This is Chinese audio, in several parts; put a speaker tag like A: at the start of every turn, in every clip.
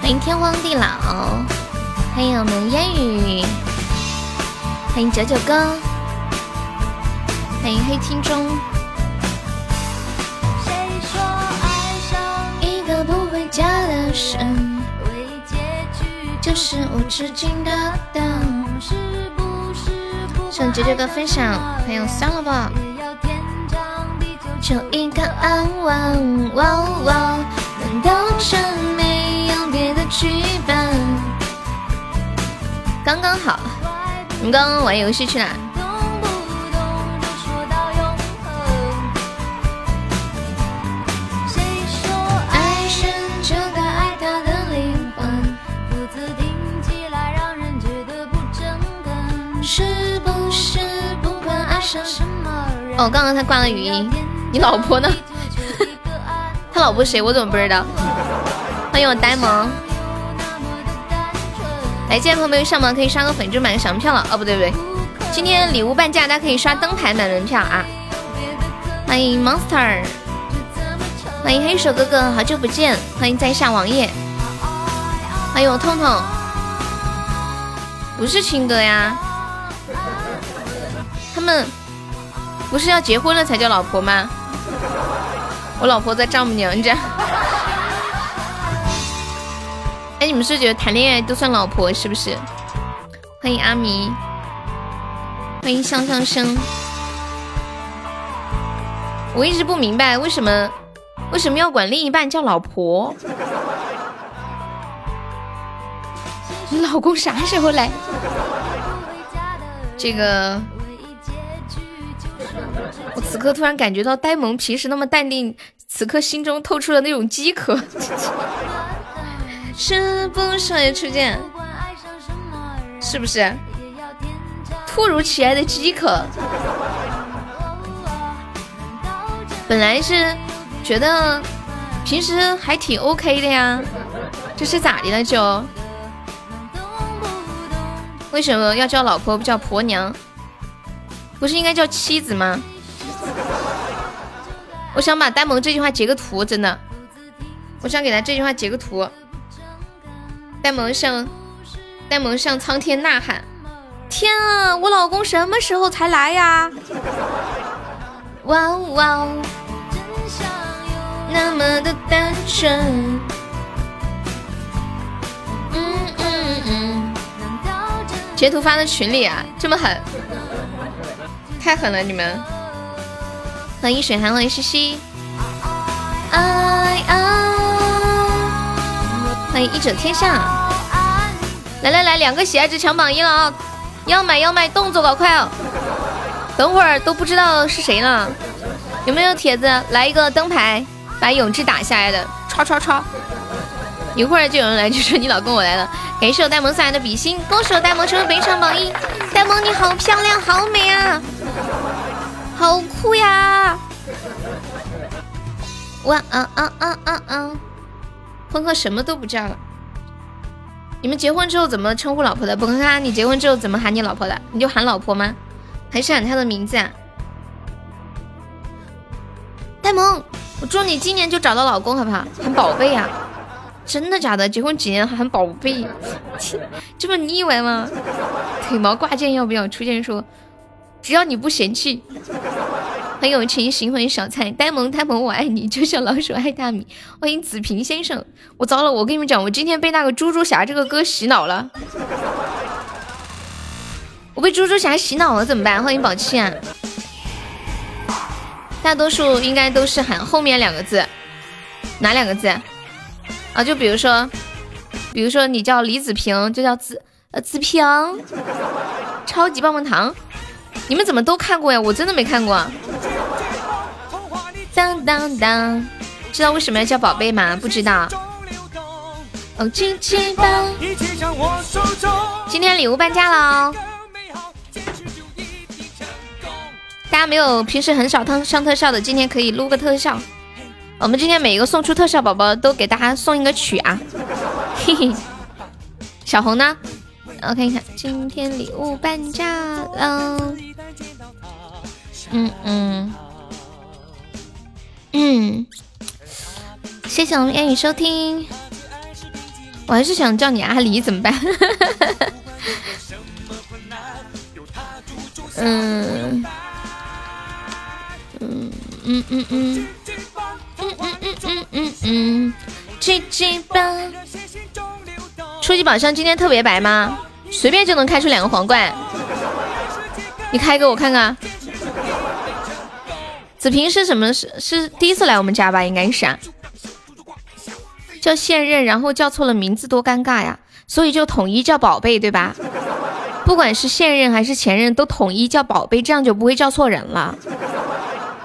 A: 欢迎天荒地老，欢迎我们烟雨，欢迎九九哥，欢迎黑青中。
B: 谁说爱上
A: 一个不回家的人，
B: 为结局
A: 就是无止境的等。
B: 总是不是不
A: 送九九哥分享，欢迎算了吧。
B: 也要天长地久。
A: 求一个安稳，哇哇！难道真没有别的剧本？刚刚好，
B: 怪不
A: 你们刚刚玩游戏去哪？
B: 懂不懂就说到永恒。
A: 嗯
B: 谁说
A: 爱神就该爱他的灵魂，
B: 不字听起来让人觉得不真诚？
A: 是不是不管爱上
B: 什么人？
A: 哦，刚刚他挂了语音，你老婆呢？ 他老婆谁？我怎么不知道？欢迎我呆萌，来，现在朋友们上榜可以刷个粉就买个小门票了。哦，不对不对，今天礼物半价，大家可以刷灯牌买门票啊！欢迎 Monster，欢迎黑手哥哥，好久不见，欢迎在下王爷，欢迎我痛痛，不是亲哥呀，他们不是要结婚了才叫老婆吗？我老婆在丈母娘家。 哎，你们是觉得谈恋爱都算老婆是不是？欢迎阿迷，欢迎香香生。我一直不明白为什么为什么要管另一半叫老婆？你老公啥时候来？这个我此刻突然感觉到呆萌平时那么淡定，此刻心中透出了那种饥渴。是不少爷初见，是不是？突如其来的饥渴，本来是觉得平时还挺 OK 的呀，这是咋的了就？为什么要叫老婆不叫婆娘？不是应该叫妻子吗？我想把呆萌这句话截个图，真的，我想给他这句话截个图。呆萌向呆萌向苍天呐喊：天啊，我老公什么时候才来呀？哇哦哇哦，那么的单纯。嗯嗯嗯，截图发到群里啊，这么狠，太狠了你们！欢迎水寒，欢迎西西，爱爱，欢迎一整天下。来来来，两个喜爱值抢榜一了啊！要买要卖，动作搞快哦！等会儿都不知道是谁呢。有没有铁子来一个灯牌，把永志打下来的，唰唰唰！一会儿就有人来，就说你老公我来了。感谢我呆萌送来的比心，恭喜我呆萌成为本场榜一！呆萌你好漂亮，好美啊，好酷呀！哇啊啊啊啊啊！坤哥什么都不叫了。你们结婚之后怎么称呼老婆的？本坤啊，你结婚之后怎么喊你老婆的？你就喊老婆吗？还是喊她的名字啊？呆萌，我祝你今年就找到老公，好不好？喊宝贝呀、真的假的？结婚几年还喊宝贝？这不你以为吗？腿毛挂件要不要？初见说，只要你不嫌弃。很有情行，欢迎小菜，呆萌呆萌，我爱你，就像老鼠爱大米。欢迎子平先生，我糟了，我跟你们讲，我今天被那个猪猪侠这个歌洗脑了，我被猪猪侠洗脑了，怎么办？欢迎宝气啊！大多数应该都是喊后面两个字，哪两个字啊？啊就比如说，比如说你叫李子平，就叫子呃子平，超级棒棒糖。你们怎么都看过呀？我真的没看过啊。当当当，知道为什么要叫宝贝吗？不知道。哦，亲亲吧，今天礼物半价了哦。大家没有平时很少上上特效的，今天可以撸个特效。我们今天每一个送出特效宝宝都给大家送一个曲啊， 嘿嘿。小红呢？我看一下，今天礼物半价了。嗯嗯嗯，谢谢我们烟雨收听。我还是想叫你阿狸，怎么办？嗯嗯嗯嗯嗯嗯嗯嗯嗯嗯，七七八。初级宝箱今天特别白吗？随便就能开出两个皇冠，你开一个我看看。子平是什么？是是第一次来我们家吧？应该是啊。叫现任，然后叫错了名字多尴尬呀，所以就统一叫宝贝，对吧？不管是现任还是前任，都统一叫宝贝，这样就不会叫错人了。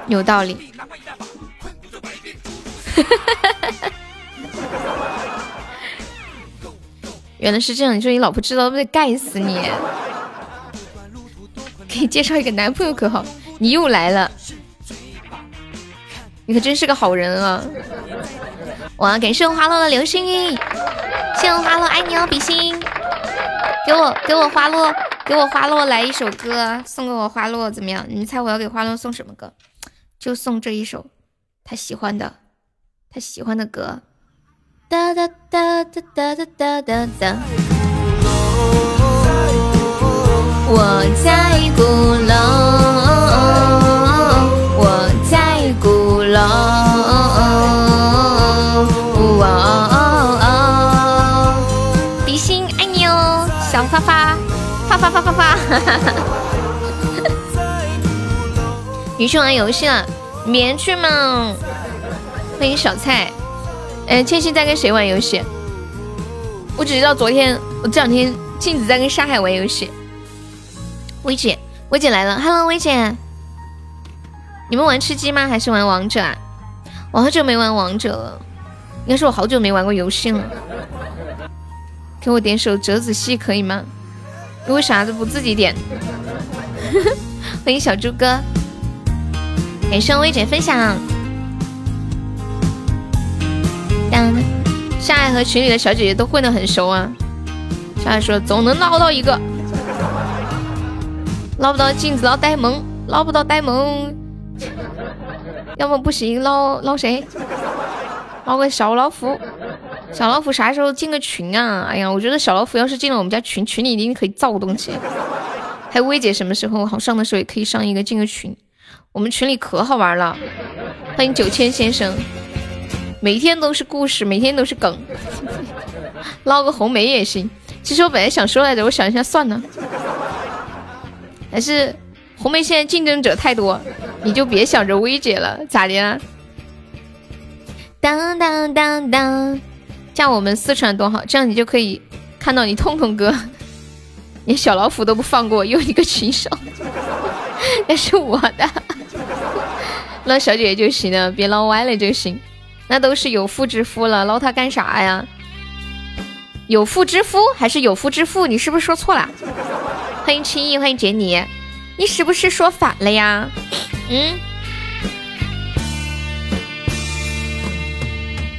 A: 有道理。原来是这样，你说你老婆知道，不得盖死你！给你介绍一个男朋友可好？你又来了，你可真是个好人啊！哇，感谢我花落的流星雨，谢谢我花落爱你哦，比心！给我给我花落给我花落来一首歌，送给我花落怎么样？你们猜我要给花落送什么歌？就送这一首他喜欢的，他喜欢的歌。哒哒哒哒哒哒哒哒哒。我在鼓楼，我在鼓楼。哇哦哦比心爱你哦，小发发，发发发发发。女生玩游戏了，别去嘛！欢迎小蔡。哎，千玺在跟谁玩游戏？我只知道昨天，我这两天镜子在跟沙海玩游戏。薇姐，薇姐来了，Hello，薇姐。你们玩吃鸡吗？还是玩王者啊？我好久没玩王者了，应该是我好久没玩过游戏了。给我点首《折子戏》可以吗？你为啥子不自己点？欢迎小猪哥，感谢薇姐分享。当然，夏爱和群里的小姐姐都混得很熟啊。夏爱说：“总能捞到一个，捞不到镜子捞呆萌，捞不到呆萌，要么不行捞捞谁？捞个小老虎。小老虎啥时候进个群啊？哎呀，我觉得小老虎要是进了我们家群，群里一定可以造东西。还有薇姐什么时候好上的时候也可以上一个进个群，我们群里可好玩了。欢迎九千先生。”每天都是故事，每天都是梗， 捞个红梅也行。其实我本来想说来着，我想一下算了，还是红梅现在竞争者太多，你就别想着薇姐了，咋的啦？当当当当，这样我们四川多好，这样你就可以看到你痛痛哥，连小老虎都不放过，又一个禽兽，那是我的，捞小姐姐就行了，别捞歪了就行。那都是有妇之夫了，捞他干啥呀？有妇之夫还是有夫之妇？你是不是说错了？欢迎轻易，欢迎杰尼，你是不是说反了呀？嗯，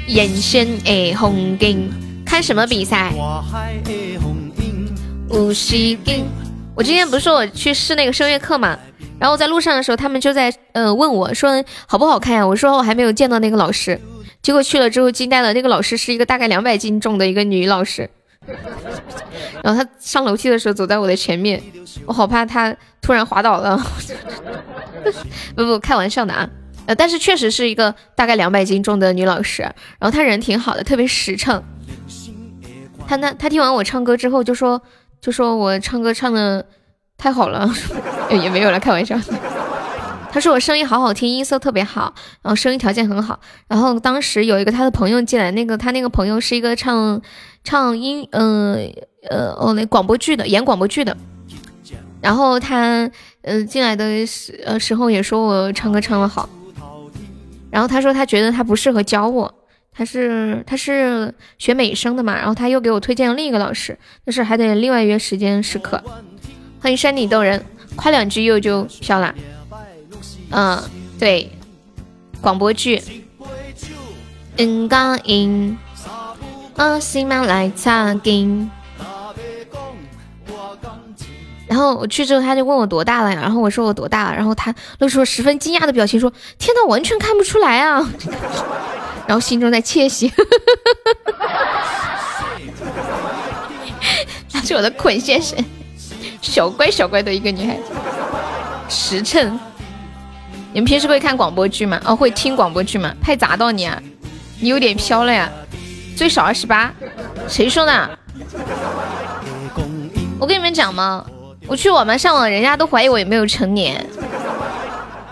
A: 人生的风景，哎看什么比赛？五十斤。我之前不是说我去试那个声乐课嘛，然后我在路上的时候，他们就在呃问我说好不好看呀、我说我还没有见到那个老师，结果去了之后惊呆了，那个老师是一个大概两百斤重的一个女老师，然后她上楼梯的时候走在我的前面，我好怕她突然滑倒了， 不不开玩笑的啊。呃，但是确实是一个大概两百斤重的女老师，然后她人挺好的，特别实诚。她那她听完我唱歌之后就说， 就说我唱歌唱的太好了， 也也没有了，开玩笑。 他说我声音好好听，音色特别好，然后声音条件很好。然后当时有一个他的朋友进来，那个他那个朋友是一个唱唱音，呃呃哦那广播剧的，演广播剧的。然后他嗯、呃进来的时呃时候也说我唱歌唱的好，然后他说他觉得他不适合教我。他是他是学美声的嘛，然后他又给我推荐了另一个老师，但是还得另外约时间试课。欢迎山顶洞人，夸两句又就飘啦。嗯，对，广播剧。嗯，高音，我心马来擦金。然后我去之后，他就问我多大了呀？然后我说我多大了？然后他露出了十分惊讶的表情，说：“天呐，完全看不出 来啊！”然后心中在窃喜。 是我的捆先生，小乖小乖的一个女孩子，实诚。你们平时会看广播剧吗？哦，会听广播剧吗？太砸到你啊！你有点飘了呀，最少二十八，谁说的？啊我跟你们讲嘛，我去网吧上网，人家都怀疑我有没有成年。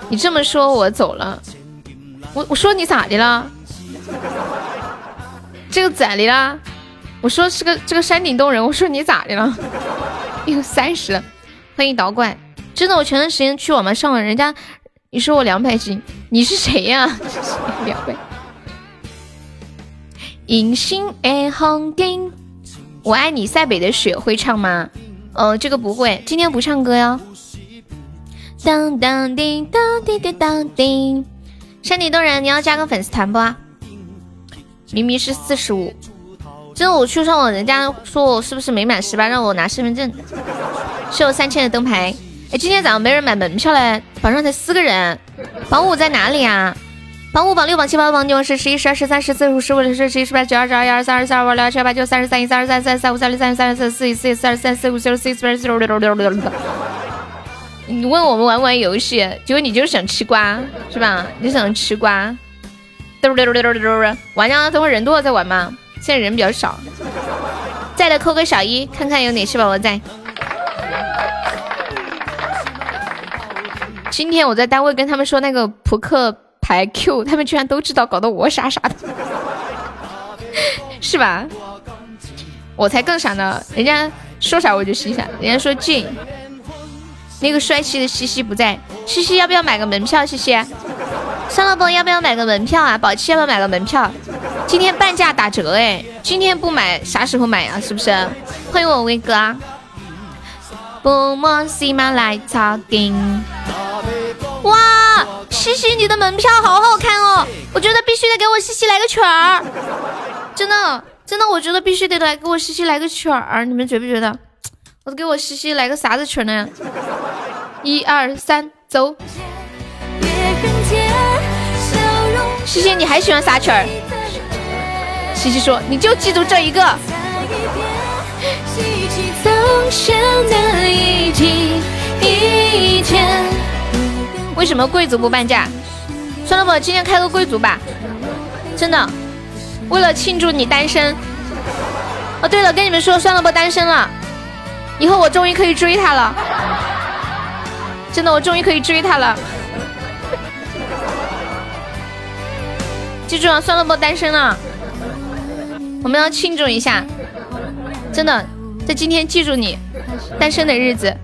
A: 你这么说，我走了。我我说你咋的啦？这个咋的啦？我说是个这个山顶洞人，我说你咋的了？有三十了，欢迎倒怪。真的，我前段时间去网吧上网，人家你说我两百斤，你是谁呀、两百。隐形爱红丁，哎我爱你塞北的雪会唱吗？呃，这个不会，今天不唱歌哟。当当叮当叮叮当叮，山顶洞人，你要加个粉丝团不啊？明明是四十五，真的我去上网，人家说我是不是没满十八，让我拿身份证，是有三千的灯牌。哎，今天早上没人买门票嘞，榜上才四个人，榜五在哪里啊？榜五、榜六、榜七、榜八、榜九、十、十一、十二、十三、十四、十五、十五、十六、十七、十八、十九、二十、二一、二三、二四、二五、二六、二七、二八、九、三十、三一、三二、三三、三五、三六、三三、三四、一、四、四二、三四、五、六、四、四八、六、六、六、六、六。你问我们玩不玩游戏，结果你就是想吃瓜，是吧？你就想吃瓜，嘚嘚嘚嘚嘚，玩呀！等会人多了再玩嘛，现在人比较少。在的扣个小一，看看有哪些宝宝在。今天我在单位跟他们说那个扑克牌 Q，他们居然都知道，搞得我傻傻的，是吧？我才更傻呢，人家说啥我就心啥，人家说进。那个帅气的西西不在，西西要不要买个门票？西啊西，酸萝卜要不要买个门票啊？宝七要不要买个门票？今天半价打折哎，今天不买啥时候买啊？是不是？欢迎我威哥啊！不摸西马来草丁，哇，西西你的门票好好看哦，我觉得必须得给我西西来个曲儿，真的真的，我觉得必须得来给我西西来个曲儿，你们觉不觉得？我给我西西来个啥子曲儿呢？一二三，走！
B: 愚人节，笑容
A: 西西，你还喜欢啥曲儿？
B: 你的美，
A: 西西说，你就记住这一个。
B: 在一边，一起走向那一天，一天。
A: 为什么贵族不半价？算了吧，今天开个贵族吧，真的，为了庆祝你单身。哦，对了，跟你们说，算了吧，单身了，以后我终于可以追他了，真的，我终于可以追他了。记住啊，算了吧，单身了，我们要庆祝一下，真的，在今天记住你单身的日子。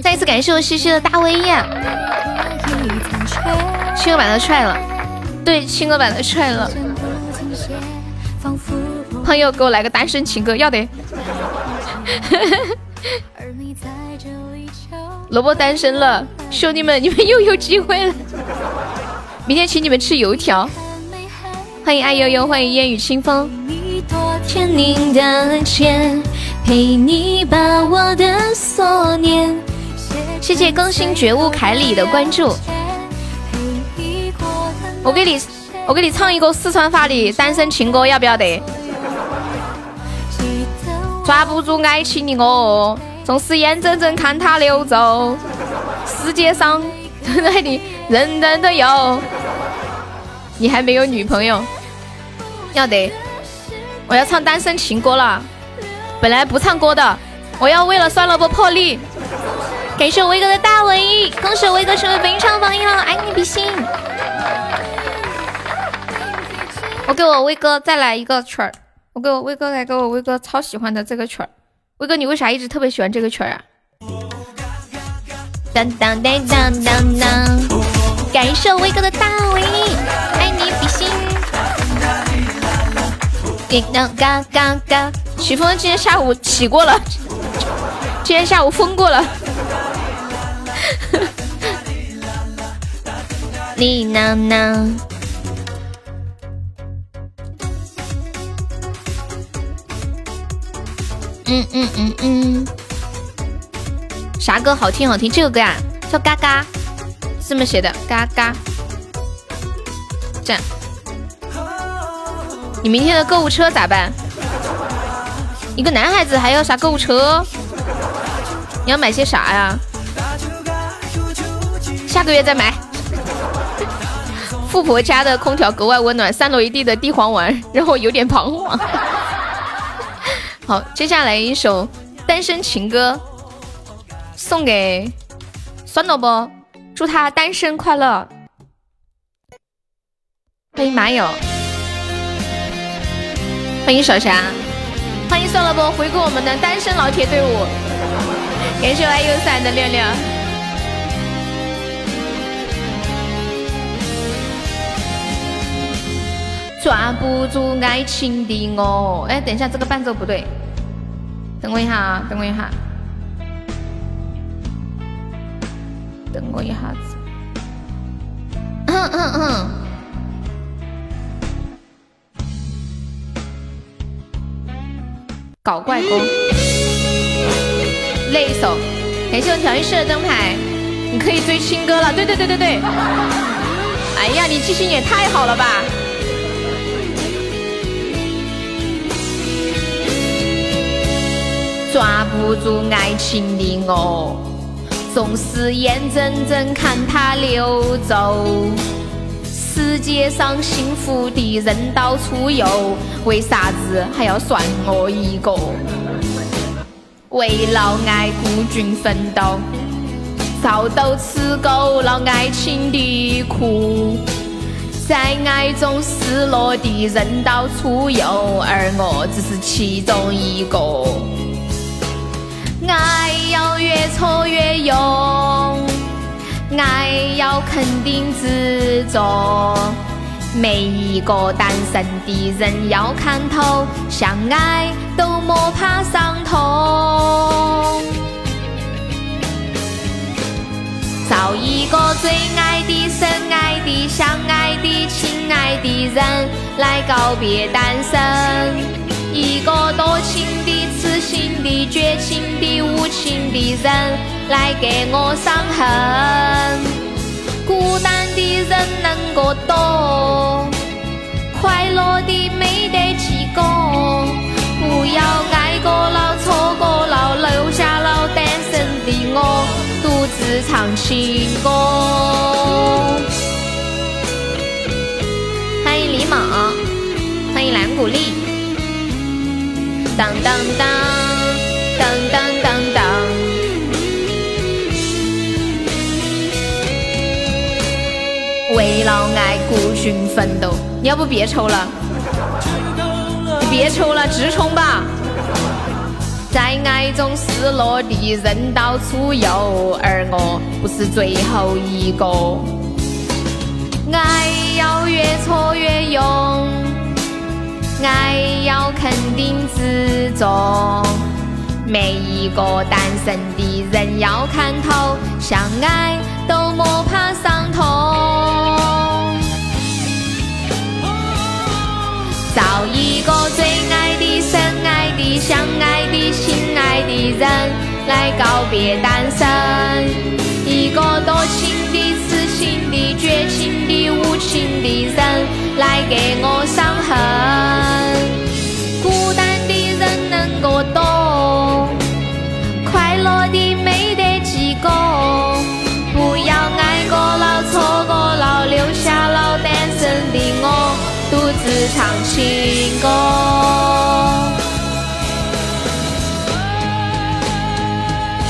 A: 再一次感谢我西西的大威焰。青哥把他踹了，对，青哥把他踹了。朋友，给我来个单身情歌，要得。萝卜单身了，兄弟们，你们又有机会了。明天请你们吃油条。欢迎爱悠悠，欢迎烟雨清风。
B: 天宁的肩，陪你把我的所念。
A: 谢谢更新觉悟凯里的关注。我给你，我给你唱一个四川话的单身情歌，要不要得？抓不住爱情的我，总是眼睁睁看它溜走。世界上真爱的人人都有，你还没有女朋友？要得，我要唱单身情歌了。本来不唱歌的，我要为了酸萝卜破例。感谢我威哥的大文艺，恭喜我威哥成为本场榜一了，爱你比心。我给我威哥再来一个曲儿，我给我威哥来给我威哥超喜欢的这个曲儿。威哥，你为啥一直特别喜欢这个曲儿啊？当当当当当当，感谢威哥的大文艺，爱哎你比心。叮当嘎嘎嘎，许峰今天下午起过了，今天下午疯过了。你呢呢？嗯嗯嗯嗯，啥歌好听好听？这个歌呀、叫嘎嘎，是这么写的，嘎嘎。这样，你明天的购物车咋办？一个男孩子还要啥购物车？你要买些啥呀？下个月再买。富婆家的空调格外温暖，散落一地的地黄丸让我有点彷徨。好，接下来一首单身情歌，送给酸萝卜，祝他单身快乐。欢迎马友，欢迎小霞，欢迎酸萝卜回归我们的单身老铁队伍，感谢我爱又伞的六六。抓不住爱情的我，哎，等一下，这个伴奏不对，等我一下啊，等我一下，等我一下子，嗯嗯嗯。搞怪工，累手，感谢我调音师的灯牌，你可以追新歌了。对对对对对，哎呀，你记性也太好了吧！抓不住爱情的我，总是眼睁睁看它溜走。世界上幸福的人到处有，为啥子还要算我一个？为了爱孤军奋斗，早都吃够了爱情的苦。在爱中失落的人到处有，而我只是其中一个。爱要越挫越勇，爱要肯定执着。每一个单身的人要看透，相爱都莫怕伤痛。找一个最爱的、深爱的、相爱的、亲爱的人来告别单身。一个多情的、痴心的、绝情的、无情的人来给我伤痕。孤单的人能够多，快乐的没得几个。不要爱过了、错过了，留下了单身的我，独自唱情歌。欢迎李猛，欢迎蓝古丽。当当当当当当当。为了爱孤军奋斗，你要不别抽了，你别抽了，直冲吧。在爱中失落的人到处有，而我不是最后一个。爱要越挫越勇。爱要肯定执着，每一个单身的人要看透，相爱都莫怕伤痛。找一个最爱的、深爱的、相爱的、心爱的人来告别单身。一个多情的、痴情的、绝情的、无情的人来给我伤痕。孤单的人能够懂，快乐的没得几个。不要爱过了、错过了，留下了单身的我，独自唱情歌。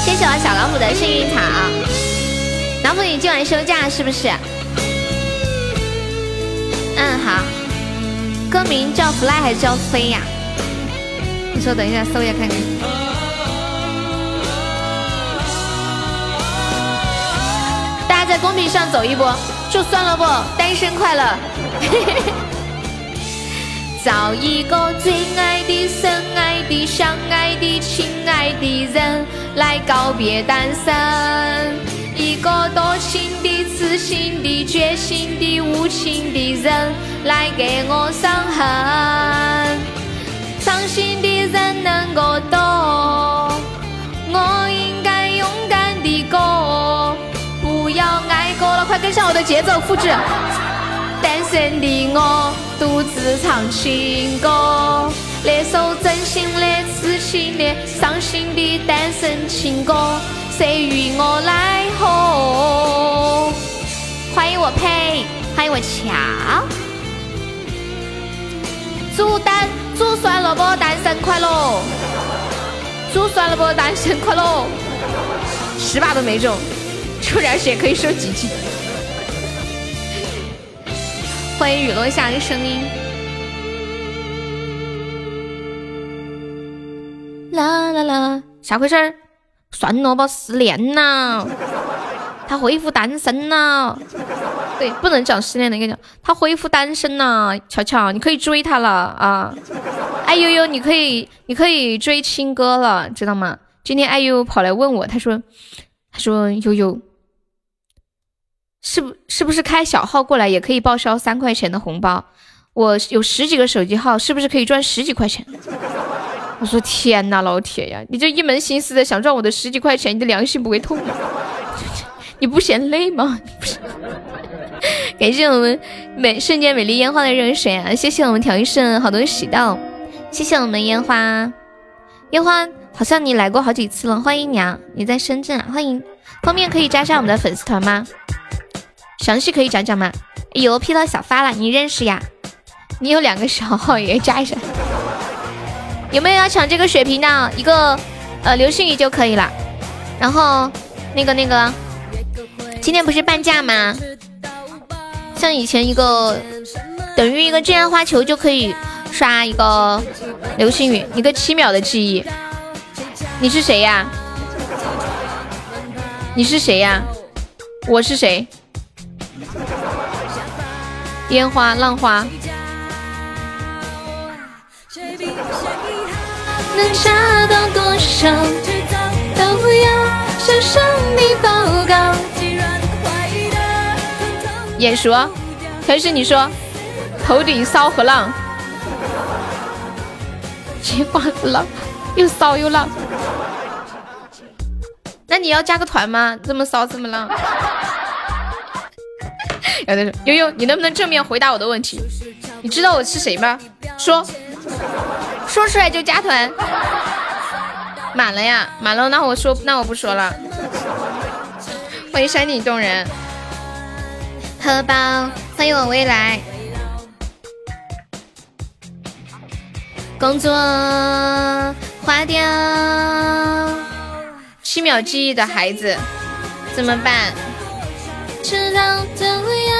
A: 谢谢我小老虎的幸运草。老虎，你今晚休假是不是？嗯，好。歌名叫 fly 还是叫飞呀、你说等一下搜一下看看。大家在公屏上走一波，祝酸萝卜单身快乐。 找一个最爱的、深爱的、相爱的、亲爱的人来告别单身。一个多情的、痴心的、绝心的、无情的人来给我伤痕。伤心的人能够懂，我应该勇敢地过。不要爱过了，快跟上我的节奏，复制。单身的我独自唱情歌，那首真心的、痴心的，伤心的单身情歌，谁与我来和？欢迎我呸，欢迎我乔。祝单祝酸萝卜单身快乐，祝酸萝卜单身快乐，十把都没中，出点血可以收几句。欢迎雨落下的声音。啦啦啦，咋回事儿？酸萝卜失联呐，他恢复单身呐。对，不能讲失恋的，应该讲他恢复单身呐。乔乔，你可以追他了啊！哎呦呦，你可以，你可以追亲哥了，知道吗？今天哎呦跑来问我，他说，他说悠悠，是不是不是开小号过来也可以报销三块钱的红包？我有十几个手机号，是不是可以赚十几块钱？我说天呐，老铁呀，你这一门心思的想赚我的十几块钱，你的良心不会痛吗？ 你不嫌累吗？ 你不是感谢我们美瞬间美丽烟花的热水啊！谢谢我们调一顺好多喜到，谢谢我们烟花，烟花好像你来过好几次了，欢迎你啊！你在深圳啊，欢迎，方便可以加上我们的粉丝团吗？详细可以讲讲吗？哎呦，P 到小发了，你认识呀？你有两个小号也加一下。有没有要抢这个血瓶的？一个呃流星雨就可以了。然后那个那个，今天不是半价吗？像以前一个等于一个真爱花球就可以刷一个流星雨，一个七秒的记忆。你是谁呀？你是谁呀？我是谁？烟花浪花。
B: 能差到多少？都不要向上帝报告。
A: 眼熟，全是你说，头顶骚和浪，金发浪，又骚又浪。 那你要加个团吗？这么骚这么浪。 有的说，悠悠，你能不能正面回答我的问题？你知道我是谁吗？说，说出来就加团。满了呀，满了，那我说，那我不说了。欢迎山顶洞人。
B: 荷包，欢迎我未来。
A: 工作花掉，七秒记忆的孩子怎么办？
B: 知道怎么样，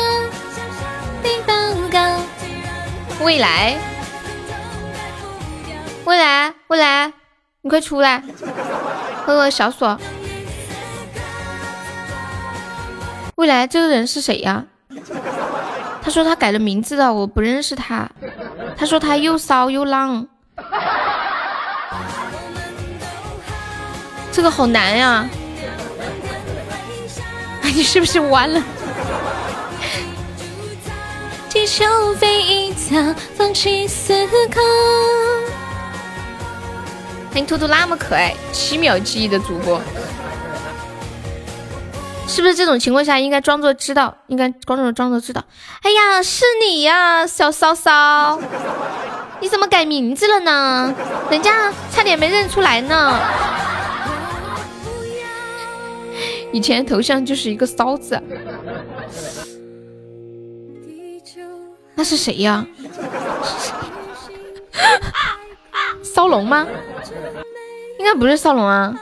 B: 并报告。
A: 未来，未来，未来，你快出来！呵呵，小锁，未来这个人是谁呀？他说他改了名字了，我不认识他。他说他又骚又浪，这个好难呀、 你是不是完了？
B: 地球飞一趟，放弃思考。
A: 欢迎兔兔那么可爱，七秒记忆的主播，是不是这种情况下应该装作知道？应该装作装作知道。哎呀，是你呀、小骚骚，你怎么改名字了呢？人家差点没认出来呢。以前头像就是一个骚字，那是谁呀？骚龙吗？应该不是骚龙啊，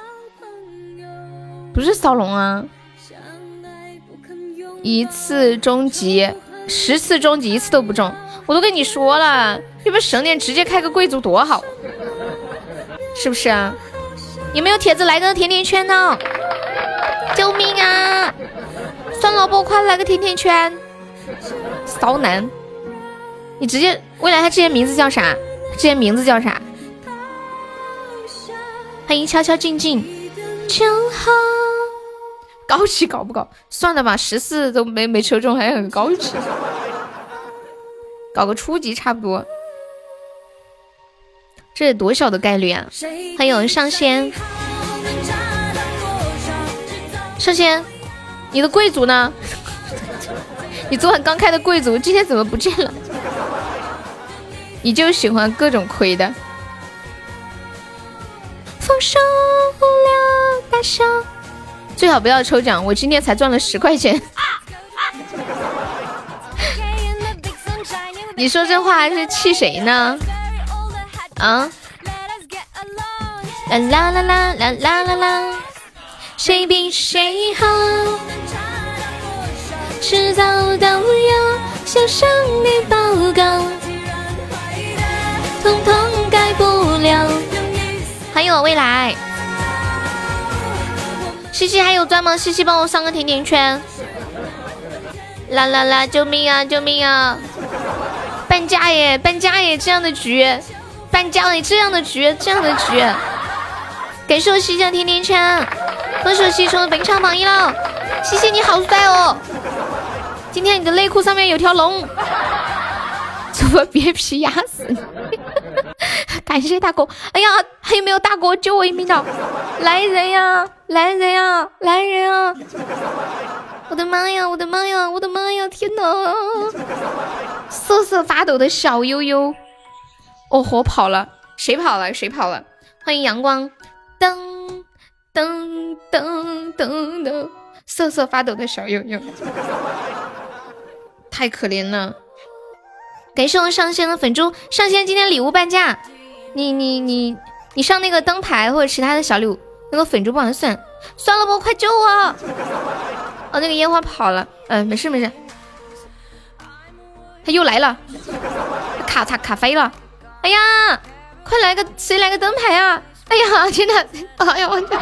A: 不是骚龙啊。一次终极，十次终极一次都不中，我都跟你说了，要不省点直接开个贵族多好，是不是啊？有没有铁子来个甜甜圈呢？救命啊！酸萝卜，快来个甜甜圈！骚男，你直接未来他之前名字叫啥？他之前名字叫啥？欢迎悄悄静静，
B: 就好。
A: 高级搞不搞？算了吧，十四都没没抽中，还很高级，搞个初级差不多。这得多小的概率啊！欢迎我们上仙，上仙，你的贵族呢？你昨晚刚开的贵族，今天怎么不见了？你就喜欢各种亏的。
B: 受不了大笑。
A: 最好不要抽奖，我今天才赚了十块钱。你说这话是气谁呢？啊？嗯啦啦啦啦啦啦啦啦，
B: 谁比谁好？迟早都要向上帝报告，统统改不了。
A: 欢迎我未来。西西还有钻吗？西西帮我上个甜甜圈。啦啦啦！救命啊！救命啊！搬家耶！搬家耶！这样的局，搬家耶！这样的局，这样的局。感谢我西西的甜甜圈，恭喜我西西成为本场榜一了！西西你好帅哦！今天你的内裤上面有条龙，主播别皮压死你！感谢大哥，哎呀，还有没有大哥救我一命的？来人呀！来人呀！来人呀！我的妈呀！我的妈呀！我的妈呀！天哪！瑟瑟发抖的小悠悠，哦吼，跑了！谁跑了？谁跑了？欢迎阳光，噔噔噔噔噔，瑟瑟发抖的小悠悠，太可怜了。感谢我上线的粉猪，上线今天礼物半价，你你你你上那个灯牌或者其他的小礼物，那个粉猪不好算，算了不，快救我！哦，那个烟花跑了，嗯、没事没事，他又来了，卡嚓卡飞了， 哎呀，快来个谁来个灯牌啊！哎呀， 天哪，哎呀，我的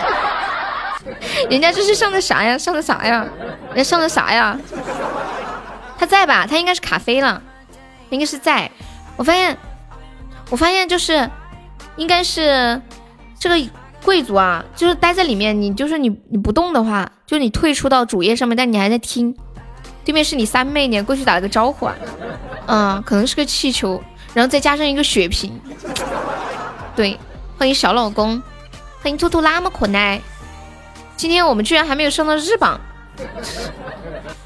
A: 人家这是上的啥呀？上的啥呀？人家上的啥呀？他在吧？他应该是卡飞了，应该是在。我发现，我发现就是，应该是这个贵族啊，就是待在里面，你就是你你不动的话，就是你退出到主页上面，但你还在听。对面是你三妹，你还过去打了个招呼啊，嗯，可能是个气球，然后再加上一个血瓶。对，欢迎小老公，欢迎兔兔那么可爱。今天我们居然还没有上到日榜，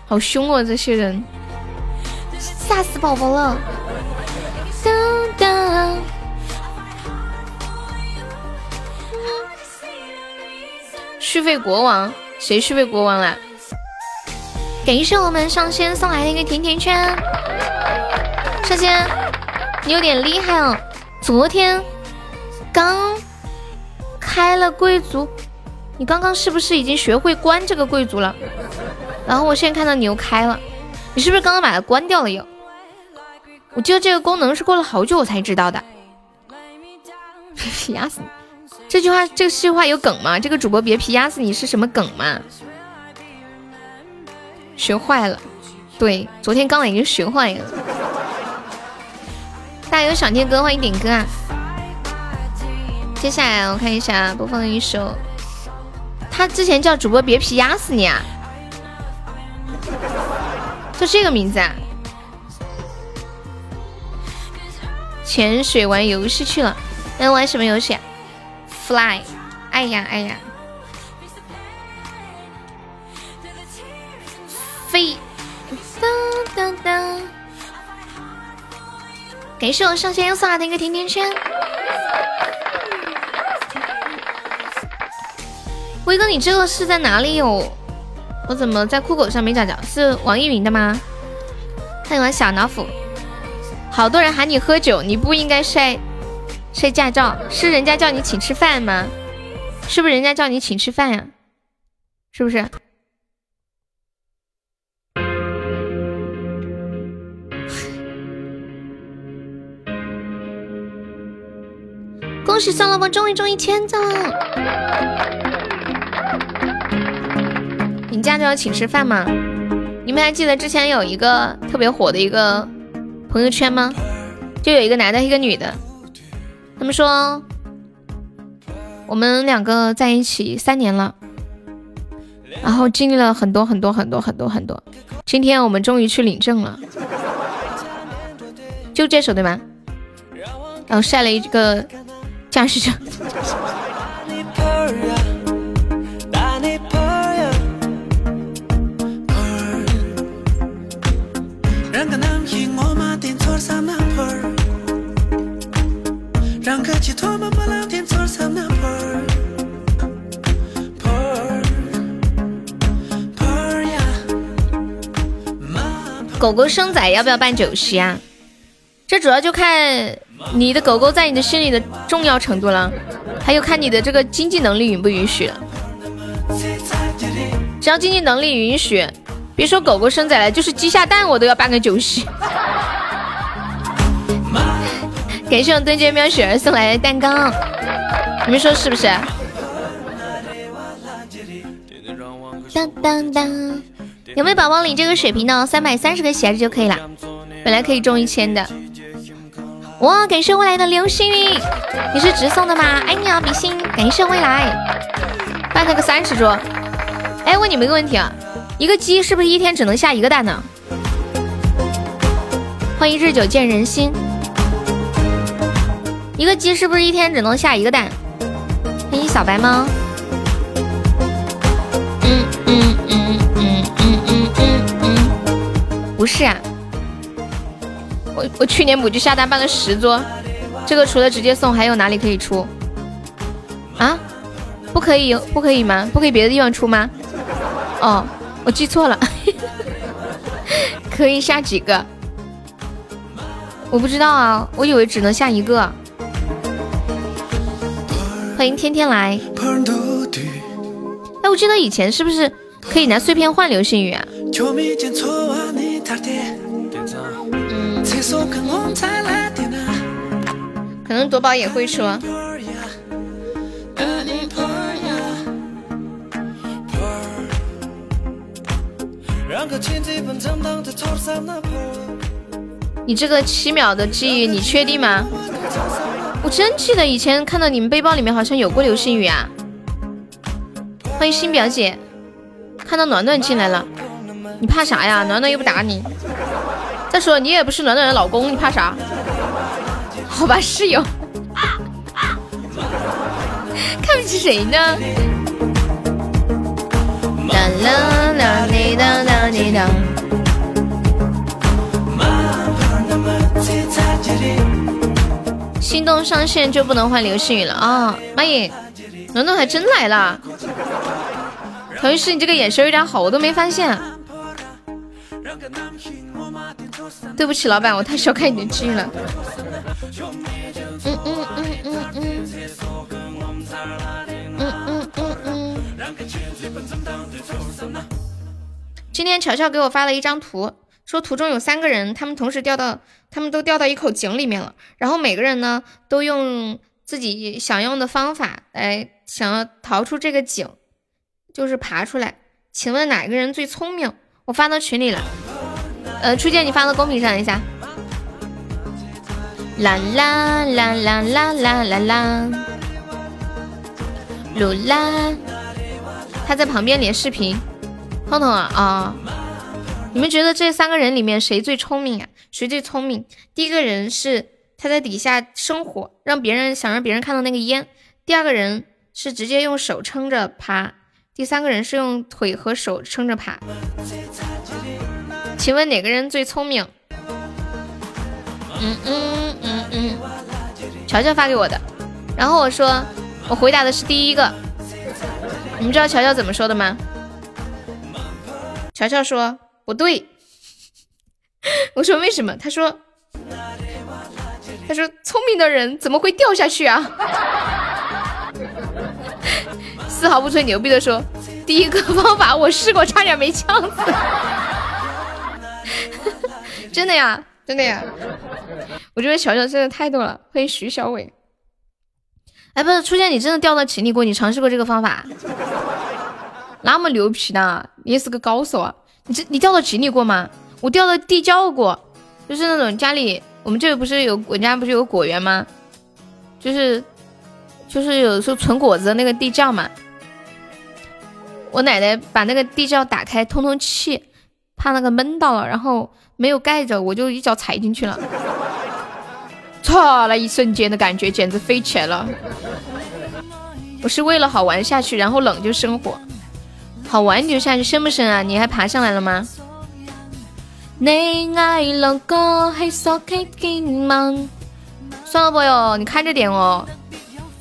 A: 好凶哦！这些人
B: 吓死宝宝了！当当，
A: 续费国王，谁续费国王啦？感谢我们上仙送来的一个甜甜圈。上仙，你有点厉害哦！昨天刚开了贵族，你刚刚是不是已经学会关这个贵族了？然后我现在看到你又开了，你是不是刚刚把它关掉了又？我记得这个功能是过了好久我才知道的。 皮压死你！这句话这个句话有梗吗？这个主播别皮压死你是什么梗吗？学坏了，对，昨天刚刚已经学坏了。大家有想听歌，欢迎点歌啊！接下来我看一下，播放一首，他之前叫主播别皮压死你啊，就这个名字啊。潜水玩游戏去了，那玩什么游戏、啊、？Fly，哎呀哎呀，飞！
B: 当当当，
A: 感谢我上线送来的一个甜甜圈。威哥，你这个是在哪里有？我怎么在酷狗上没找着？是网易云的吗？欢迎我小老虎。好多人喊你喝酒，你不应该晒晒驾照，是人家叫你请吃饭吗？是不是人家叫你请吃饭呀、是不是？ 恭喜酸萝卜终于中一千赞了！你驾照请吃饭吗？你们还记得之前有一个特别火的一个朋友圈吗？就有一个男的，一个女的，他们说我们两个在一起三年了，然后经历了很多很多很多很多很多，今天我们终于去领证了，就这首对吗？然后晒了一个驾驶证，
C: 让个起头嘛不浪天，做啥那会儿？
A: 狗狗生仔要不要办酒席啊？这主要就看你的狗狗在你的心里的重要程度了，还有看你的这个经济能力允不允许。只要经济能力允许，别说狗狗生仔了，就是鸡下蛋我都要办个酒席。 感谢我对街喵雪儿送来的蛋糕，你们说是不是？啊当当当！有没有宝宝领这个水瓶的？三百三十个鞋子就可以了，本来可以中一千的。哇！感谢未来的流星雨，你是直送的吗？爱你啊，比心！感谢未来，办了个三十桌。哎，问你们一个问题啊，一个鸡是不是一天只能下一个蛋呢？欢迎日久见人心。一个鸡是不是一天只能下一个蛋？欢迎小白猫。嗯嗯嗯嗯嗯嗯嗯嗯，不是啊，我我去年母鸡下蛋办了十桌，这个除了直接送，还有哪里可以出？啊？不可以？不可以吗？不可以别的地方出吗？哦，我记错了， 可以下几个？我不知道啊，我以为只能下一个。欢迎天天来。哎，我记得以前是不是可以拿碎片换流星雨啊？可能夺宝也会出。你这个七秒的记忆，你确定吗？我真记得以前看到你们背包里面好像有过流星雨啊！欢迎新表姐，看到暖暖进来了，你怕啥呀？暖暖又不打你。再说你也不是暖暖的老公，你怕啥？好吧，室友， 看不起谁呢？啦啦啦滴啦啦滴啦。心动上线就不能换流星雨了啊！妈耶，暖暖还真来了。腾讯，你这个眼神有点好，我都没发现。对不起，老板，我太小看你的剧了。嗯嗯嗯嗯嗯。嗯嗯嗯嗯。今天乔乔给我发了一张图，说图中有三个人，他们同时掉到，他们都掉到一口井里面了。然后每个人呢，都用自己想用的方法来想要逃出这个井，就是爬出来。请问哪个人最聪明？我发到群里了。呃，初见你发到公屏上一下。啦啦啦啦啦啦啦啦，鲁啦，他在旁边连视频。彤彤啊啊、你们觉得这三个人里面谁最聪明啊？谁最聪明？第一个人是他在底下生火，让别人想让别人看到那个烟；第二个人是直接用手撑着爬；第三个人是用腿和手撑着爬。请问哪个人最聪明？嗯嗯嗯嗯，乔乔发给我的，然后我说我回答的是第一个。你们知道乔乔怎么说的吗？乔乔说不对，我说为什么？他说他说聪明的人怎么会掉下去啊？ 丝毫不吹牛逼的说，第一个方法我试过，差点没呛死。 真的呀，真的呀，我觉得乔乔真的太逗了。欢迎徐小伟。哎，不是，初见你真的掉到井里过，你尝试过这个方法？那么牛皮呢？你也是个高手啊！你这你掉到井里过吗？我掉到地窖过，就是那种家里我们这不是有我家不是有果园吗？就是就是有时候存果子的那个地窖嘛。我奶奶把那个地窖打开通通气，怕那个闷到了，然后没有盖着，我就一脚踩进去了。操！那一瞬间的感觉简直飞起来了。我是为了好玩下去，然后冷就生火。好玩你就下去，深不深啊？你还爬上来了吗？你爱了个黑色的金门算了不哟，你看着点哦。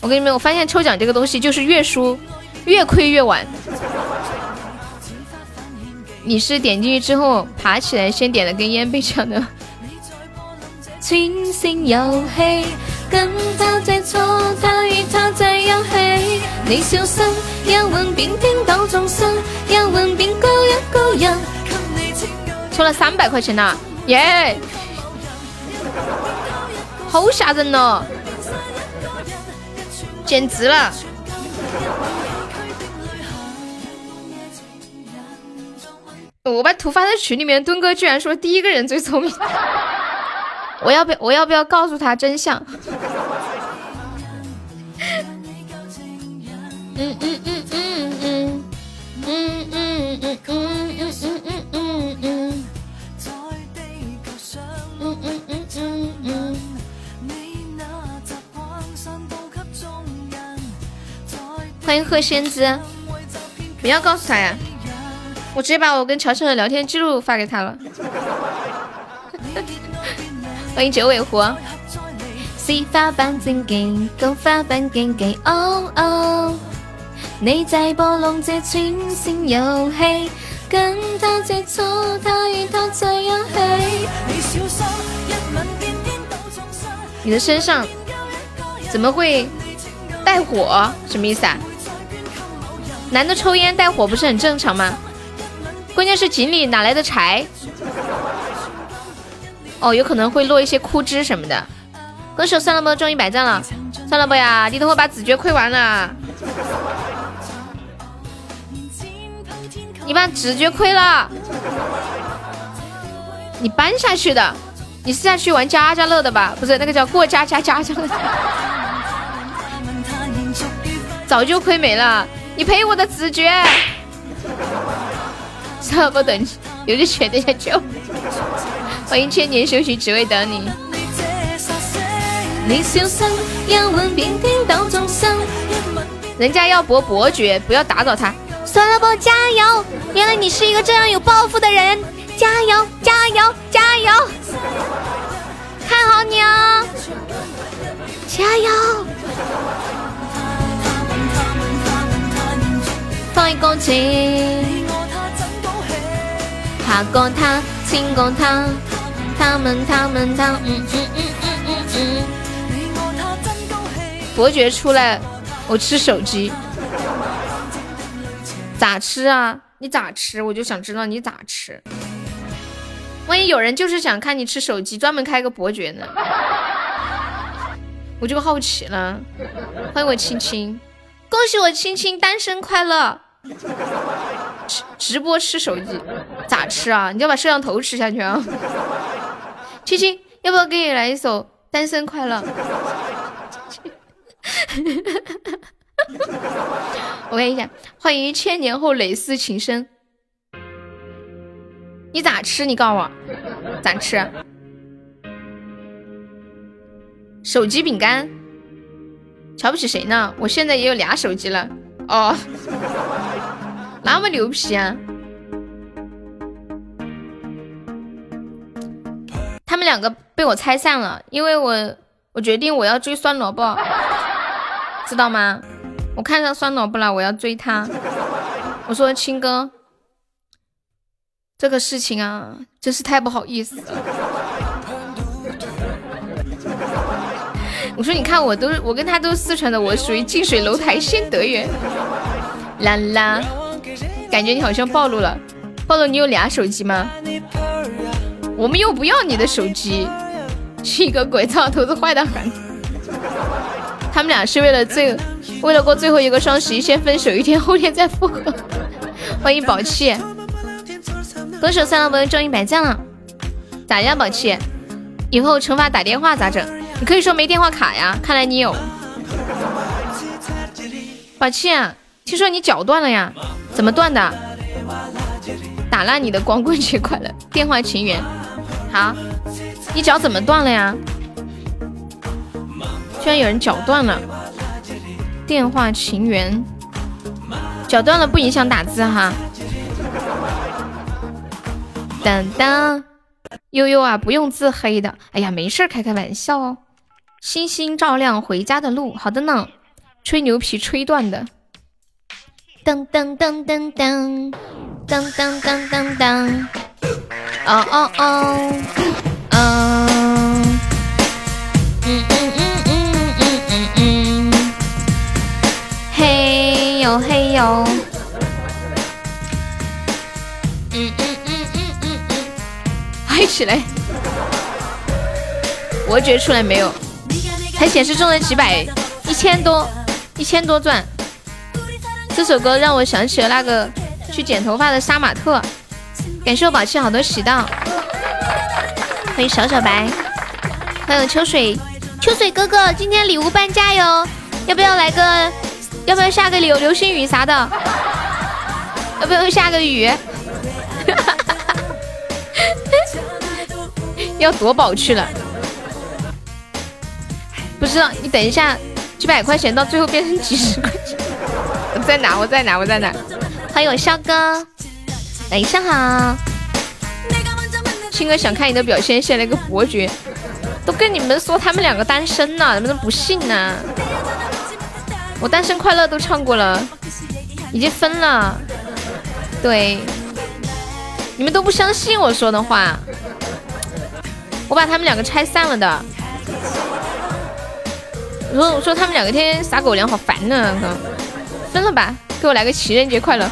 A: 我跟你们，我发现抽奖这个东西就是越输越亏越晚。你是点进去之后爬起来，先点了根烟被抢的。
B: 清醒遊戲，跟他最初，他與他在一起。你小心，一吻便顛倒眾生，一吻便高一高人。
A: 充了三百块钱呐、耶、好吓人哦，简直了！我把突发在群里面，墩哥居然说第一个人最聪明，我要不我要不要告诉他真相？嗯嗯嗯嗯嗯嗯嗯嗯嗯嗯嗯嗯嗯嗯。嗯嗯嗯嗯嗯，欢迎贺仙姿，不要告诉他呀，我直接把我跟乔乔的聊天记录发给他了。欢迎九尾狐，
B: 是花瓣正勁，咁花瓣競技哦哦。你在播弄這串線遊戲，跟他接觸，他與他在一起。
A: 你的身上怎么会带火？什么意思啊？男的抽烟带火不是很正常吗？关键是井里哪来的柴？哦，有可能会落一些枯枝什么的。歌手算了不中一百赞了，算了不呀，你等我把子爵亏完了，你把子爵亏了，你搬下去的，你是下去玩家家乐的吧？不是那个叫过家家家家乐，早就亏没了，你赔我的子爵，算了不等，有的钱等下就，欢迎千年修行只为等你。
B: 你小心，一吻便顛倒眾生。
A: 人家要博伯爵，不要打扰他。
B: 酸萝卜加油！原来你是一个这样有抱负的人，加油加油加油！看好你哦，加油！快恭喜！爬过他，亲过他，他们他们他，嗯嗯嗯嗯嗯嗯。
A: 伯爵出来，我吃手机，咋吃啊？你咋吃？我就想知道你咋吃。万一有人就是想看你吃手机，专门开个伯爵呢， 我就好奇了。欢迎我青青，恭喜我青青单身快乐。直直播吃手机，咋吃啊？你就把摄像头吃下去啊！青青，要不要给你来一首《单身快乐》？我看一下，欢迎千年后蕾丝情深。你咋吃？你告诉我，咋吃？手机饼干？瞧不起谁呢？我现在也有俩手机了。哦， 那么牛皮啊！他们两个被我拆散了，因为我我决定我要追酸萝卜，知道吗？我看上酸萝卜了，我要追他。我说青哥，这个事情啊，真是太不好意思了。我说你看，我都是我跟他都是四川的，我属于近水楼台先得月。啦啦，感觉你好像暴露了，暴露你有俩手机吗？我们又不要你的手机，气个鬼操，头子坏的很。他们俩是为了最，为了过最后一个双十一先分手一天，后天再复合。欢迎宝气，歌手三郎朋友中一百赞了，咋样，宝气？以后惩罚打电话咋整？你可以说没电话卡呀，看来你有。宝气、啊，听说你脚断了呀？怎么断的？打烂你的光棍节快乐，电话情缘。好，你脚怎么断了呀？居然有人脚断了，电话情缘，脚断了不影响打字哈。当当，悠悠啊，不用自黑的。哎呀，没事儿，开开玩笑哦。星星照亮回家的路，好的呢。吹牛皮吹断的。
B: 噔噔噔噔噔，当当当当当，哦哦哦，嗯，嗯嗯嗯嗯嗯嗯嗯，嘿呦嘿呦，嗯嗯嗯嗯嗯嗯，
A: 嗨起来！我觉出来没有？才显示中了几百，一千多，一千多钻。这首歌让我想起了那个去剪头发的杀马特。感谢我宝气好多喜到，欢迎小小白，欢迎秋水，秋水哥哥，今天礼物半价哟，要不要来个？要不要下个流流星雨啥的？要不要下个雨？ 要夺宝去了。不知道，你等一下，几百块钱到最后变成几十块钱。 我在哪？我在哪？我在哪？欢迎我肖哥，晚上好。青哥想看你的表现，献了个伯爵。都跟你们说他们两个单身呢、能不能不信呢、我单身快乐都唱过了，已经分了。对，你们都不相信我说的话，我把他们两个拆散了的。我说我说他们两个天天撒狗粮，好烦呢、嗯分了吧，给我来个情人节快乐。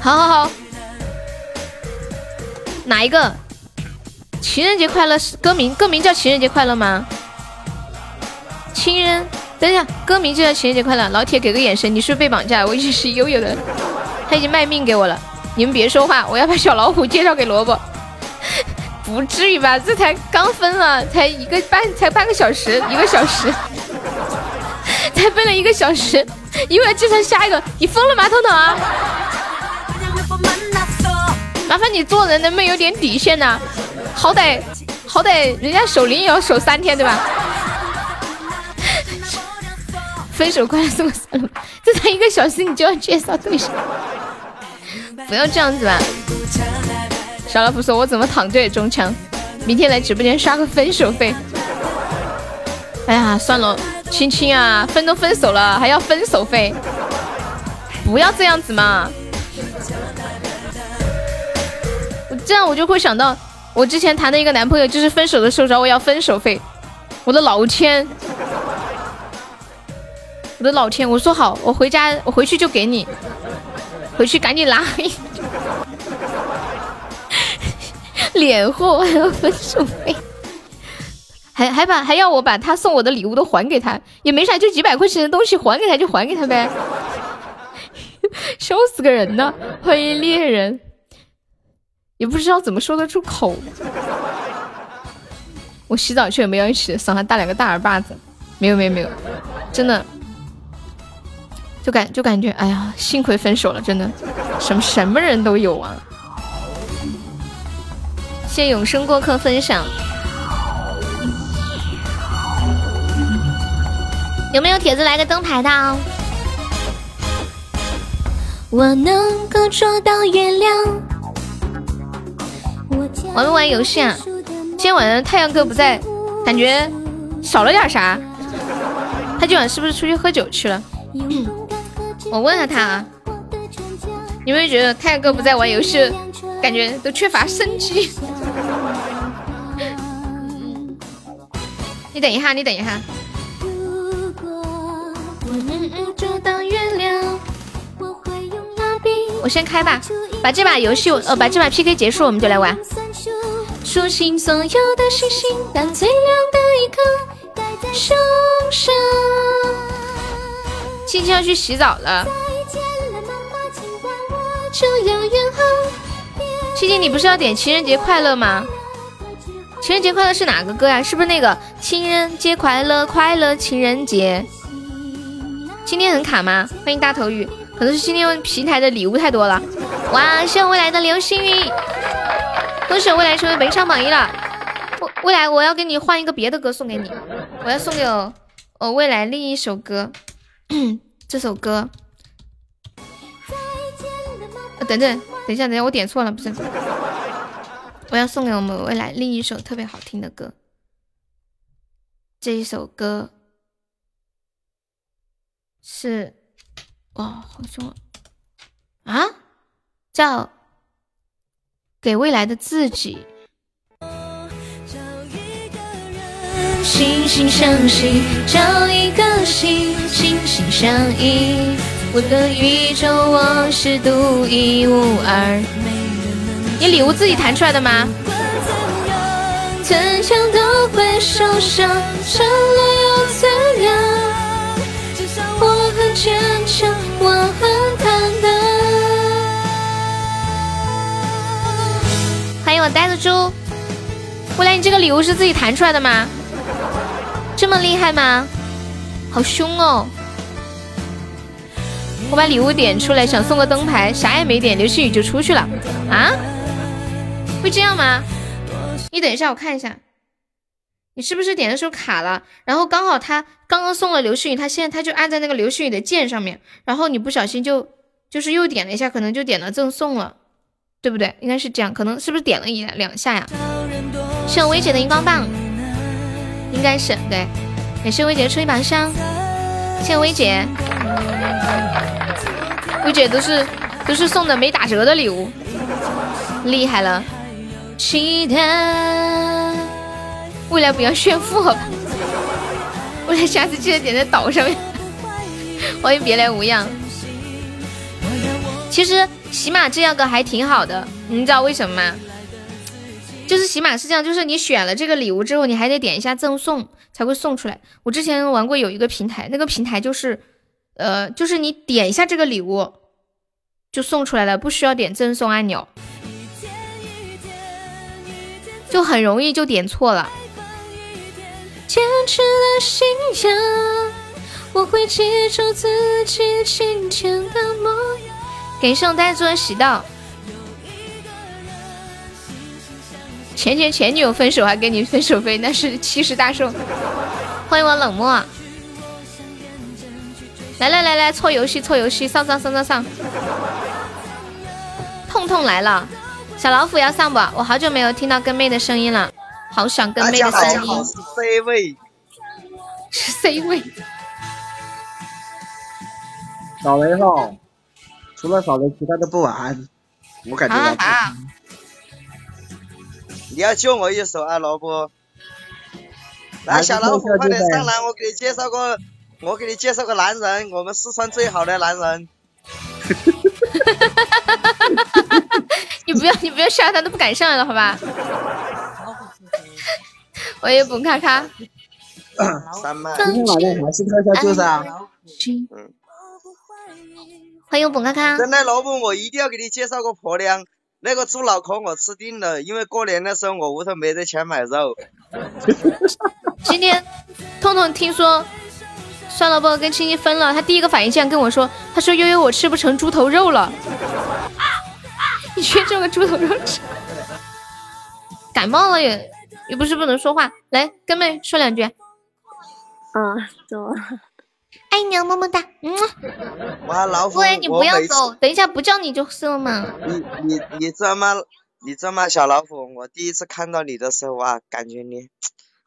A: 好好好，哪一个？情人节快乐是歌名，歌名叫情人节快乐吗？情人，等一下，歌名就叫情人节快乐。老铁给个眼神，你是不是被绑架了？我已经是悠悠的了，他已经卖命给我了。你们别说话，我要把小老虎介绍给萝卜。不至于吧？这才刚分了，才一个半，才半个小时，一个小时， 才分了一个小时，一会儿介绍下一个。你疯了吗，头头啊？麻烦你做人能不能有点底线呐、好歹好歹人家守灵也要守三天对吧？ 分手快乐送三了，这才一个小时你就要介绍对象，不要这样子吧。
B: 嗯
A: 小老虎说：“我怎么躺着也中枪？明天来直播间刷个分手费。”哎呀，算了，亲亲啊，分都分手了，还要分手费，不要这样子嘛！我这样我就会想到，我之前谈的一个男朋友，就是分手的时候找我要分手费，我的老天，我的老天！我说好，我回家，我回去就给你，回去赶紧拉黑。 脸厚还要分手费，还还把还要我把他送我的礼物都还给他，也没啥，就几百块钱的东西还给他就还给他呗， 笑死个人呢！欢迎猎人，也不知道怎么说得出口。我洗澡去了，没有一起赏他大两个大耳巴子，没有没有没有，真的，就感就感觉哎呀，幸亏分手了，真的，什么什么人都有啊。谢谢永生过客分享。
B: 有没有铁子来个灯牌的啊、我能够捉到月亮。
A: 玩不玩游戏啊？今天晚上太阳哥不在，感觉少了点啥。他今晚是不是出去喝酒去了？
B: 嗯
A: 我问下他啊，你们觉得太阳哥不在玩游戏，感觉都缺乏生机？你等一下，你等一下，
B: 如果我能够捉到月亮，我会用蜡笔
A: 我先开吧，把这把游戏呃把这把 PK 结束，我们就来玩。
B: 算数，数清所有的星星，当最亮的一刻戴在手上。
A: 青青要去洗澡了，
B: 再见了，妈妈，今晚我就要远航。
A: 青青你不是要点情人节快乐吗？情人节快乐是哪个歌呀、是不是那个情人节快乐，快乐情人节？今天很卡吗？欢迎大头鱼，可能是今天平台的礼物太多了。哇，谢我未来的流星雨，恭喜我未来成为本场榜一了。我未来我要给你换一个别的歌送给你，我要送给我我未来另一首歌， 这首歌。呃等等，等一下，等一下，我点错了，不是。我要送给我们未来另一首特别好听的歌。这一首歌是，哇，好凶啊！啊，叫《给未来的自己》。
B: 心心相惜，找一颗心，心心相依。我的宇宙，我是独一无二。
A: 你礼物自己弹出来的吗？
B: 逞强都会受伤，成了又怎样？我很坚强，我很坦荡。
A: 欢迎我呆子猪。未来，你这个礼物是自己弹出来的吗？这么厉害吗？好凶哦！我把礼物点出来，想送个灯牌，啥也没点，流星雨就出去了啊？会这样吗？你等一下，我看一下，你是不是点的时候卡了？然后刚好他刚刚送了流星雨，他现在他就按在那个流星雨的键上面，然后你不小心就就是又点了一下，可能就点了赠送了，对不对？应该是这样，可能是不是点了一两下呀？谢我薇姐的荧光棒，应该是对，感谢薇姐的初一榜上，谢谢薇姐，薇姐都是都是送的没打折的礼物，厉害了！
B: 期待
A: 未来不要炫富好吧？未来下次记得点在岛上面，欢迎别来无恙。其实喜马这样个还挺好的，你知道为什么吗？就是起码是这样，就是你选了这个礼物之后，你还得点一下赠送才会送出来。我之前玩过有一个平台，那个平台就是，呃，就是你点一下这个礼物就送出来了，不需要点赠送按钮，就很容易就点错了。
B: 坚持的信仰，我会记住自己坚强的模样。
A: 感谢呆猪的喜到。前前前女友分手还给你分手费，那是七十大寿。欢迎我冷漠。来来来来，凑游戏凑游戏，上上上上上。痛痛来了，小老虎要上不？我好久没有听到跟妹的声音了，好想跟妹的声音。
C: 是 C 位，
A: 是 C 位。
C: 扫雷后，除了扫雷，其他都不玩。我感觉我。
A: 啊
C: 你要救我一手啊，萝卜！来，小老虎，快点上来，我给你介绍个，我给你介绍个男人，我们四川最好的男人。
A: 你不要，你不要吓他，都不敢上来了，好吧？我也不看他。
C: 三麦，今天晚上还是特效就是啊。嗯。
A: 欢迎本咔咔。
C: 真的，萝卜，我一定要给你介绍个婆娘。那个猪脑壳我吃定了，因为过年的时候我屋头没得钱买肉。
A: 今天，痛痛听说酸萝卜跟青青分了，他第一个反应竟然跟我说：“他说悠悠我吃不成猪头肉了。啊啊”你缺这个猪头肉吃？感冒了也也不是不能说话，来跟妹说两句。
D: 嗯，怎么？
A: 爱你么么哒，嗯。
C: 哇，老虎，
A: 对，你不要走，等一下不叫你就是了嘛。
C: 你你你知道吗？你知道吗，小老虎？我第一次看到你的时候啊，感觉你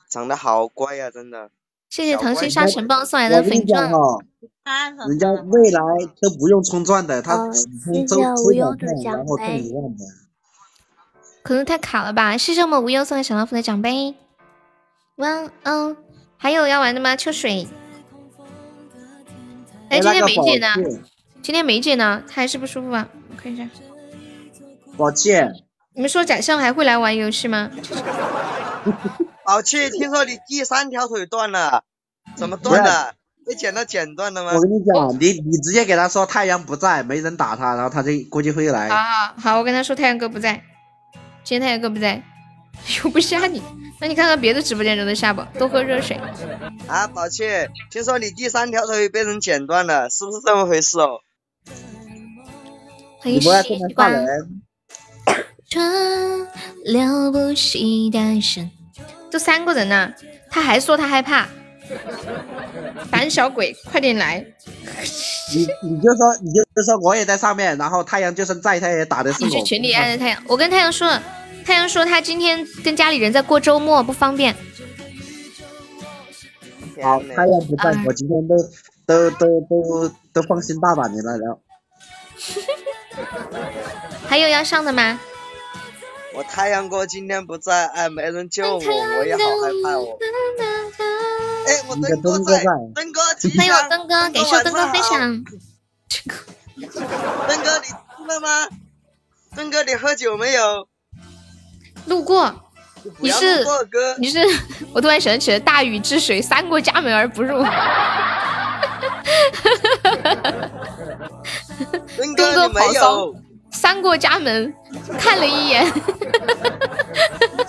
C: 长得好乖呀、啊，真的。
A: 谢谢腾讯沙尘暴送来的粉钻。
C: 人家未来都不用冲钻的，他只
D: 冲周周奖券，然后送一万的。
A: 可能太卡了吧？谢谢我们无忧送给小老虎的奖杯。哇哦，还有要玩的吗？秋水。哎，今天梅姐呢？今天梅姐呢？她还是不舒服啊？我看一下。
C: 宝气，
A: 你们说假象还会来玩游戏吗？
C: 宝气，听说你第三条腿断了，怎么断的？被剪刀剪断的吗？
E: 啊我跟你讲，你你直接给他说太阳不在，没人打他，然后他就估计会来。
A: 好啊好好，我跟他说太阳哥不在，今天太阳哥不在，又不吓你。那你看看别的直播间人的下巴，多喝热水。
C: 啊，宝气，听说你第三条腿被人剪断了，是不是这么回事哦？
A: 很习惯。
B: 这了不起单身。
A: 这三个人呢、啊，他还说他害怕，胆小鬼，快点来！
E: 你你就说你就说我也在上面，然后太阳就算在，他也打的是我。
A: 你去群里艾特太阳，我跟太阳说了。太阳说他今天跟家里人在过周末，不方便。
E: 好，太阳不
C: 啊
E: 在，我今天都都都都都放心大胆的了。
A: 还有要上的吗？
C: 我太阳哥今天不在，哎，没人救我，我也好害怕哦。哎，我
E: 你的
C: 登哥
E: 灯哥
C: 在
E: 在，
C: 登哥吉
A: 欢迎我
C: 祥，
A: 登哥，感谢我登哥分享。
C: 登哥你吃了吗？登哥你喝酒没有？
A: 路过，
C: 不要
A: 你是
C: 过哥，
A: 你是我突然想起了大禹治水，三过家门而不入。 东
C: 登
A: 哥
C: 哥你没
A: 跑
C: 有，
A: 三过家门，看了一眼，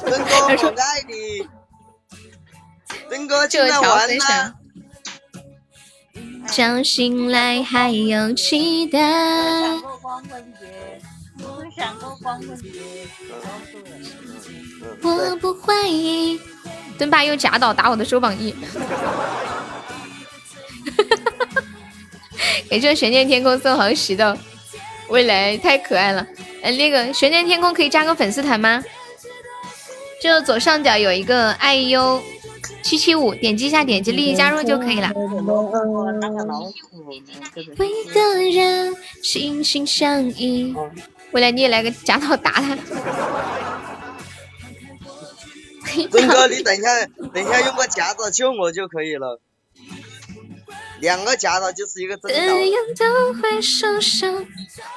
C: 登哥我爱你。登哥今
A: 这
C: 天
A: 条
C: 玩
A: 分
C: 呢
A: 享，。
B: 早醒来还有期待。
A: 嗯
F: 闪过光棍节，我闪过光棍节，告诉我。
C: 嗯对
B: 我不怀疑，
A: 蹲爸又假倒打我的收榜 一，感谢悬念天空送红石头，未来太可爱了。哎，那个悬念天空可以加个粉丝团吗？就左上角有一个 iu 七七五，点击一下，点击立即加入就可以了。
F: 我打小老虎，就是
B: 每个人心心相印。
A: 未来你也来个假倒打他。
C: 登哥你等一下，等一下用个夹子救我就可以了。两个夹子就是一个真
B: 怎
C: 刀。
B: 样都会受伤。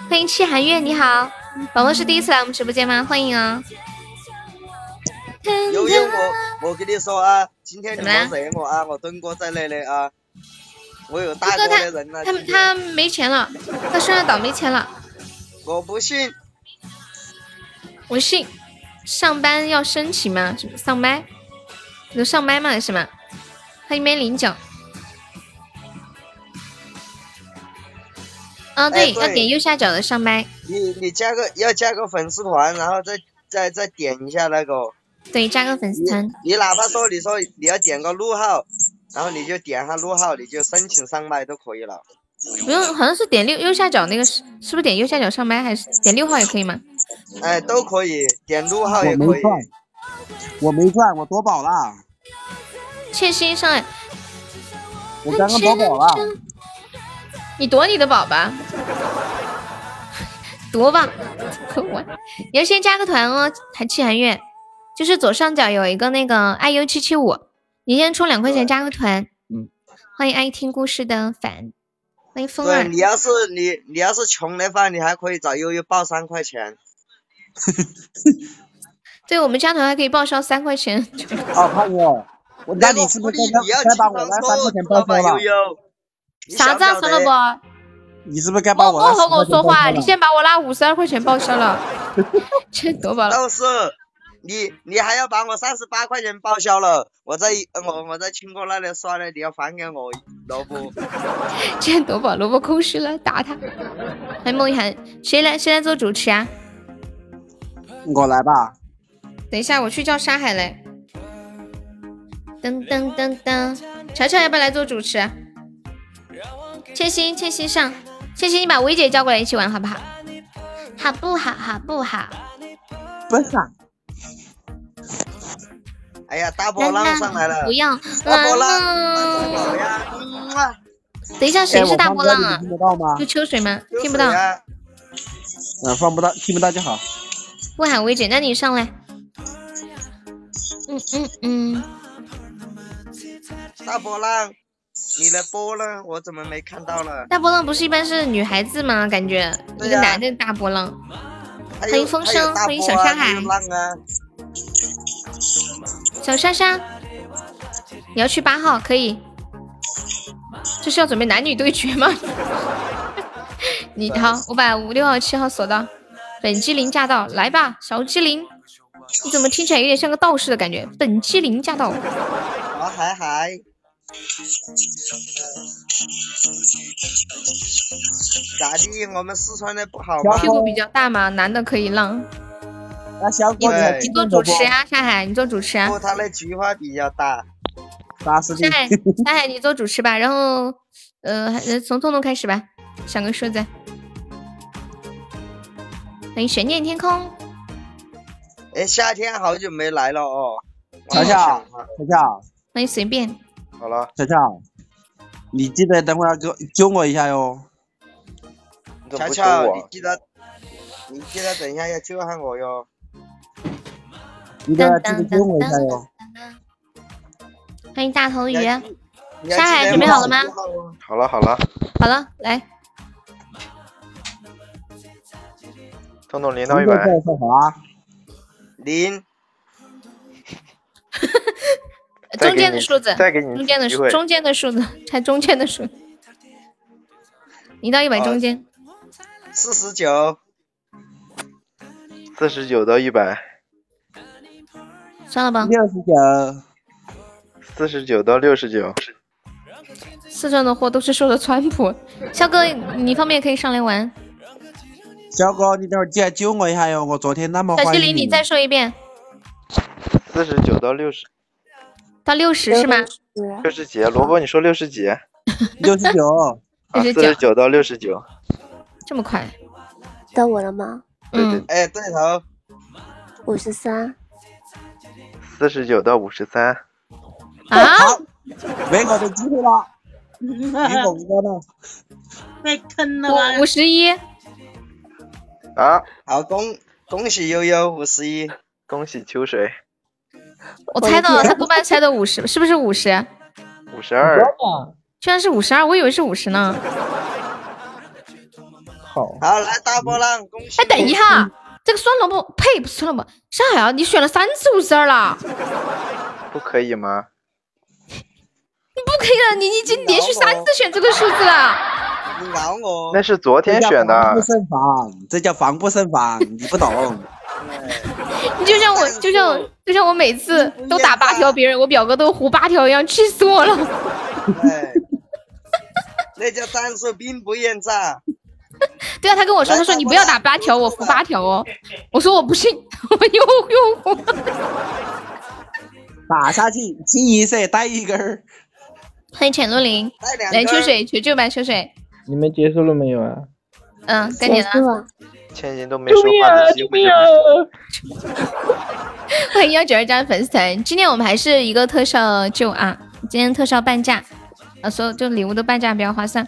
A: 欢迎戚寒月，你好，宝宝是第一次来我们直播间吗？欢迎啊、
C: 悠悠，我我跟你说啊，今天你
A: 怎么啦
C: 们惹我啊，我敦哥在那里啊，我有大
A: 东
C: 哥
A: 哥
C: 的人呢、
A: 他他
C: 今天
A: 他没钱了，他身上倒霉钱了。
C: 我不信，
A: 我信，上班要申请吗？什么上麦？能上麦吗？是吗？欢迎梅零九。啊，对，
C: 哎对
A: 要点右下角的上麦。
C: 你你加个要加个粉丝团，然后再再再点一下那个，
A: 对，加个粉丝
C: 你
A: 团。
C: 你哪怕说你说你要点个录号，然后你就点下录号，你就申请上麦都可以了。
A: 不用，好像是点六右下角那个是是不是点右下角上麦还是点六号也可以吗？嗯
C: 哎，都可以，点录号也
E: 我
C: 可
E: 没
C: 以。
E: 赚，我没赚，我夺宝了，
A: 切心上来，
E: 我刚刚夺宝了，
A: 你躲你的宝 吧，躲吧，我你要先加个团哦，韩气韩月，就是左上角有一个那个 iu 七七五，你先充两块钱加个团，嗯，欢迎爱听故事的凡，欢迎风儿
C: 对，你要是你你要是穷的话，你还可以找悠悠报三块钱。
A: 对我们加团还可以报销三块钱，
E: 啊，胖哥，我那你是
C: 福
E: 不是
C: 利
E: 刚
C: 你要
E: 刚
C: 经
E: 该把
C: 常
E: 我那三块
C: 说，
E: 钱
C: 知
E: 报
C: 道吧，
E: 销
C: 悠
E: 了？
C: 悠？你
A: 啥
C: 想
A: 子啊，
C: 不
A: 孙老
C: 得
A: 伯？
E: 你是不是该把
A: 莫
E: 我
A: 莫
E: 那
A: 哦和
E: 三
A: 我说
E: 块钱报
A: 话，
E: 销
A: 你
E: 了？
A: 先把我那五十二块钱报销了，这多宝了。
C: 倒是你你还要把我三十八块钱报销了，我在我我在青哥那里刷的，你要还给我萝 卜。
A: 今天夺宝萝卜空虚了，打他！欢迎梦一涵，谁来谁来做主持啊？
E: 我来吧，
A: 等一下，我去叫沙海来。噔噔噔噔，乔乔要不要来做主持？啊千心，千心上，千心，你把薇姐叫过来一起玩好不好？
B: 好不好？好不好？
E: 不是啊，
C: 哎呀，大波浪上来了
B: 不，要。
C: 大
B: 啦
C: 波浪，
B: 啦
C: 好呀，嗯啊
A: 等一下，谁
E: 哎
A: 是
E: 我
A: 大
E: 放
A: 波
E: 歌
A: 浪
E: 你
A: 啊
E: 听？得到吗啊
A: 就？秋水吗？听不
C: 有
A: 到
C: 水，呀
E: 嗯，放不到，听不到就好。
A: 不喊薇姐，那你上来。
B: 嗯嗯嗯，
C: 大波浪，你的波呢？我怎么没看到呢？
A: 大波浪不是一般是女孩子吗？感觉一
E: 啊
C: 对
A: 个
C: 呀
A: 男的大波浪。
C: 欢
A: 欢迎风声欢迎小山海
C: 浪啊，
A: 小莎莎，你要去八号可以？这是要准备男女对决吗？ 你好，我把五六号、七号锁到。本机灵驾到，来吧，小机灵！你怎么听起来有点像个道士的感觉？本机灵驾到，
C: 王海海。咋地？我们四川的不好吗？
A: 屁股比较大嘛，男的可以浪。
E: 那小
A: 你
E: 哥，你还
A: 你
E: 听哦
A: 做
E: 得
A: 主
E: 不？
A: 持啊，山海，你做主持啊，
C: 不，他的菊花比较大。
E: 大师弟
A: 山， 海，山海你做主持吧。然后，呃，还呃从彤彤开始吧，想个数字。欢迎悬念天空，
C: 哎，夏天好久没来了哦。我好
E: 乔乔
C: 想啊
E: 小乔，
A: 欢迎随便。
C: 好了，
E: 小乔，啊你记得等会儿给我救我一下哟。
C: 乔乔，你记得你记得等一下要救下我哟。
E: 你得记得救我一下哟。
A: 欢迎大头鱼。
C: 要记你要
A: 沙海
C: 记得
A: 准备好了吗
C: 要记得哦好了好了，
A: 好了，来，
G: 彤彤零
E: 你
G: 到一百，
E: 干啥？
C: 零
G: 再
A: 中
G: 给
A: 间的
G: 你
A: 数字，
G: 再给你
A: 中
G: 一
A: 间
G: 次
A: 的
G: 机
A: 数，
G: 会，
A: 中间的数字，看中间的数，一到一百
C: 好
A: 中间。
C: 四十九，
G: 四十九到一百，
A: 算了吧，
E: 六十九，
G: 四十九到六十九，
A: 四川的货都是受了川普。肖哥，你方便可以上来玩。
E: 小哥，你等会儿记得救我一下哟！我昨天那么
A: 小
E: 欢
A: 精
E: 迎
A: 灵，你再说一遍，
G: 四十九到六十，
A: 到六十是吗？
G: 六十几？萝卜，你说六十几？啊，
E: 六十 九，
G: 四
A: 69
G: 十九到六十九，
A: 这么快？
D: 到我了吗？
G: 对对
A: 嗯，
C: 哎，对 头，
D: 五十三，
G: 四十九到五十三，
A: 啊，
E: 没我的机会了，你懂不呢？
F: 被坑了
A: 五五
F: 吗？
A: 十一，
G: 啊，
C: 好恭恭喜悠悠五十一，
G: 恭喜秋水，
A: 我猜到了，他多半猜的五十，是不是五十？
G: 五十二，
A: 居然是五十二，我以为是五十呢。
E: 好，
C: 好来哎大波浪，恭喜！
A: 哎，等一，下，这个酸萝卜呸，不是酸萝卜，沙海啊，你选了三次五十二了，你
G: 不可以吗？
A: 不可以了，你已经连续三次选这个数字了。
C: 你饶我
G: 那，是昨天
E: 这叫
G: 选的
E: 防不，胜防，这叫防不胜防，你不懂。
A: 你就像我，就像我就像我每次都打八条别人，我表哥都胡八条一样，气死我了。
C: 哎，那叫战术兵不厌诈。
A: 对啊，他跟我说，他说你不要打八条，我胡八条哦。我说我不信， 我又又胡。
E: 打下去，清一色带一根儿。
A: 欢迎浅露林，
C: 带两
A: 来
C: 根
A: 秋
C: 儿，
A: 水，求救吧，秋水。
H: 你们结束了没有啊？
A: 嗯，该你
D: 结
A: 了。
D: 束了，
G: 千金都没说话
E: 啊
G: 的机会就
A: 欢迎幺九二家的粉丝团，今天我们还是一个特效救啊，今天特效半价，啊，所有就礼物都半价，比较划算。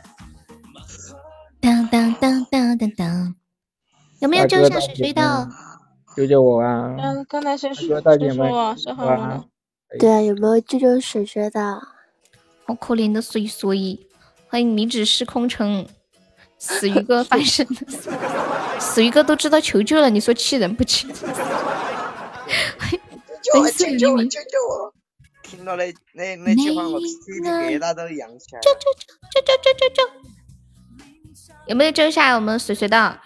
B: 当当当当当当，
A: 有没有
H: 大
A: 救
H: 哥
A: 下
H: 大
A: 水
H: 姐嗯
A: 水的
H: 们？救救我啊！
I: 刚刚才谁
H: 说
I: 说
H: 大
I: 谁
H: 姐们
I: 嗯说
J: 啊
I: 我说好
H: 哇
I: 了吗？
D: 对啊，有没有救救水水的？
A: 好可怜的水水，欢迎迷指失空城，死鱼哥翻身的死，死鱼哥都知道求救了，你说气人不 气？
C: 救我！
A: 粉丝
C: 救救我！
A: 明
C: 救救我！听到那那那句话，我鸡皮疙瘩都扬起来了。
A: 救救救救救！有没有救一下我们水水的？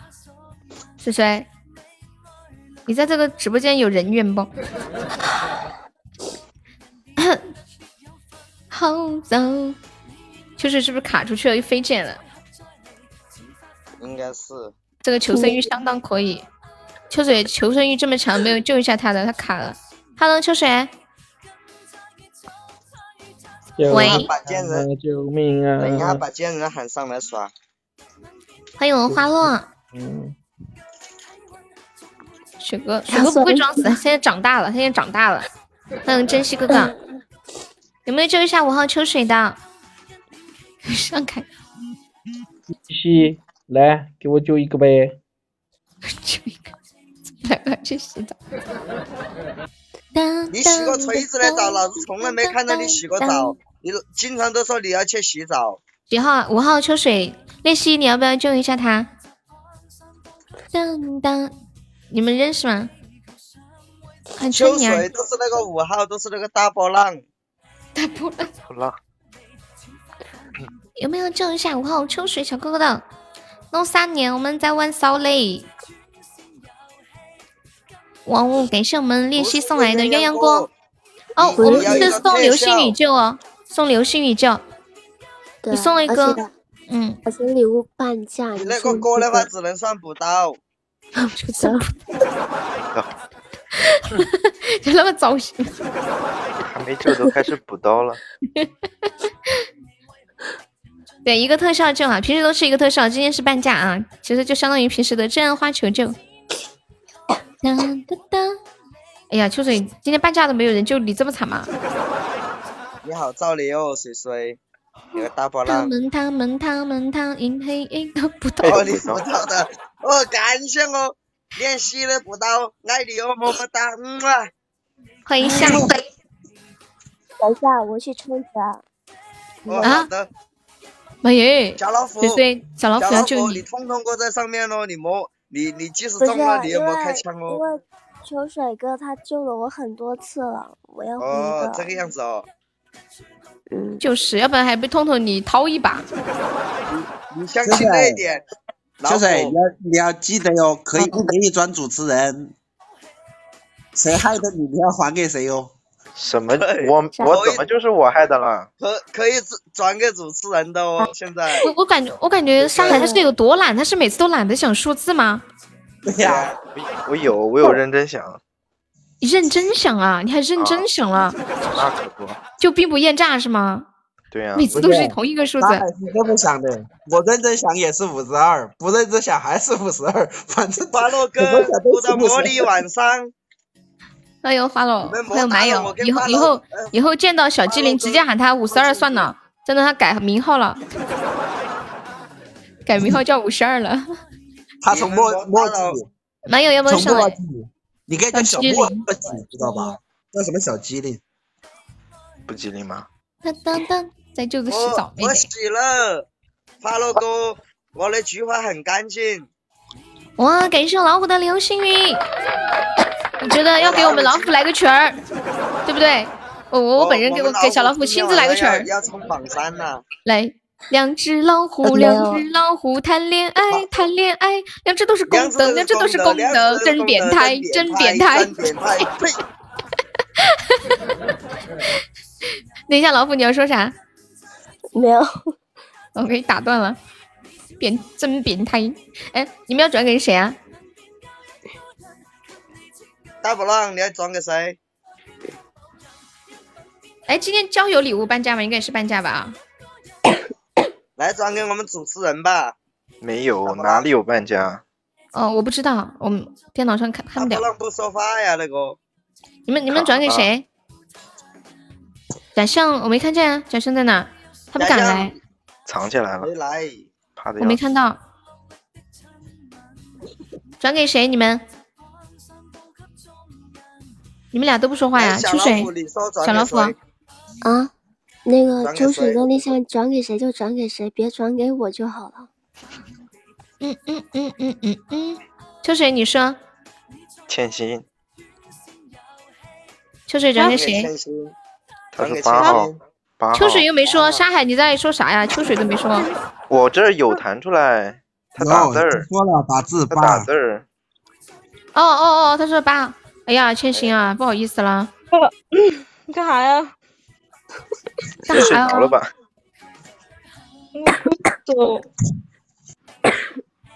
A: 水水，你在这个直播间有人缘不？ 好走，秋水是不是卡出去了又飞进来了？
C: 应该是
A: 这个求生欲相当可以。秋水求生欲这么强，没有救一下他的，他卡了。Hello，秋水，
H: 救
A: 喂
H: 命啊
C: 把贱人，
H: 救命
K: 呃
H: 啊！
C: 等一下把奸人喊上来耍。
A: 欢迎我们花落。
H: 嗯，
A: 雪哥，雪哥不会装死，他现在长大了，他现在长大了。欢迎珍惜哥哥，有没有救一下五号秋水的？上开
H: 继续来给我救一个呗！
A: 救一个，来我要 去洗澡。
B: 当
C: 你洗过锤子的澡，老子从来没看到你洗过澡。你经常都说你要去洗澡，
A: 几号？五号秋水，练习你要不要救一下他？
B: 当当，
A: 你们认识吗？很
C: 秋
A: 春娘
C: 水都是那个五号，都是那个大波浪。
A: 大波浪，
G: 不浪。
A: 有没有救一下五号秋水小哥哥的？弄三年，我们在玩骚嘞。王五，感谢我们练习送来的鸳鸯锅。哦，
C: 不
A: 我们
C: 是要
A: 是
C: 一个
A: 送
C: 特
A: 流星雨
C: 效
A: 救哦，送流星雨救。
D: 对啊，
A: 你送了一
D: 而
A: 个
D: 且的，
A: 嗯，
D: 而且礼物半价，
C: 你
D: 你
C: 那
D: 送
C: 个
D: 一
C: 锅的 话
D: 个
C: 只能算补刀，
A: 就那么糟心。
G: 还没救都开始补刀了，
A: 对，一个特效救啊，平时都是一个特效，今天是半价啊，其实就相当于平时的真人花求救。
B: 当当当，
A: 哎呀，秋水，今天半价都没有人救你，这么惨吗？
C: 你好造孽哦，水水，你个大波
B: 他
C: 浪。
B: 们他们他们他们，银黑银的不
G: 哎
B: 懂。
C: 哦，你补刀的，哦，感谢我，练习了补刀，爱你哦，么么哒，嗯啊，
A: 欢迎下一位
D: 等一下，我去充值啊。
C: 哦
A: 啊
C: 好的，
A: 妈耶！
C: 小老虎
A: 对，对，小老
C: 小
A: 虎要
C: 老
A: 救
C: 虎，
A: 你
C: 你，通通搁在上面哦，你莫你你即
D: 不
C: 使
D: 是
C: 中了，你也
D: 因
C: 莫
D: 为
C: 开枪
D: 因
C: 哦。
D: 为秋水哥他救了我很多次了，我要回一
C: 哦，这个
D: 个。
C: 样子哦，
D: 嗯，
A: 就是要不然还被彤彤你掏一把。
C: 你相信这
E: 哎
C: 一点。老
E: 秋水，你
C: 虎，
E: 要你要记得哟，可以
C: 嗯
E: 不可以转主持人？谁害的你，你要还给谁哟？
G: 什么？
C: 对
G: 我
D: 小
G: 我怎么就是我害的了？
C: 可可以转转给主持人的
A: 啊
C: 哦，现在。
A: 我我感觉我感觉沙海他是有多懒，他是每次都懒得想数字吗？
E: 对呀、
G: 我我有我有认真想，
A: 你认真想啊，你还认真想了，
G: 那可不。
A: 就兵不厌诈是吗？
G: 对呀、
A: 每次都是同一个数
E: 他还
A: 字，
E: 是这么想的。我认真想也是五十二，不认真想还是五十二， 反正
C: 巴洛哥
E: 我想，都
C: 我
E: 是
C: 的
E: 不是
C: 魔力晚上，
A: 哎呦发了，
C: 没
A: 还有没
C: 我
A: 有？
C: 跟
A: 以后
C: 巴
A: 以
C: 洛
A: 后
C: 呃
A: 以后见到小机灵，
C: 巴洛哥
A: 直接喊他五十二算了，真的他改名号 了，改名号叫五十二了。
E: 他从墨墨迹，
A: 没有，要不要
E: 从
A: 上
E: 墨
A: 来
E: 迹？，你可以叫小
A: 小机灵
E: 墨墨迹，知道吧？叫什么小机灵？
G: 不吉利吗？
A: 当当当，在舅子洗澡
C: 我
A: 没
C: 哦我
A: 得？
C: 洗了，巴洛哥，我的菊花很干净。哦
A: 哇，感谢老虎的流星雨！我觉得要给我们老虎来个曲儿，对不对？我我我本人给
C: 哦我
A: 我给小老虎亲自来个曲儿，
C: 要要冲榜三了，
A: 来。两只老虎，
D: 呃没有
A: 两只老虎谈恋爱，谈恋爱，两只都是
C: 两
A: 公
C: 只
A: 的，两只都是公的，真变态，真变态！
C: 真 变态！呸！
A: 等一下，老虎你要说啥？
D: 没有，
A: 我给你打断了，变真变态！哎，你们要转给谁啊？
C: 大波浪，你要转给谁？
A: 哎，今天交友礼物半价吗？应该也是半价吧？啊，
C: 来转给我们主持人吧。
G: 没有，哪里有半价？
A: 哦，我不知道，我们电脑上看看不
C: 大波
A: 啊了。
C: 浪不说话呀，那个
A: 你们你们转给谁？贾胜，我没看见啊，贾胜在哪？他不敢
C: 贾
A: 来
C: 胜，
G: 藏起来了
C: 没，来。
G: 怕的
A: 我
G: 要
A: 没
G: 死。
A: 看到。转给谁？你们？你们俩都不说话呀？
C: 来哎小
A: 秋
C: 老
A: 水
C: 虎，，你说转
A: 小老
C: 给
A: 虎啊
C: 谁？
D: 啊，那个
C: 转给
D: 秋水
C: 谁
D: 哥，你想转给谁就转给谁，别转给我就好了。
A: 嗯嗯嗯嗯嗯嗯，秋水，你说，
G: 欠薪，
A: 秋水转给
C: 给
A: 谁？
C: 千玺
G: 他
C: 转给
G: 是
C: 千
G: 八号
C: 玺，
G: 八号。
A: 秋
C: 哦
A: 水又没说，沙海你在说啥呀？秋水都没说。
G: 我这儿有弹出来，他打字
E: 有
G: 儿，
E: 说了打字
G: 他打
E: 吧
G: 字。儿，
A: 哦哦哦，他说八。哎呀，千寻啊，不好意思啦。
I: 你 干啥呀？
A: 干
G: 睡
A: 啥
G: 着了
A: 呀？
G: 吧？
I: 走，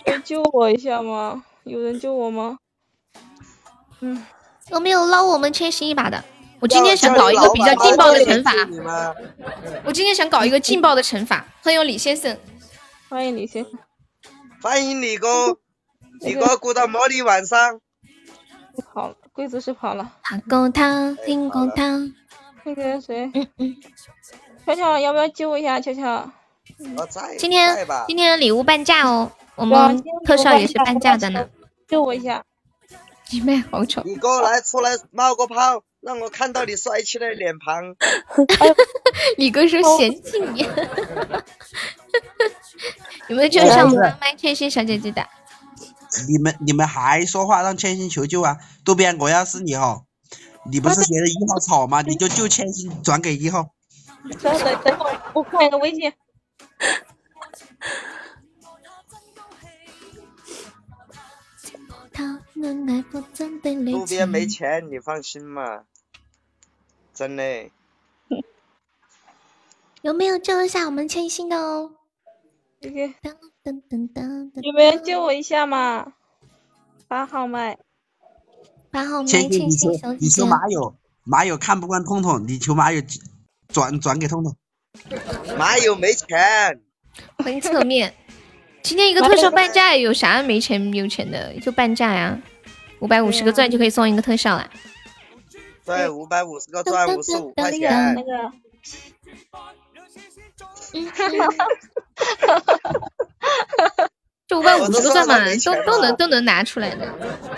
I: 可以救我一下吗？有人救我吗？
A: 有没有捞我们千寻一把的？我今天
C: 叫
A: 想搞一个比较劲爆的惩罚，
C: 叫你老板
A: 我今天想搞一个劲爆的惩罚，很有李先生。
I: 欢迎李先生，
C: 欢迎你
A: 嗯
C: 哥，你哥鼓捣魔力晚上。
I: 跑了，贵族是跑了。
A: 打勾他，听勾他，
I: 那个谁，
A: 嗯嗯。
I: 乔乔要不要救我一下？乔乔，
A: 嗯
C: 我在
A: 今天
C: 在吧
A: 今天礼物半价哦，我
I: 哇
A: 们特效也是半价的呢。，
I: 救我一下！
A: 你妹，好丑！
C: 你给我来出来冒个泡，让我看到你帅气的脸庞。
A: 李哥说嫌弃你。 你们就像我们麦千寻小姐姐的，
E: 你们你们还说话让千星求救啊？渡边，我要是你哦，你不是觉得一号吵吗？你就救千星转给一号。
I: 等会儿等会儿，我看你的微信。
B: 他们来不真的累
C: 路边没钱，你放心嘛。真的，
B: 有没有救一下我们千星的哦？
I: 这个
B: 噔噔噔噔
I: 有
B: 噔，
I: 没有人救我一下嘛？八号麦，
B: 八号麦
E: 千
B: 千
E: 星，你求
B: 星小姐
E: 你
B: 姐
E: 求，马友，马友看不惯痛痛，你求马友转转给痛痛。
C: 哪有没钱？
A: 欢迎侧 面。今天一个特效半价，有啥没钱没有钱的，就半价呀，五百五十个
I: 啊
A: 钻就可以送一个 特效啦。
C: 对，五百五十个钻五十五
I: 那
C: 块钱，
I: 个
A: 就这五百
C: 我
A: 五
C: 都
A: 十个
C: 说
A: 钻
C: 了
A: 嘛
C: 没，
A: 都
C: 钱
A: 都
C: 了
A: 能都能拿出来的，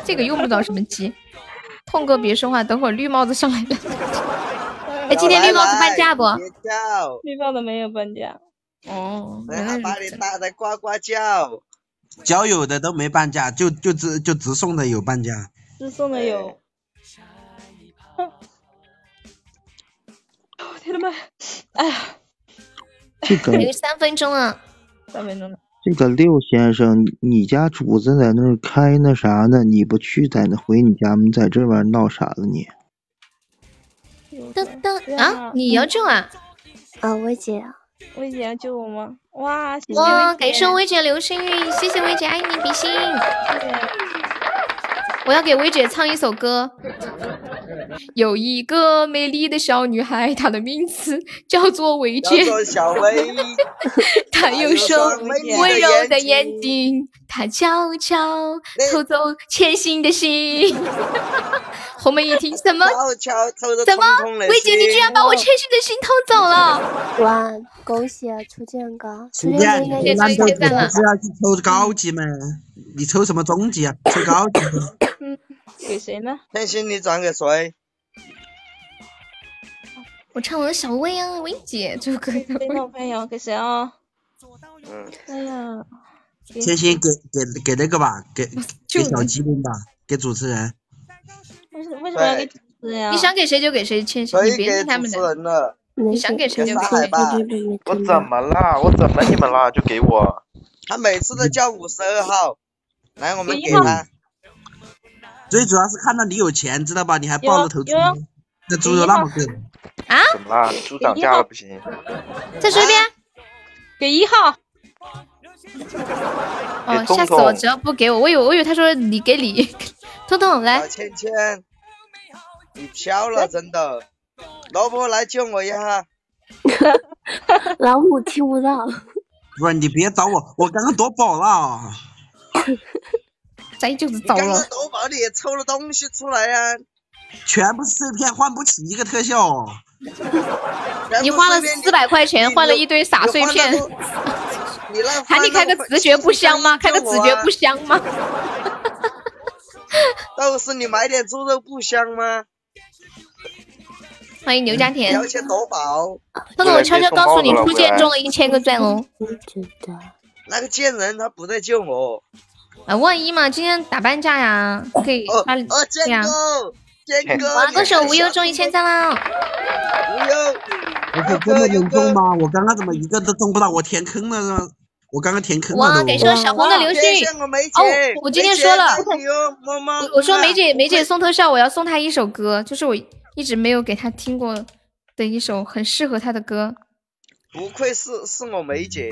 A: 这个用不着什么急。痛哥别说话，等会儿绿帽子上来了。哎，今天绿帽子半价不？
C: 别叫，
I: 绿帽的没有半价，
A: 哦，原来
C: 来把
A: 如
C: 你
A: 此。
C: 打的呱呱叫。
E: 交友的都没半价，就就直就直送的有半价。
I: 是送的有。我天呐妈！哎呀，
L: 这个
A: 还有三分钟啊，
I: 三分钟了，
L: 这个六先生，你家主子在那儿开那啥呢？你不去，在那回你家，你在这边闹啥了你？
I: 有
A: 噔
I: 的
A: 噔啊，你要这啊？
D: 啊，薇姐，
I: 薇姐要救我吗？哇，谢谢
A: 哇，
I: 薇姐
A: 感谢薇姐流星雨，谢谢薇姐爱你比心。啊我要给薇姐唱一首歌。有一个美丽的小女孩，她的名字叫做薇
C: 叫
A: 姐，
C: 哎做小薇，
A: 她有双
C: 美丽
A: 温柔的眼
C: 眼，
A: 睛，她悄悄偷走千心的心。红梅一听，什么？
C: 悄悄偷着
A: 怎
C: 通
A: 么
C: 通的
A: 薇姐，你居然把我千心的心偷走了！
D: 哇，恭喜啊，初见哥，初
E: 你
D: 见哥应该
A: 谢
E: 你
D: 也
A: 谢
E: 难道
A: 谢
E: 你
A: 赞了
E: 还是要去抽高级吗？你抽什么中级啊？抽高级。
I: 给谁呢？
C: 天心，你转给谁？
A: 我唱我的小薇啊，薇姐这首歌。
I: 被闹翻扬给谁啊？
G: 嗯，
I: 哎呀，
E: 先先给给给那个吧，给
A: 就
E: 给小机灵吧，给主持人。
I: 为什为什么要给主持人呀？
A: 你想给谁就给谁千心，
C: 谁
A: 你别
C: 给
A: 听他
C: 主
A: 们
C: 持
A: 的。
C: 人了？
D: 没
A: 你想
D: 事
A: 给谁就
C: 给
A: 给
C: 上海
A: 谁。
C: 吧
D: 没没没
G: 我
D: 听
G: 怎
D: 到
G: 么啦？我怎么你们啦？就给我，
C: 他每次都叫五十二号，来，我们给他。
E: 最主要是看到你有钱，知道吧？你还抱着头猪
I: 有有，
E: 那猪肉那么贵，
G: 怎么啦？猪涨价了不行？
A: 再说一遍。
I: 给一号，
A: 哦，
G: 给聪
A: 吓死我！
G: 聪
A: 只要不给我，我以为我以为他说你给你， 彤彤来
C: 小，芊芊，你飘
I: 哎
C: 了，真的。萝卜来救我一下，
D: 老虎听不到，
E: 不是你别找我，我刚刚夺宝了。
A: 咱就是
C: 你
A: 糟
C: 刚
A: 了
C: 刚。夺宝你也抽了东西出来啊呀、
E: 全部是碎片，换不起一个特效。哦
C: 全部
A: 你花了
C: 随便
A: 四百块钱
C: 你
A: 换了一堆
C: 你
A: 傻碎
C: 换
A: 片
C: 那，么你那
A: 喊你开个直觉不香吗？开个直觉不
C: 香，
A: 香 吗？
C: 倒是你买点猪肉不香吗？
A: 欢迎牛家
C: 你
A: 田
C: 要，去夺宝，
A: 彤彤，我悄悄告诉你，初见中了一千个钻哦。
D: 我觉得
C: 那个贱人他不在救我。
A: 啊，万一嘛，今天打半价呀，可以
C: 哦
A: 发
C: 哦，
A: 对呀
C: 建。哥，建哥，
A: 哇，
C: 你
A: 恭喜我
C: 看
A: 无忧
C: 小
A: 中一千赞啦！
C: 无忧，
E: 我可真的能中吗？我刚刚怎么一个都中不到？我填坑了呢？我刚刚填坑了
A: 哇，
E: 都。
A: 感谢我小红的流
C: 谢
A: 星雨
C: 谢。我梅姐。
A: 哦我今天说了
C: 梅姐爱你哦么么。
A: 我我说梅
C: 哎
A: 姐，梅姐送特效，我要送她一首歌，就是我一直没有给她听过的一首很适合她的歌。
C: 不愧是是我梅姐，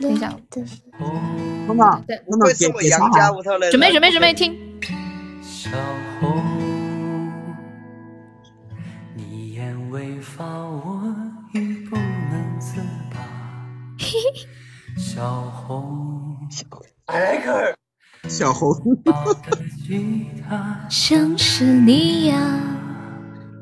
A: 等一下，
E: 彤彤，
A: 对
E: 彤
C: 不
E: 彤
C: 愧是
E: 给
C: 我
E: 给
C: 杨
E: 上
C: 家
E: 海，
C: 屋头的人。
A: 准备准备准备听，
M: 小红，你眼未发，我已不能自拔。 小红，
E: 小红，
M: 抱着吉他。
B: 像是你呀、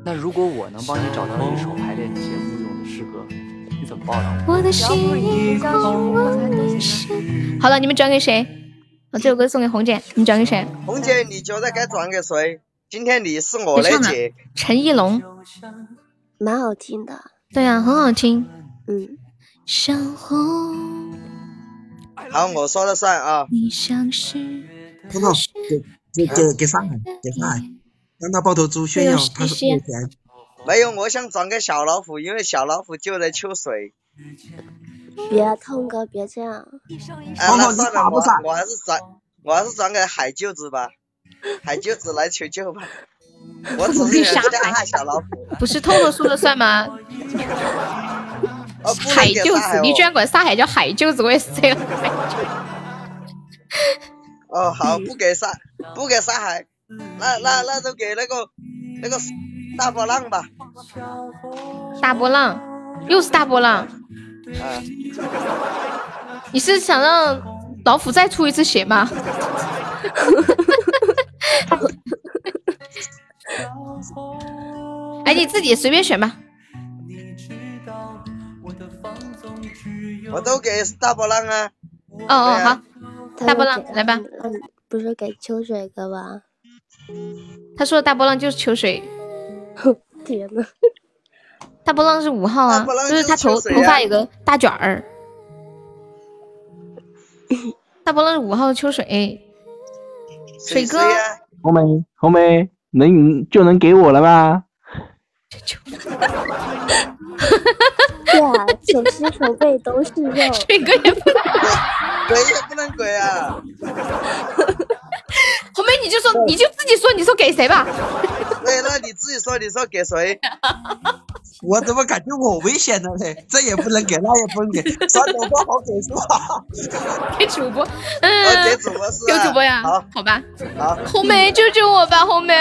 M: 那如果我能帮你找到
N: 嗯
M: 一首排练节目用的诗歌，你怎么报答我？
B: 我的心
M: 空无
A: 好了，你们转给谁？我这首歌送给红姐，你转给谁？
C: 红姐，你觉得该转给谁？今天你是我
A: 你
C: 的
A: 上哪
C: 姐，
A: 陈奕龙。
D: 蛮好听的，
A: 对啊，很好听。
D: 嗯，
B: 小红，
C: 好，我说了算啊。
B: 你像是
E: 彤彤给给给给上海，给上海，让他抱头猪炫耀
B: 对
E: 他是有钱。
C: 没有，我想转给小老虎，因为小老虎救了秋水。
D: 别痛哥别这样，
C: 啊，
E: 彤
C: 那
E: 哎彤，你
C: 算
E: 傻
C: 了，
E: 不
C: 我
E: 傻？
C: 我还是转，我还是转给海舅子吧。海舅子来求救吧，我只是想吓吓小老虎，
A: 不是透透说了算吗？
C: 哦，不能
A: 海
C: 给
A: 舅
C: 上海
A: 子，你
C: 哦
A: 居然管上海叫海舅子，我也是这样。
C: 哦，好，
A: 嗯
C: 不给上，不给上海，那那那就给那个那个大波浪吧。
A: 大波浪，又是大波浪。
C: 嗯，
A: 你是想让老虎再出一次血 吗？哎，你自己随便选吧。
C: 我都给大波浪啊，
A: 哦哦，好，大波浪来吧。
D: 嗯不是给秋水哥吧？
A: 他说的大波浪就是秋水。
D: 天呐，
A: 大波浪是五号啊，就是他头
D: 秋水啊
A: 头发有个大 卷儿。大波浪是五号秋水，水哥，
H: 红梅，红梅，能就能给我了吧？
D: 对啊，手心手背都是 肉。
A: 水 哥也不
C: 鬼也不能鬼啊！
A: 红梅你就说你就自己说，你说给谁吧？
C: 对，那你自己说，你说给 谁？
E: 我怎么感觉我危险了 嘞？这也不能给，那也不能给，耍主播好给 是吧？
A: 给主播，嗯，
E: 给主播是
A: 给
E: 吧
A: 主播呀，
E: 好，
A: 好吧，
E: 好
A: 红梅救救我吧，红梅，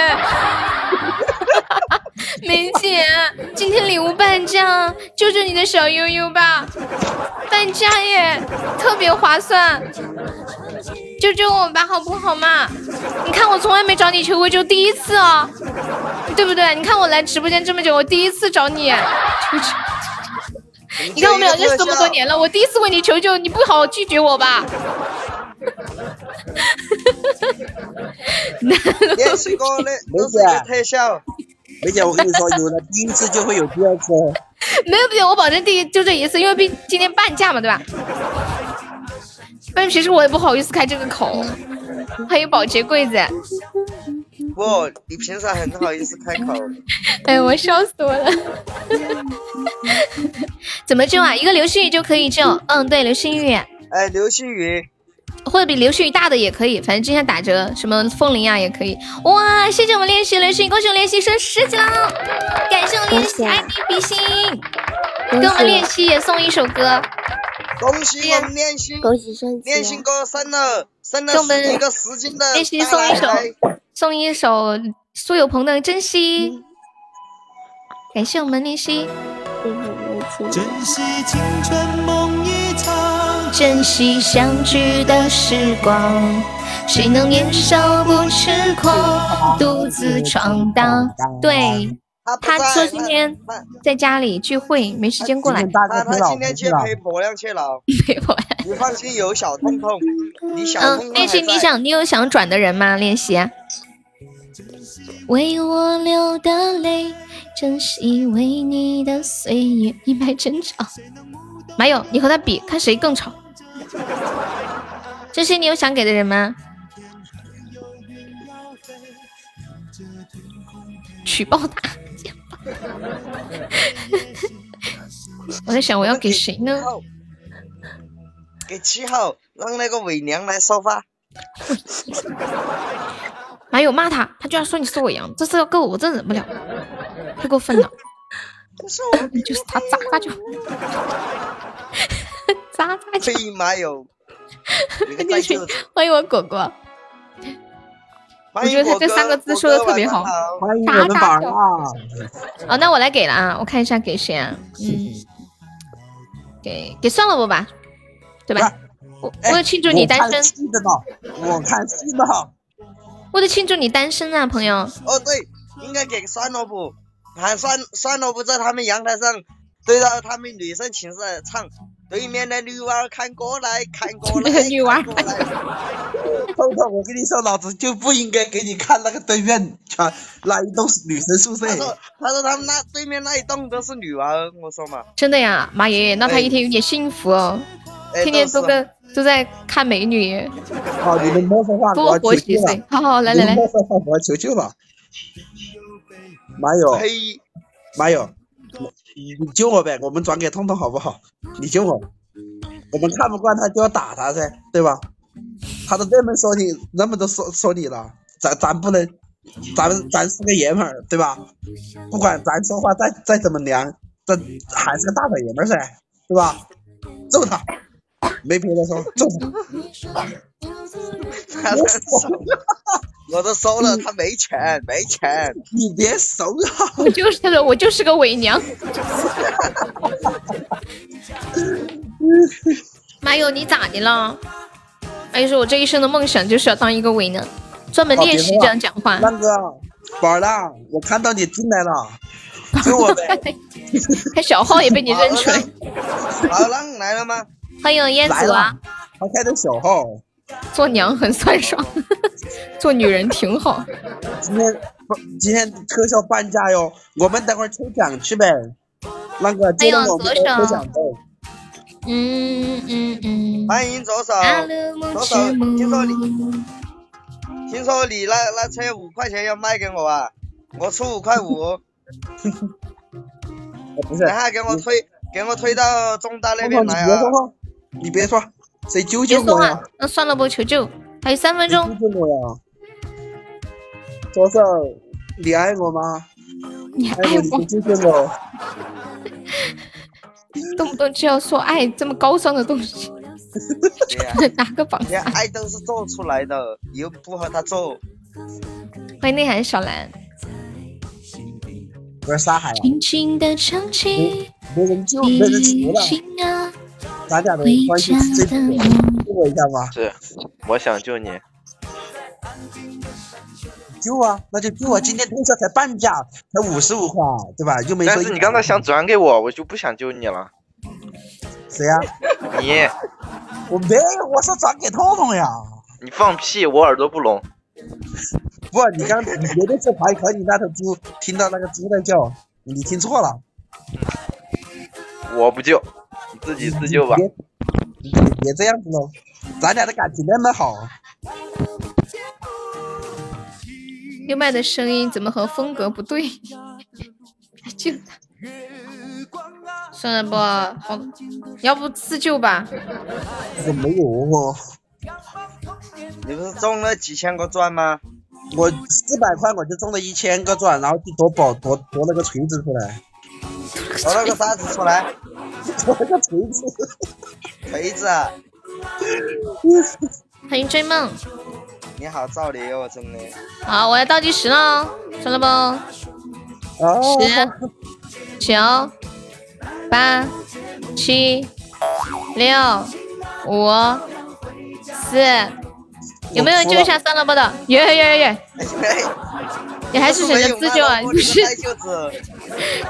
A: 梅姐，今天礼物半价，救救你的小悠悠吧，半价耶，特别划算，救救我吧，好不好嘛？你看我从来没找你求过救，第一次哦，对不对？你看我来直播间这么久，我第一次找你 求救。你看我们俩认识这么多年了，我第一次问你求救，你不好拒绝我吧？
C: 也是个那
E: 梅姐，
C: 特效。
E: 梅姐，哎我跟你说，有了第一次就会有第二次。
A: 没有没有，我保证第一就这一次，因为毕今天半价嘛，对吧？但是平时我也不好意思开这个口，还有保洁柜子，
C: 不，你平时很好意思开口。
A: 哎呦，我笑死我了。 怎么救啊？一个流星雨就可以救？嗯，对，流星雨
C: 哎，流星雨，
A: 或者比流星雨大的也可以，反正之前打折什么风铃啊也可以。哇，谢谢我们练习流星雨，恭喜我们练习升十级啦！感谢我们练习爱你比心，跟我们练习也送一首歌。
C: 恭喜我们练习，
D: 恭喜升级
B: 啊
C: 练习哥升了，升了
A: 给我们
C: 十一个十斤的
A: 练习
C: 大
A: 送一
C: 男
A: 首
C: 孩，
A: 送一首苏有朋的《珍惜》，
C: 嗯
A: 感谢我们练习。
O: 珍惜青春梦一场，
B: 珍惜相聚的时光，谁能年少不痴狂，独自闯荡。
A: 对，他
C: 嗯在
A: 说今天在家里聚会，没时间过来。
C: 他他今天去陪婆娘 去了，
A: 陪婆娘。
C: 你放心，有小痛痛，你小痛
A: 嗯，
C: 痛
A: 练习，你
C: 还在。
A: 想你有想转的人吗？练习。
B: 为我流的泪，珍惜为你的岁月。一拍真吵，
A: 马勇，你和他比，看谁更吵。这些你有想给的人吗？举报他！我在想我要给谁呢？
C: 给七号，让那个伪娘来收发。
A: 马友骂他，他居然说你是伪阳，这次要够我，真忍不了，太过分了。 就是他渣他就 渣渣
C: 就。嘿哎妈哟！你个
A: 你
C: 呆
A: 是
C: 舅子！
A: 欢迎我果果，我
C: 欢迎
A: 觉得他
C: 果
A: 这
C: 哥
A: 三个字
C: 果
A: 说的
C: 哥
A: 特别
C: 晚上
A: 好。
E: 欢迎
A: 渣
E: 我们宝
A: 渣
E: 儿
A: 叫
E: 啊！
A: 哦，那我来给了啊，我看一下给谁啊？嗯，给给算了我吧，对吧？我
C: 哎
A: 我有庆祝你单身，
E: 记得呢，我看戏呢。
A: 为了庆祝你单身啊，朋友。
C: 哦，对，应该给酸萝卜，喊酸酸萝卜在他们阳台上对着他们女生寝室唱。对面的女娃儿看过来，看过来，
A: 女娃儿
E: 豆豆，我跟你说，老子就不应该给你看那个对面全那一栋女生宿舍。
C: 他说他们那对面那一栋都是女娃儿，我说嘛，
A: 真的呀，马爷爷，那他一天有点幸福哦，
C: 哎
A: 天天
C: 都
A: 都
C: 是
A: 跟都在看美女，
E: 好，啊你们摸说话，
A: 多
E: 我
A: 活
E: 求
A: 几
E: 救了
A: 岁。。好好，哦来来来
E: 你们，摸说话，我求救了。马友，
C: 呸！
E: 马友，你你救我呗，我们转给痛痛好不好？你救我，我们看不惯他就要打他噻，对吧？他都这么说你，那么都说说你了，咱咱不能，咱咱是个爷们儿，对吧？不管咱说话再再怎么娘，这还是个大老爷们儿噻，对吧？揍他，没别的说，揍他。
C: 我都收了，他没钱，没钱。
E: 你别怂啊！
A: 我就是他说我就是个伪 娘。马友，你咋的了？马友说，我这一生的梦想就是要当一个伪娘，专门练习这样讲话。
E: 浪哥，宝儿浪，我看到你进来了，救我呗！
A: 看小号也被你认出来。
C: 好浪来了吗？
A: 欢迎烟
E: 来
A: 子
E: 了
A: 啊，
E: 还开的小号，
A: 做娘很酸爽， 做女人挺好。
E: 今天不今天特效半价哟，我们等会儿抽奖去呗。那个
A: 哎
E: 接
A: 呦
E: 着我们
A: 左手
E: 抽奖呗。
A: 嗯嗯嗯。
C: 欢迎左手，左手，听说你，听说你那那车五块钱要卖给我啊？我出五块五，
E: 不是，
C: 然后给我推，给我推到中大那边来
E: 你别
C: 啊！
E: 说话，你别说，谁纠结
A: 别说
E: 我呀
A: 话？，那算了不求救，还有三分钟。
E: 纠结我呀？左手，你爱我吗？
A: 你
E: 爱我你不纠结我。
A: 动不动就要说爱这么高尚的东西， 拿个榜
C: 哎你看爱豆是做出来的，你又不和他做，
A: 欢迎内涵小兰。
E: 不是沙海啊，
B: 轻轻的唱起，
E: 没人救，没人
B: 你
E: 求了，
B: 情啊，
E: 咱俩的关系是这个，救我一下吧。
G: 是，我想救你。
E: 救啊，那就救啊！今天特效才半价，才五十五块，对吧？又没说
G: 但是你刚才想转给我，我就不想救你了。
E: 谁呀、
G: 你
E: 我没有，我说转给彤彤呀。
G: 你放屁，我耳朵不聋。
E: 不，你刚你绝对是怀可你那头猪听到那个猪在叫，你听错了，
G: 我不救，你自己自救吧。
E: 别你别这样子喽，咱俩的感情那么好，
A: 六麦的声音怎么和风格不对？别救他，算了吧，好，要不自救吧？
E: 我没有
N: 啊
E: 哦，
C: 你不是中了几千个钻吗？
E: 我四百块我就中了一千个钻，然后去夺宝夺夺了个锤子出来，
C: 我那个啥子出来？
E: 夺了个锤子，
C: 锤子啊！
A: 欢迎追梦。
C: 你好造孽哦，真的。
A: 好，我要倒计时了哦，算了吧，
E: 哦，
A: 十、九、八、七、六、五、四，有没有人救一下三萝卜的？有有有有有，你还是选择自救啊？你不是？
C: 戴袖子，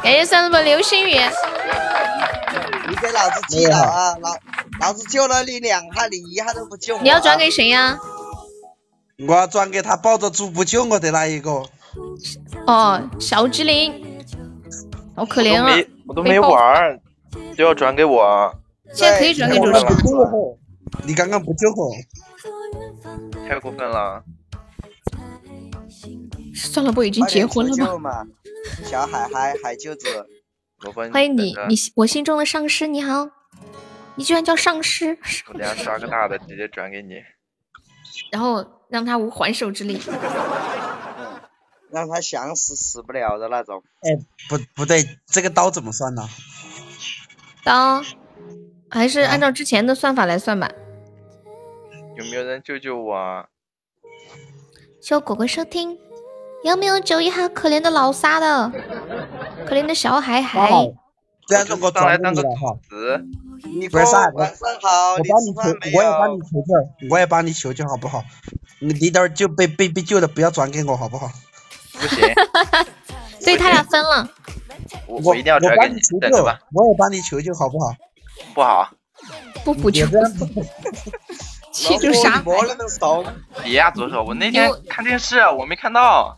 A: 感谢三萝卜流星雨，啊
C: 你给老子记了啊！老老子救了你两下，你一下都不救我啊。
A: 你要转给谁呀、
E: 我要转给他抱着猪不救我的那一个，
A: 哦，小之灵，好可怜啊
G: 没，我都没玩儿，就要转给我。
A: 现在可以转给主持人。
E: 了。你刚刚不救我，
G: 太过分了。
A: 算了不，已经结婚了
C: 快点求
A: 吗？
C: 救嘛，小海海海舅子，
G: 我帮
A: 欢迎你，你
G: 等着
A: 我心中的上师，你好，你居然叫上师，
G: 我等下刷个大的，直接转给你。
A: 然后让他无还手之力。
C: 让他想死死不了的那种。
E: 哎，不不对，这个刀怎么算呢？
A: 当还是按照之前的算法来算吧。
G: 有没有人救救我啊？
A: 谢谢果果收听，有没有九一号可怜的老沙的，可怜的小海海？
C: 哦
E: 这样子我
G: 上来
E: 转给
G: 当
E: 你
G: 个
E: 了哈。
G: 子，
C: 你
E: 不是啥
C: 晚
E: 我
C: 上好，
E: 我
C: 你
E: 帮
C: 吃
E: 你
C: 饭
E: 求，
C: 没
E: 我也帮
C: 有？
E: 你求救，我也帮你求救，好不好？你你等会儿就被被被救的，不要转给我，好不好？
G: 不行，
A: 对他俩分 了，
G: 我
E: 我
G: 我一定要
E: 我
G: 转
E: 帮
G: 给
E: 你
G: 你
E: 求，
G: 等
E: 救
G: 着吧。，
E: 我也帮你求救，好不好？
G: 不好，
A: 不补救， 气就
C: 老
A: 杀
C: 公。你没那么怂，
G: 别呀，左手，我那天看电视，我没看到。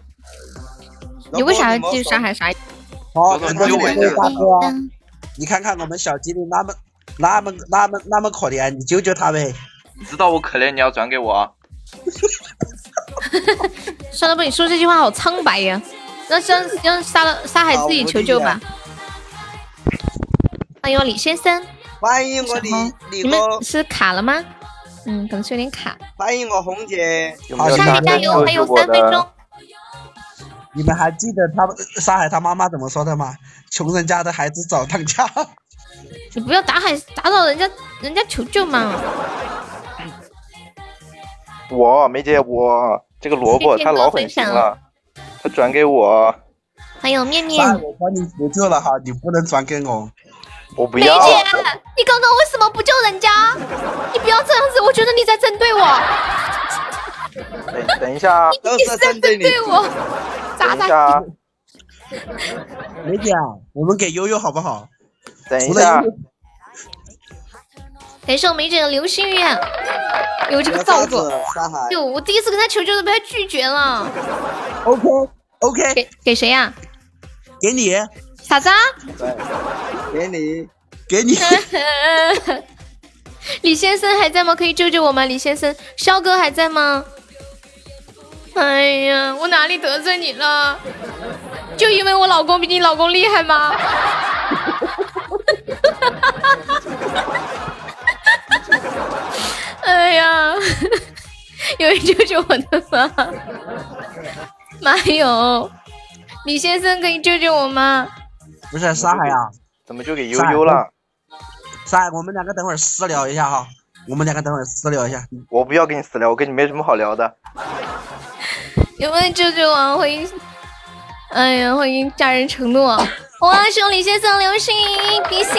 A: 你为啥要继续杀海啥？
E: 好，
G: 多多
E: 感谢
G: 救
E: 你
G: 我一
E: 各位
G: 下
E: 大
A: 嗯
E: 哥啊，你看看我们小精灵那么那么那么那么可怜，你救救他呗。
G: 你知道我可怜，你要转给我。啊
A: 算了吧，你说这句话好苍白呀。那让让沙了沙
C: 啊
A: 海自己求救吧。欢迎我李先生，
C: 欢迎我李
A: 你
C: 李
A: 们
C: 哥，
A: 是卡了吗？嗯，可能是有点卡。
C: 欢迎我红姐。
G: 有
E: 好，
A: 沙海加油，还有三分
C: 呃
A: 钟。。
E: 你们还记得他沙海他妈妈怎么说的吗？穷人家的孩子早当家。
A: 嗯你不要打海打扰人家人家求救嘛。
G: 我梅姐，我这个萝卜
A: 谢谢
G: 它
A: 你的
G: 老狠
A: 分
G: 心
A: 享
G: 了，它转给我，
A: 还有面面
E: 沙，海，我帮你求救了哈，你不能转给我。
G: 我不
A: 梅
G: 要。
A: 姐，你刚刚为什么不救人家？你不要这样子，我觉得你在针对我，
G: 等等一下啊，
C: 都是针对你。
A: 对我，
G: 等一下啊，
E: 梅姐啊，我们给悠悠好不好？
G: 等一
E: 除了
G: 下
E: 悠悠，
A: 感谢我们一整个流星雨，啊有这个造作。
C: 海
A: 哟，我第一次跟他求救都被他拒绝了。
E: OK OK，
A: 给给谁呀、
E: 给你，
A: 傻子啊？
E: 给你，给你，
A: 嗯李先生还在吗？可以救救我吗？李先生，肖哥还在吗？哎呀，我哪里得罪你了？就因为我老公比你老公厉害吗？ 哎呀，有人救救我的吗？妈有，李先生可以救救我吗？
E: 不是沙海啊，
G: 怎么就给悠悠了？
E: 沙海，我们两个等会儿私聊一下哈，我们两个等会儿私聊一下。
G: 我不要跟你私聊，我跟你没什么好聊的。
A: 有没有救救我？欢迎，哎呀，欢迎家人承诺。哇，谢我李先生流星比心，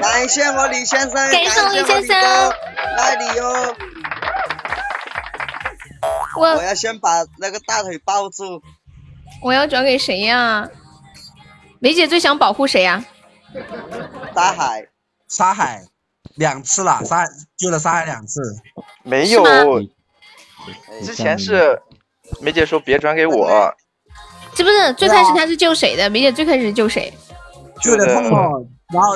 C: 感谢我李先生，
A: 感谢我李先生，
C: 爱你哟。
A: 我
C: 我要先把那个大腿抱 住，
A: 我要转给谁呀、梅姐最想保护谁呀、
C: 大海，
E: 沙海两次了，沙海救了沙海两次，
G: 没
A: 是
G: 有
A: 吗，
G: 之前是梅姐说别转给我，
A: 是不是最开始她是救谁的？梅姐最开始是救谁？
E: 救了痛痛，然后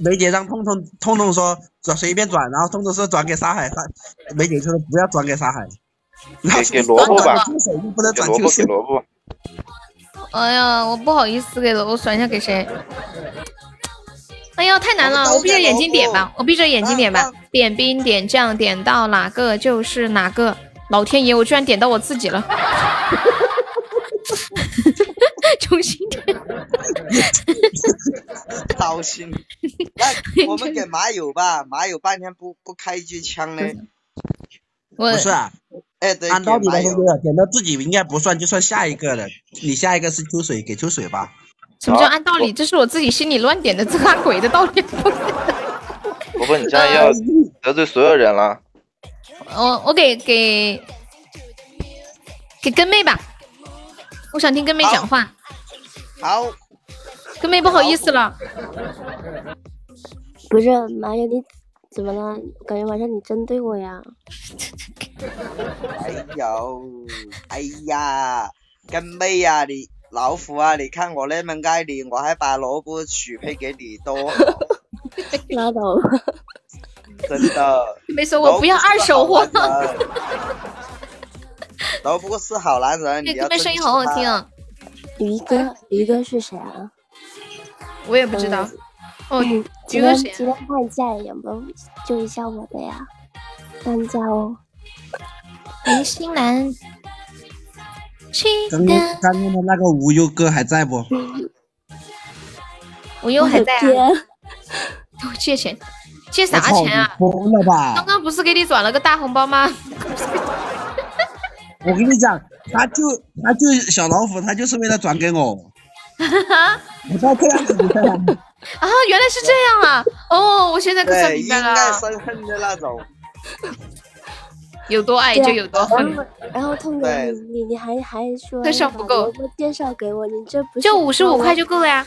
E: 梅姐让痛痛痛痛说转随便转，然后痛痛说转给沙海，沙梅姐就说不要转给沙海，
G: 给给萝卜吧，
E: 转手不能
G: 给
E: 转
G: 萝
E: 就
G: 卜
E: 是
G: 给萝卜，
A: 哎呀，我不好意思给了，我转一下给谁？哎呀，太难
B: 我们
A: 了，
B: 都
A: 我闭着眼睛点吧，我闭嗯着眼睛点吧
B: 啊，
A: 点兵点将点到哪个就是哪个。老天爷，我居然点到我自己 了！重新点，
C: 糟心。 那我们给马友吧，马友半天不不开一句枪呢。
A: 不
E: 是啊、
C: 哎，对，
E: 按道理
C: 给马
E: 来
C: 友
E: 说，点到自己应该不算，就算下一个了。你下一个是秋水，给秋水吧。
A: 什么叫按道理？这是我自己心里乱点的，这按鬼的道理。
G: 萝卜你这样
E: 啊
G: 要得罪所有人 了。
A: 我我给给给跟妹吧，我想听跟妹讲话。
C: 好，
A: 跟妹不好意思了，
D: 不是马友，你怎么了？感觉晚上你针对我呀？
C: 哎呦，哎呀，跟妹呀、你老虎啊，你看我那么爱你，我还把萝卜许配给你，多 好，
D: 拉倒吧，
C: 真的。
A: 哎
C: 呃
A: 没说我不要二手货。
C: 萝卜是好男人，你
A: 对，
C: 要
A: 跟妹哎声音好好听啊！
D: 于哥，于哥是谁啊？
A: 我也不知道。哦，
D: 嗯
A: 于
D: 今
A: 哥
D: 天
A: 谁啊
D: 今天放假有没有救一下我的呀？放假哦。
A: 林心兰，期
E: 刚刚
A: 待
E: 刚刚的那个无忧哥还在不？
A: 我又还在
D: 我的
A: 啊。哦我借钱，借啥钱啊？
E: 我操你疯了吧
A: 刚！刚不是给你转了个大红包吗？
E: 我跟你讲，他就他就小老虎，他就是为了转给我。
A: 啊，
E: 我到这样子你再来，
A: 原来是这样啊！哦，我现在可算
C: 对，
A: 明
C: 应
A: 白了
C: 该
A: 啊，
C: 生恨的那种。
A: 有多爱
D: 对啊
A: 就有多恨。
D: 然后痛哥，
A: 对
D: 你你你还还说
A: 多少
D: 把
A: 不够
D: 萝卜介绍给我，你这不
A: 就55块就够了呀？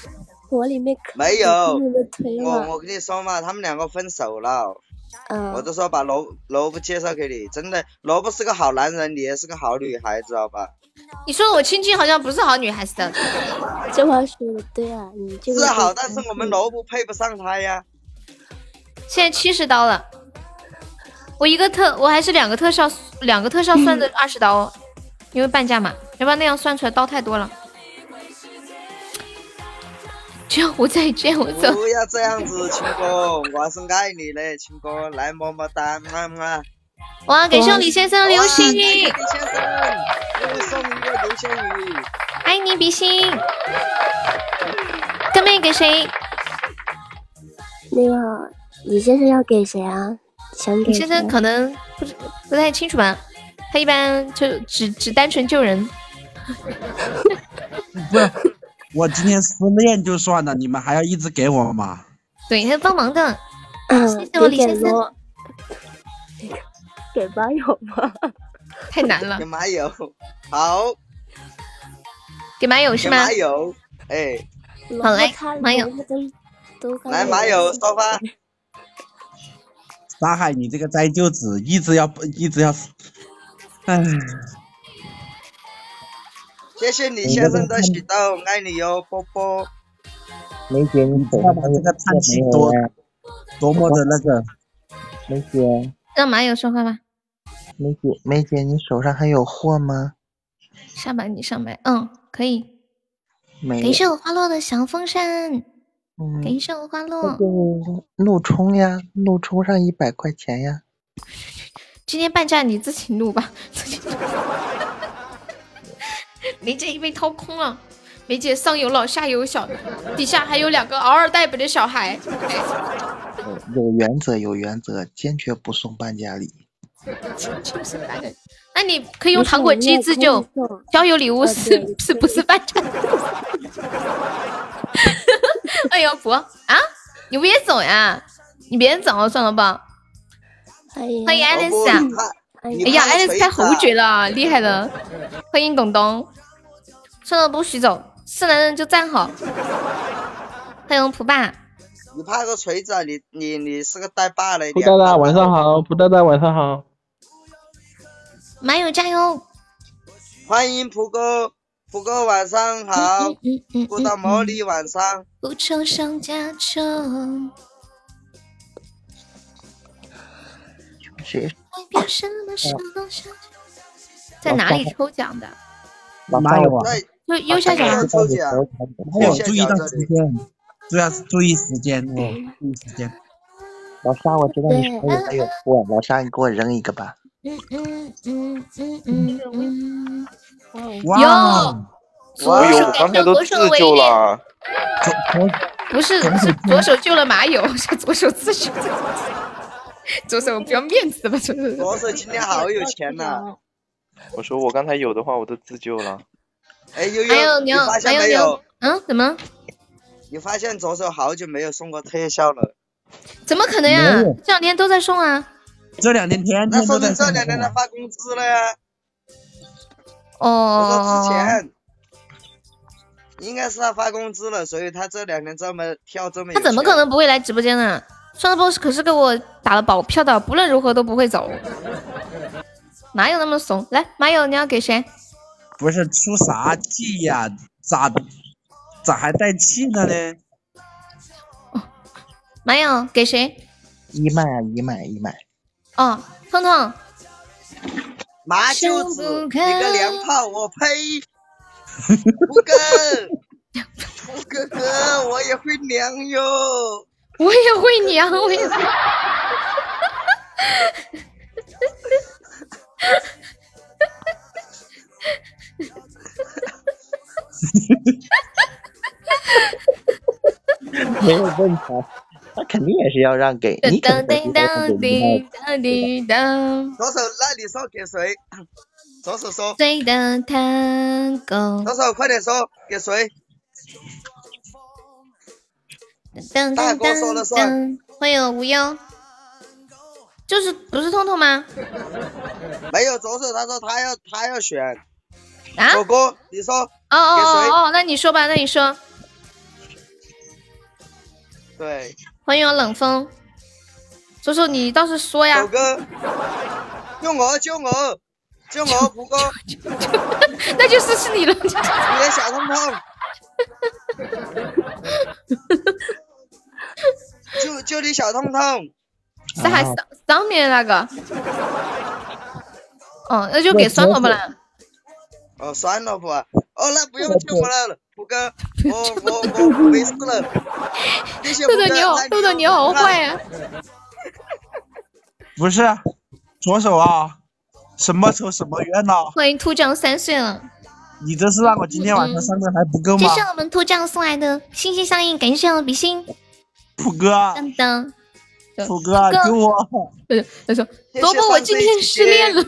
D: 我里面可
C: 没有
D: 你的腿
C: 我
D: 了，
C: 我跟你说嘛，他们两个分手了。
D: 嗯
C: 我就说把萝萝卜介绍给你，真的，萝卜是个好男人，你也是个好女孩，知道吧？
A: 你说我亲亲好像不是好女孩子的，
D: 这话说的对啊，你这个
C: 是好，但是我们萝卜配不上他呀。
A: 现在七十刀了，我一个特我还是两个特效，两个特效算的二十刀哦，因为半价嘛，要不然那样算出来刀太多了。这样我再见，我走。
C: 不要这样子，亲哥，我还是爱你嘞，亲哥，来么么哒，么么。
A: 哇，感谢我李先生流星
C: 哇
A: 雨，
C: 感谢李先生，又送一个流星雨。
A: 爱你比心。干妹给谁？
D: 那个李先生要给谁啊？想给
A: 李先生
D: 谁啊
A: 可能不知不太清楚吧，他一般就只只单纯救人。
E: 不是，我今天失恋就算了，你们还要一直给我吗？
A: 对，他帮忙的。谢谢我
D: 别嗯给
A: 李先生
D: 罗，给吧有吗？
A: 太难了
C: 给。马友，好，
A: 给马友是
C: 给
A: 吗
C: 马？友，哎，
A: 好嘞，
D: 看
A: 马友
D: 都都
C: 来马友说吧，
E: 大海，你这个摘旧纸一直要一直要，哎，
C: 谢谢你先生的喜豆，爱你哟，波波。
N: 梅姐，你懂
E: 要把这个叹息多多么的那个，
N: 梅姐，
A: 让马友说话吧。
N: 梅姐，梅姐，你手上还有货吗？
A: 上麦，你上麦，嗯，可以。
N: 没
A: 感
N: 有。
A: 受花落的小风扇，
N: 嗯，
A: 感受花落
N: 那。就路冲呀，路冲上一百块钱呀。
A: 今天半价你自己录吧， 自己录。梅姐被掏空了，梅姐上有老下有小，底下还有两个嗷嗷待哺的小孩。
N: 呃有原则，有原则，坚决不送半价礼。
C: 哎
A: 就是男 人。那你可以用糖果呃机自救，交友礼物 是是不是半价？ 哎呦伯啊，你别走呀，你别走，算了吧。欢迎 Alice 啊！哎呀，Alice 太侯爵了，厉害了！欢迎董董，算了，不许走，是男人就站好。欢迎蒲爸，
C: 你怕个锤子啊？你你你是个带把啊的，
H: 蒲大大晚上好，蒲大大晚上好，
A: 马友加油！
C: 欢迎蒲哥，蒲哥晚上
A: 嗯
C: 好，不到魔力晚上，
B: 不愁上加愁，
N: 谁？
B: 代表什么什么什么？
A: 在哪里抽奖的？
E: 哪有啊？
A: 右右下角。
E: 哪有注意到时间？主要是注意时间哦，注意时间。
N: 老沙，我知道你手里
A: 嗯
N: 还有货，老沙，你给我扔一个吧。
B: 嗯嗯嗯嗯嗯嗯。
N: 哇
A: 左手
C: 哦
A: 改变左手为一点，
G: 了。
A: 不 是是左手救了马友，是左手自救。左手不要面子吧，左手。
C: 左手今天好有钱呐、
G: 我说我刚才有的话我都自救了。
C: 哎悠悠，
A: 还有
C: 你
A: 牛
C: 发，
A: 还
C: 现
A: 有
C: 没
A: 牛
C: 有？，
A: 嗯，怎么
C: 你发现左手好久没有送过特效了，
A: 怎么可能呀
C: 没有？
A: 这两天都在送啊。
E: 这两天天
C: 那
E: 天
C: 说
E: 都
C: 明
E: 在
C: 这
E: 上啊
C: 两天
E: 班
C: 他发工资了呀。我说之
A: 哦，
C: 前应该是他发工资了，所以他这两天这么跳这么有
A: 他
C: 钱。
A: 怎么可能不会来直播间呢？双 boss 可是给我打了保票的，不论如何都不会走，哪有那么怂？来，马友，你要给谁？
E: 不是出啥气呀、咋咋还带气呢嘞？
A: 马友给谁？
N: 一麦啊，一麦，一麦。
A: 哦，痛痛，
C: 麻就子，你个娘炮，我呸！胡哥，胡哥哥，我也会娘哟。
A: 我也会娘，我也会。
N: 没有问他，他肯定也是要让给你，肯定也是要让给一麦。
A: 哒滴哒。
C: 左手，那你说给谁？左手说，
A: 醉的探戈。
C: 左手快点说给谁？
A: 噔
C: 大
A: 噔
C: 哥说了
A: 噔
C: 算
A: 噔，会有无忧，就是不是痛痛吗？
C: 没有左手，他说他要他要选。
A: 啊？
C: 狗哥，你说
A: 哦哦
C: 给谁
A: 哦哦，那你说吧，那你说，
C: 对，
A: 欢迎冷风，左手你倒是说呀
C: 狗，哥，救我救我救我胡哥，
A: 那就是是你了，
C: 你的小通通，就就你小通通，
A: 是还上上面那个，哦，那就给酸萝卜了，
C: 哦，酸萝卜，哦，那不用救我了，胡哥，我我我没事了，谢谢胡
A: 豆
C: 哥，
A: 豆你好
C: 那，
A: 豆豆你好坏呀、
E: 不是，左手啊，什么仇什么怨呐、
A: 欢迎兔酱三岁了，
E: 你这是让我今天晚上上课还不够
A: 这
E: 吗？
A: 是我们兔酱送来的心心相印，感谢我们比心，
E: 普
C: 啊
E: 哥，
A: 噔噔。
E: 普哥，啊给 我，
A: 他说：“他说，
B: 谢
A: 萝卜，我今天失恋了。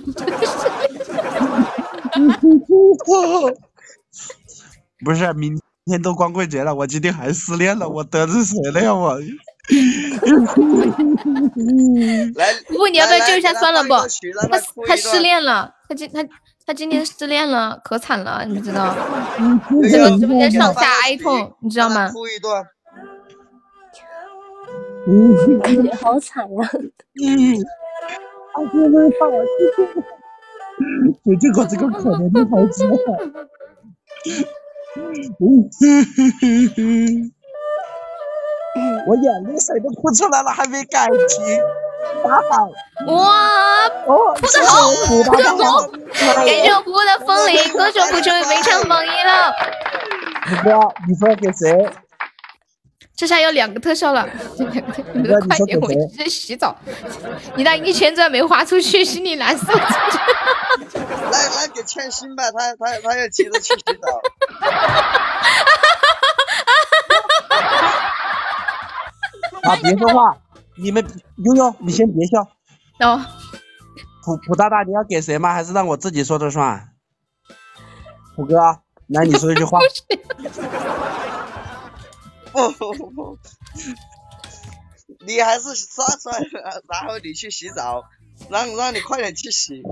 E: 不是，明天都光棍节了，我今天还失恋了，我得罪谁了呀我？
C: 来，
A: 不过你要不要救一下酸萝卜？
C: 让
A: 他
C: 他哭一
A: 他
C: 段
A: 失恋了，他今他他今天失恋了，可惨了，你知 道？
C: 对
A: 整
C: 哎呀
A: 个直播间上下
C: 让他
A: 哀痛，你知道吗？
C: 哭一段，
D: 感觉好惨呀、
E: 嗯 啊，真的把我 有这个这个可怜的孩子。我眼泪水都哭出来了，还没感情，打哦好。
A: 哇，扑个
E: 头，
A: 扑个 头，给这服务的风铃，歌手谱成为本场榜一了。
E: 你说，你说给谁？
A: 这下有两个特效了，这两个特效，你们快点，我去洗澡。你那一千钻没花出去，是你难受。
C: 来来，给欠薪吧，他他他要急着去洗澡。
E: 啊，别说话，你们悠悠，你先别笑。
A: 哦，
E: 普普大大，你要给谁吗？还是让我自己说的算？普哥，来你说一句 话。
C: 不不不不，你还是刷刷，然后你去洗澡，让让你快点去洗。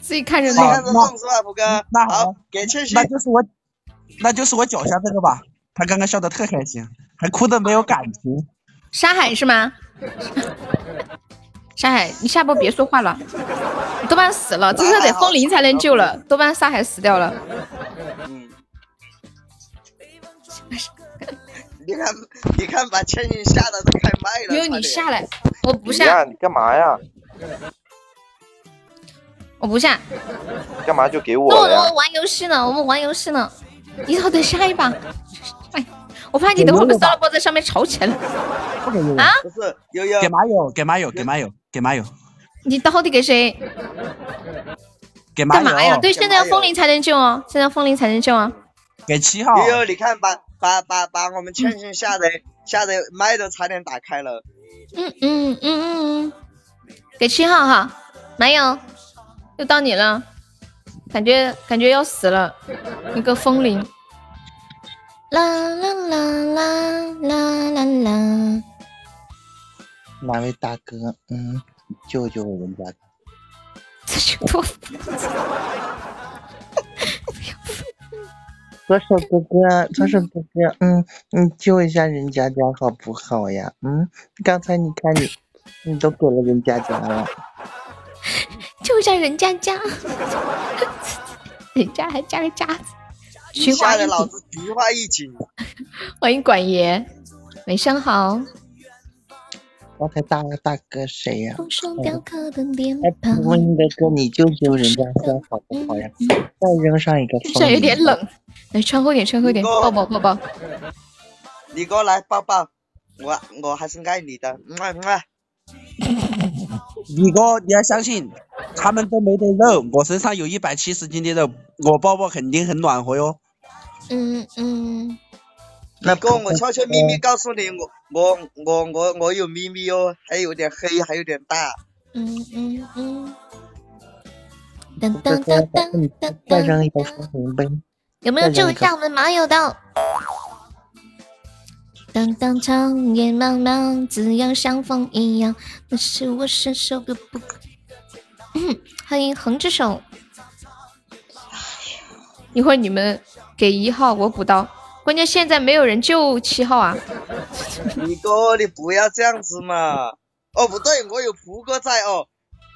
A: 自己看着
C: 你看
A: 弄。
C: 着弄是吧，普哥？
E: 嗯那
C: 好，给欠薪
E: 那。就是我，那就是我脚下这个吧。他刚刚笑得特开心，还哭得没有感情。
A: 沙海是吗？沙海，你下播别说话了，多半死了，这个得风铃才能救了，多半沙海死掉了。
C: 你看，你看，把倩倩吓得都开麦了。
A: 悠悠，你下来，我 不
G: 你呀，
A: 下，
G: 你干嘛呀？
A: 我不下。
G: 干嘛就给我
A: 那我
G: 了呀
A: 我？玩游戏呢，我们玩游戏呢，你稍等下一把。哎，我怕你等会儿刷了播在上面吵起来了。
E: 不给悠悠，
A: 啊
C: 不是悠悠，
E: 给马友，给马友，给马友，给马友，
A: 你到底给谁？
E: 给马
A: 干
E: 友。
A: 嘛呀？对，现在要风铃才能救哦，现在要风铃才能救啊。
E: 给七号。
C: 悠悠，你看，把把把把我们倩倩吓得吓得麦都差点打开了。
A: 嗯嗯嗯嗯嗯，给七号哈，没有，又到你了，感觉感觉要死了，一个风铃。啦啦啦啦啦
E: 嗯
A: 啦啦！
N: 哪位大哥？嗯，救救人家！
A: 这就多。
N: 左手哥哥，左手哥哥，嗯，你救一下人家家好不好呀？嗯，刚才你看你，你都给了人家家了，
A: 救一下人家家，人家还加个家字。菊花
C: 吓
A: 一
C: 得老
A: 紧，
C: 子菊花一紧。
A: 欢迎管爷，晚上好。
N: 刚才大大哥谁呀？
B: 雕刻的脸
N: 哦哎，不过你的哥，你救救人家家好不好呀？再扔上一个
A: 现在
N: 风
A: 嗯有点
N: 铃，
A: 冷，来穿厚点，穿厚点，抱抱抱抱。
C: 你过来抱抱，我我还是爱你的，嗯么么。
E: 你哥，你要相信，他们都没得肉，我身上有一百七十斤的肉，我抱抱肯定很暖和哟。
A: 嗯嗯，
C: 你哥，我悄悄咪咪告诉你，我我我我我有咪咪哦，还有点黑，还有点大。
B: 嗯嗯嗯。
N: 噔噔噔噔噔，再扔一个风铃呗。
B: 有没有救一下我们马友的？当当长夜茫茫，只有像风一样，那是我伸手的不可。 嗯欢迎横之手，
A: 一会儿你们给一号，我补刀。关键现在没有人救七号啊！
C: 你哥，你不要这样子嘛。哦，不对，我有胡哥在哦，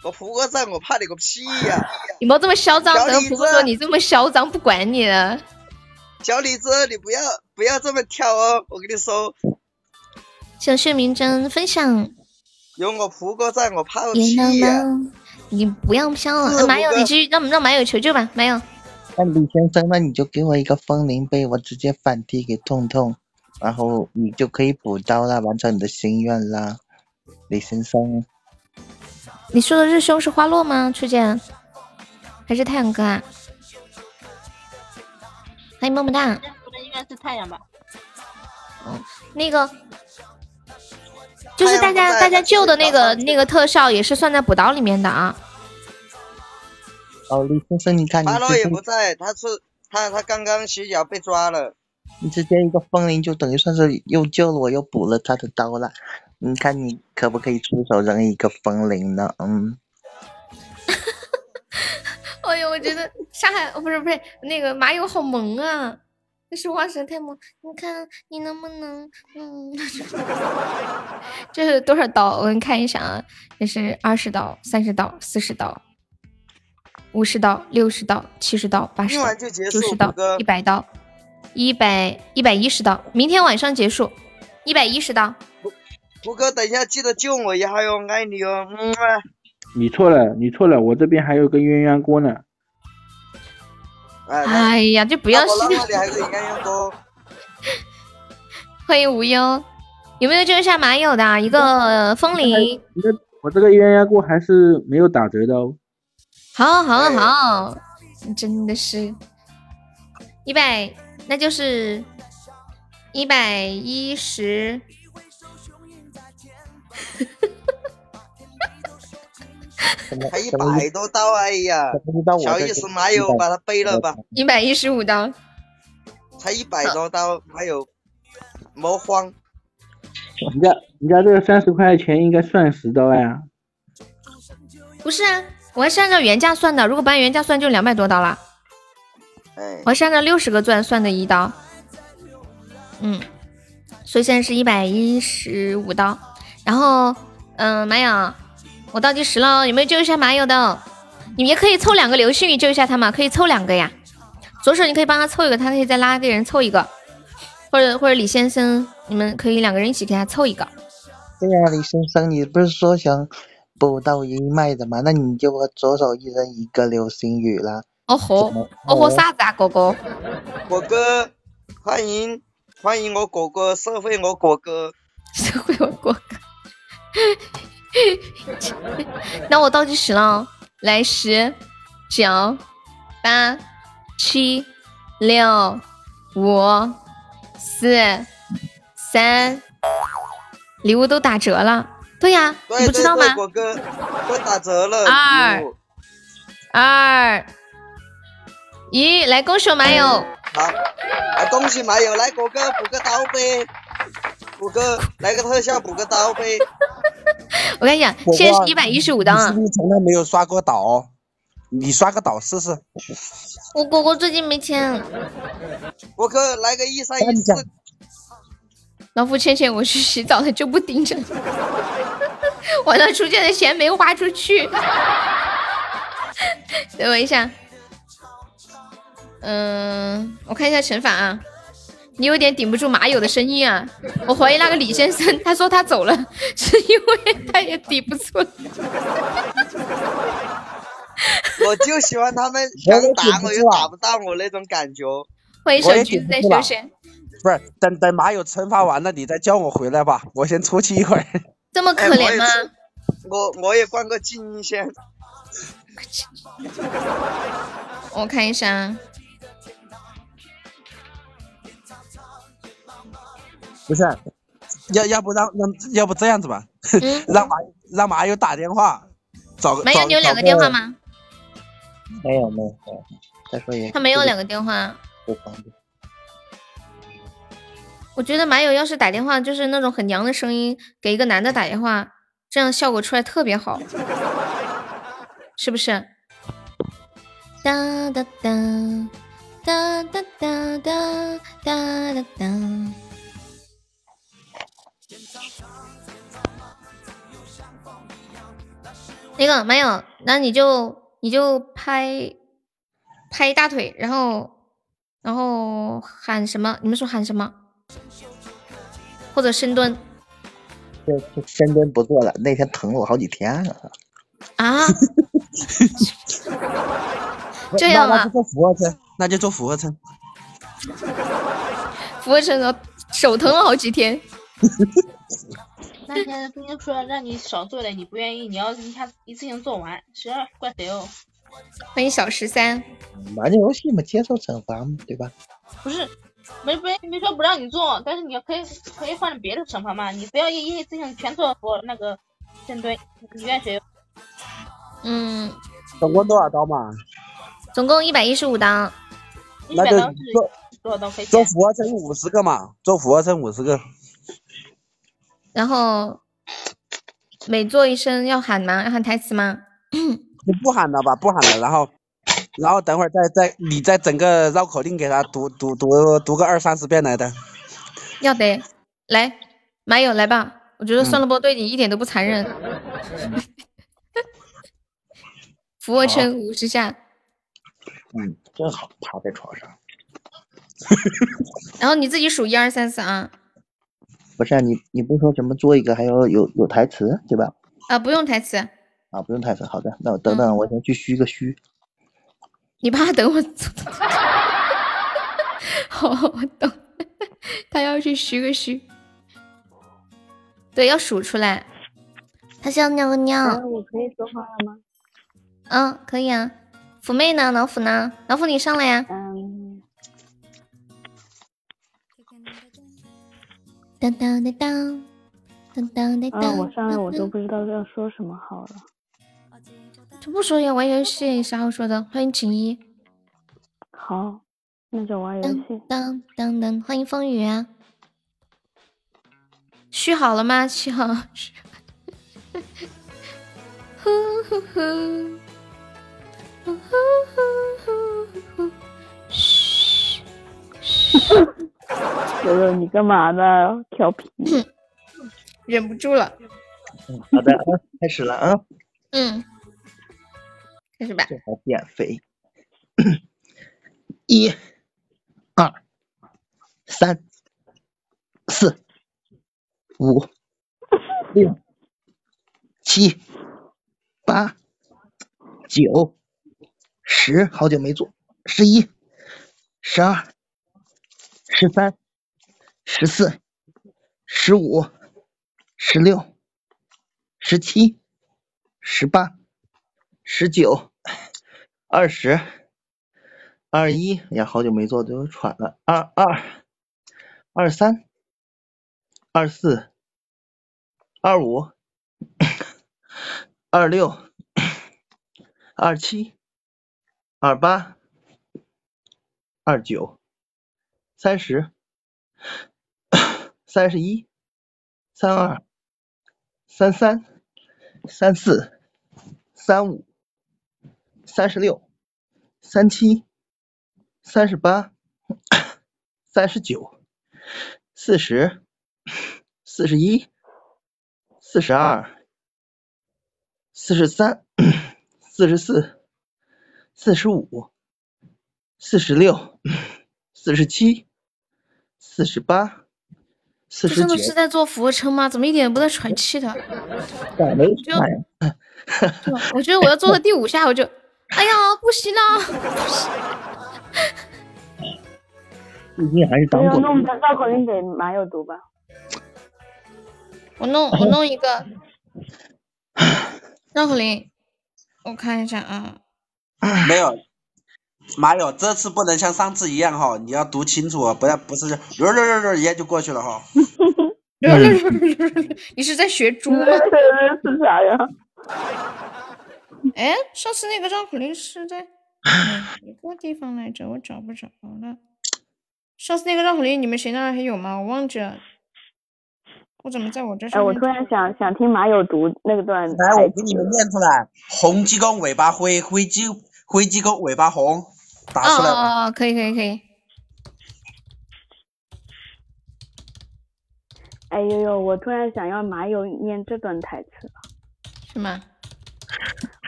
C: 我胡哥在，我怕你个屁呀、
A: 你莫这么嚣张，
C: 小
A: 等
C: 李
A: 普
C: 子
A: 哥说你这么嚣张，不管你了。
C: 小李子，你不要不要这么跳哦！我跟你说，
B: 小谢明真分享。
C: 有我胡哥在，我怕个屁
B: 夜茫
C: 呀、
B: 茫，你不要飘
C: 是
B: 了，哎
C: 胡
B: 马友
C: 歌
B: 你去让让马友求救吧，马友。
N: 那李先生，那你就给我一个风铃呗，我直接反踢给痛痛，然后你就可以补刀啦，完成你的心愿啦，李先生。
A: 你说的日凶是花落吗，初见？还是太阳哥啊？欢迎么么哒。
F: 我的应该是太阳吧？
A: 那个就是大家大家救的那个那个特效也是算在补刀里面的啊。
N: 哦，李先生，你看你
C: 八
N: 直
C: 楼也
N: 接
C: 不在，他是他他刚刚洗脚被抓了。
N: 你直接一个风铃就等于算是又救了我，又补了他的刀啦。你看你可不可以出手扔一个风铃呢？嗯，
A: 哎呦，我觉得沙海哦不是不是那个马友好萌啊，
B: 这说话声太萌，你看你能不能，嗯，
A: 这是多少刀？我给你看一下啊，这是二十刀、三十刀、四十刀、五十刀、六十刀、七十刀、八十
C: 今
A: 刀
C: 晚就结、束
A: 九十刀
C: 谷歌、
A: 一百刀、一百一百一十刀，明天晚上结束，一百一十刀。
C: 胡哥，等一下记得救我一下哟，爱你哟，嗯啊。
H: 你错了，你错了，我这边还有个鸳鸯锅呢。
A: 哎呀，这不 要
C: 我
A: 信
C: 浪漫里还是应该用多。
A: 欢迎无忧，有没有这个下马友的啊？一个风铃，
H: 你这我这个鸳鸯锅还是没有打折的哦。
A: 好好好，你真的是一百，那就是一百一十。
C: 还一百多刀，哎呀
N: 知道，我
C: 小
N: 这
C: 意
N: 是
C: 思，马友
N: 100
C: 把它背了吧，
A: 一百一十五刀。
C: 才一百多刀，马友，莫慌，
H: 你家你家这个三十块钱应该算十刀呀。
A: 不是啊，我还是按照原价算的，如果不按原价算，就两百多刀啦。
C: 哎，
A: 我还是按照六十个钻算的一刀，嗯，所以现在是一百一十五刀。然后，嗯、马友，我倒计时了，有没有救一下马友的？你们也可以凑两个流星雨救一下他嘛，可以凑两个呀。左手你可以帮他凑一个，他可以再拉一个人凑一个，或者或者李先生，你们可以两个人一起给他凑一个。
N: 对哎呀、李先生，你不是说想补到一脉的吗？那你就左手一人一个流星雨啦。
A: 哦吼，哦吼啥子啊，哥哥？
C: 果哥，欢迎欢迎我果哥，社会我果哥，
A: 那我倒计时了，来十、九、八、七、六、五、四、三，礼物都打折了。对呀，你
C: 对
A: 不知
C: 对
A: 道吗？
C: 对，果哥都打折了，嗯
A: 二
C: 礼物
A: 二一，来恭喜我马友！
C: 好，啊恭喜马友，来果哥补个刀呗，果哥来个特效补个刀呗，
A: 我跟你讲，
E: 火锅
A: 现在是一百一十五档
E: 你是
A: 啊
E: 不！是从来没有刷过岛？你刷个岛试试。
A: 我果果最近没啊钱，
C: 果哥来个一三一四，
A: 老夫倩倩我去洗澡了就不盯着， 我那出现的钱没花出去。 等我一下，嗯、我看一下惩罚啊。你有点顶不住马友的声音啊！我怀疑那个李先生，他说他走了，是因为他也顶不住了。
C: 我就喜欢他们想打我又打不到我那种感觉。
A: 欢迎
E: 啊我
A: 小
E: 也
A: 橘子
E: 顶不
A: 在
E: 住
A: 休
E: 了。
A: 闲，
E: 不是，等等马友惩罚完了，你再叫我回来吧，我先出去一会儿。
A: 这么可
C: 哎
A: 怜吗？
C: 我我也逛过静音先，
A: 我看一下啊，
E: 不是，要要不让让要不这样子吧， 让马让马友打电话，找个
A: 嗯马友，你有两个电话？吗？
N: 没有没有没有，再说也
A: 他没有两个电话。
N: 不方便。
A: 我觉得马友要是打电话，就是那种很娘的声音，给一个男的打电话，这样效果出来特别好，是不是？
B: 哒哒哒哒哒哒哒哒哒哒。
A: 那个马友，那你就你就拍拍大腿，然后然后喊什么？你们说喊什么？或者深蹲
N: 这这深蹲不做了，那天疼了我好几天了。
A: 啊？这
E: 那
A: 样
E: 那
A: 啊
E: 就做俯卧撑，那就做俯卧撑。
A: 俯卧撑的手疼了好几天。
F: 那现在跟你说让你少做点，你不愿意，你要一下一次性做完，谁让怪谁哦？
A: 欢迎小十三，
N: 玩这游戏嘛，接受惩罚嘛，对吧？
F: 不是，没没没说不让你做，但是你可以可以换成别的惩罚嘛，你不要一一次性全做我那个深蹲，你怨谁？
A: 嗯，
E: 总共多少刀嘛？
A: 总共一百一十五档。
E: 那就做
F: 多少刀可以
E: 做俯卧撑五十个嘛，做俯卧撑五十个。
A: 然后每做一声要喊吗？要喊台词吗？
E: 你不喊了吧，不喊了，然后然后等会儿再再你再整个绕口令给他读读读读个二三十遍来的。
A: 要得，来，马友来吧。我
E: 嗯
A: 觉得酸萝卜对你一点都不残忍。俯卧撑五十下，
N: 嗯，真好，趴在床上。
A: 然后你自己数一二三四啊
N: 不是啊你，你不是说怎么做一个还要有有台词对吧？
A: 啊，不用台词，
N: 啊，不用台词，好的，那我等等，我先去虚个虚。
A: 你爸等我。好，我懂。他要去虚个虚，对，要数出来。嗯他想尿个
B: 嗯
A: 尿。
D: 我可以说话了吗？
A: 嗯，可以啊。腐妹呢？老腐呢？老腐你上来呀、
D: 嗯。
B: 当当当当，当当当
D: 啊，
B: 当。
D: 我上来我都不知道要说什么好了。
A: 这不说呀，玩游戏啥好说的？欢迎锦衣。
D: 好，那就玩游戏。
A: 当当当，欢迎风雨啊！续好了 吗？续好。呼呼呼，呼呼呼呼呼。
D: 柔柔，你干嘛呢？调皮。
A: 忍不住了，
E: 嗯
N: 好 的，啊开始了啊，
A: 嗯，开始吧。
N: 正好减肥。一、二、三、四、五、六、七、八、九、十，好久没做，十一、十二、十三、十四、十五、十六、十七、十八、十九、二十、二一，哎呀，好久没做，都喘了。二二、二三、二四、二五、二六、二七、二八、二九、三十、三十一、三二、三三、三四、三五、三十六、三七、三十八、 三十九、四十、四十一、四十二、四十三、 四十四、四十五、四十六、四十七、四十八、四
A: 这
N: 十
A: 真
N: 九
A: 的。是在做俯卧撑吗？怎么一点也不带喘气的？
N: 咋没看呀？
A: 对吧我觉得我要做到第五下，我就，哎呀，不行啊了，不行
N: 毕竟
B: 嗯
N: 还是当
D: 没有
N: 过
D: 弄的绕口令给马友读吧。
A: 我弄我弄一
N: 哦
A: 个绕口令，我看一下啊。
E: 没有，马友，这次不能像上次一样哈，你要读清楚，哦不要不是，噜噜噜噜一下就过去了哈。
A: 你是在学猪啊吗？
D: 是啥呀？
A: 哎，上次那个绕口令是在哪一个地方来着？我找不着了。上次那个绕口令你们谁那儿还有吗？我忘记了。我怎么在我这
D: 哎，
A: 上
D: 我
A: 面？
D: 突然想想听马友读那个段
E: 来，我
D: 台
E: 给你们
D: 词。
E: 念出来：红鸡公尾巴灰，灰鸡灰鸡公尾巴红，打出来。
A: 哦哦哦，可以可以可以。
D: 哎呦呦，我突然想要马友念这段台词了。
A: 是吗？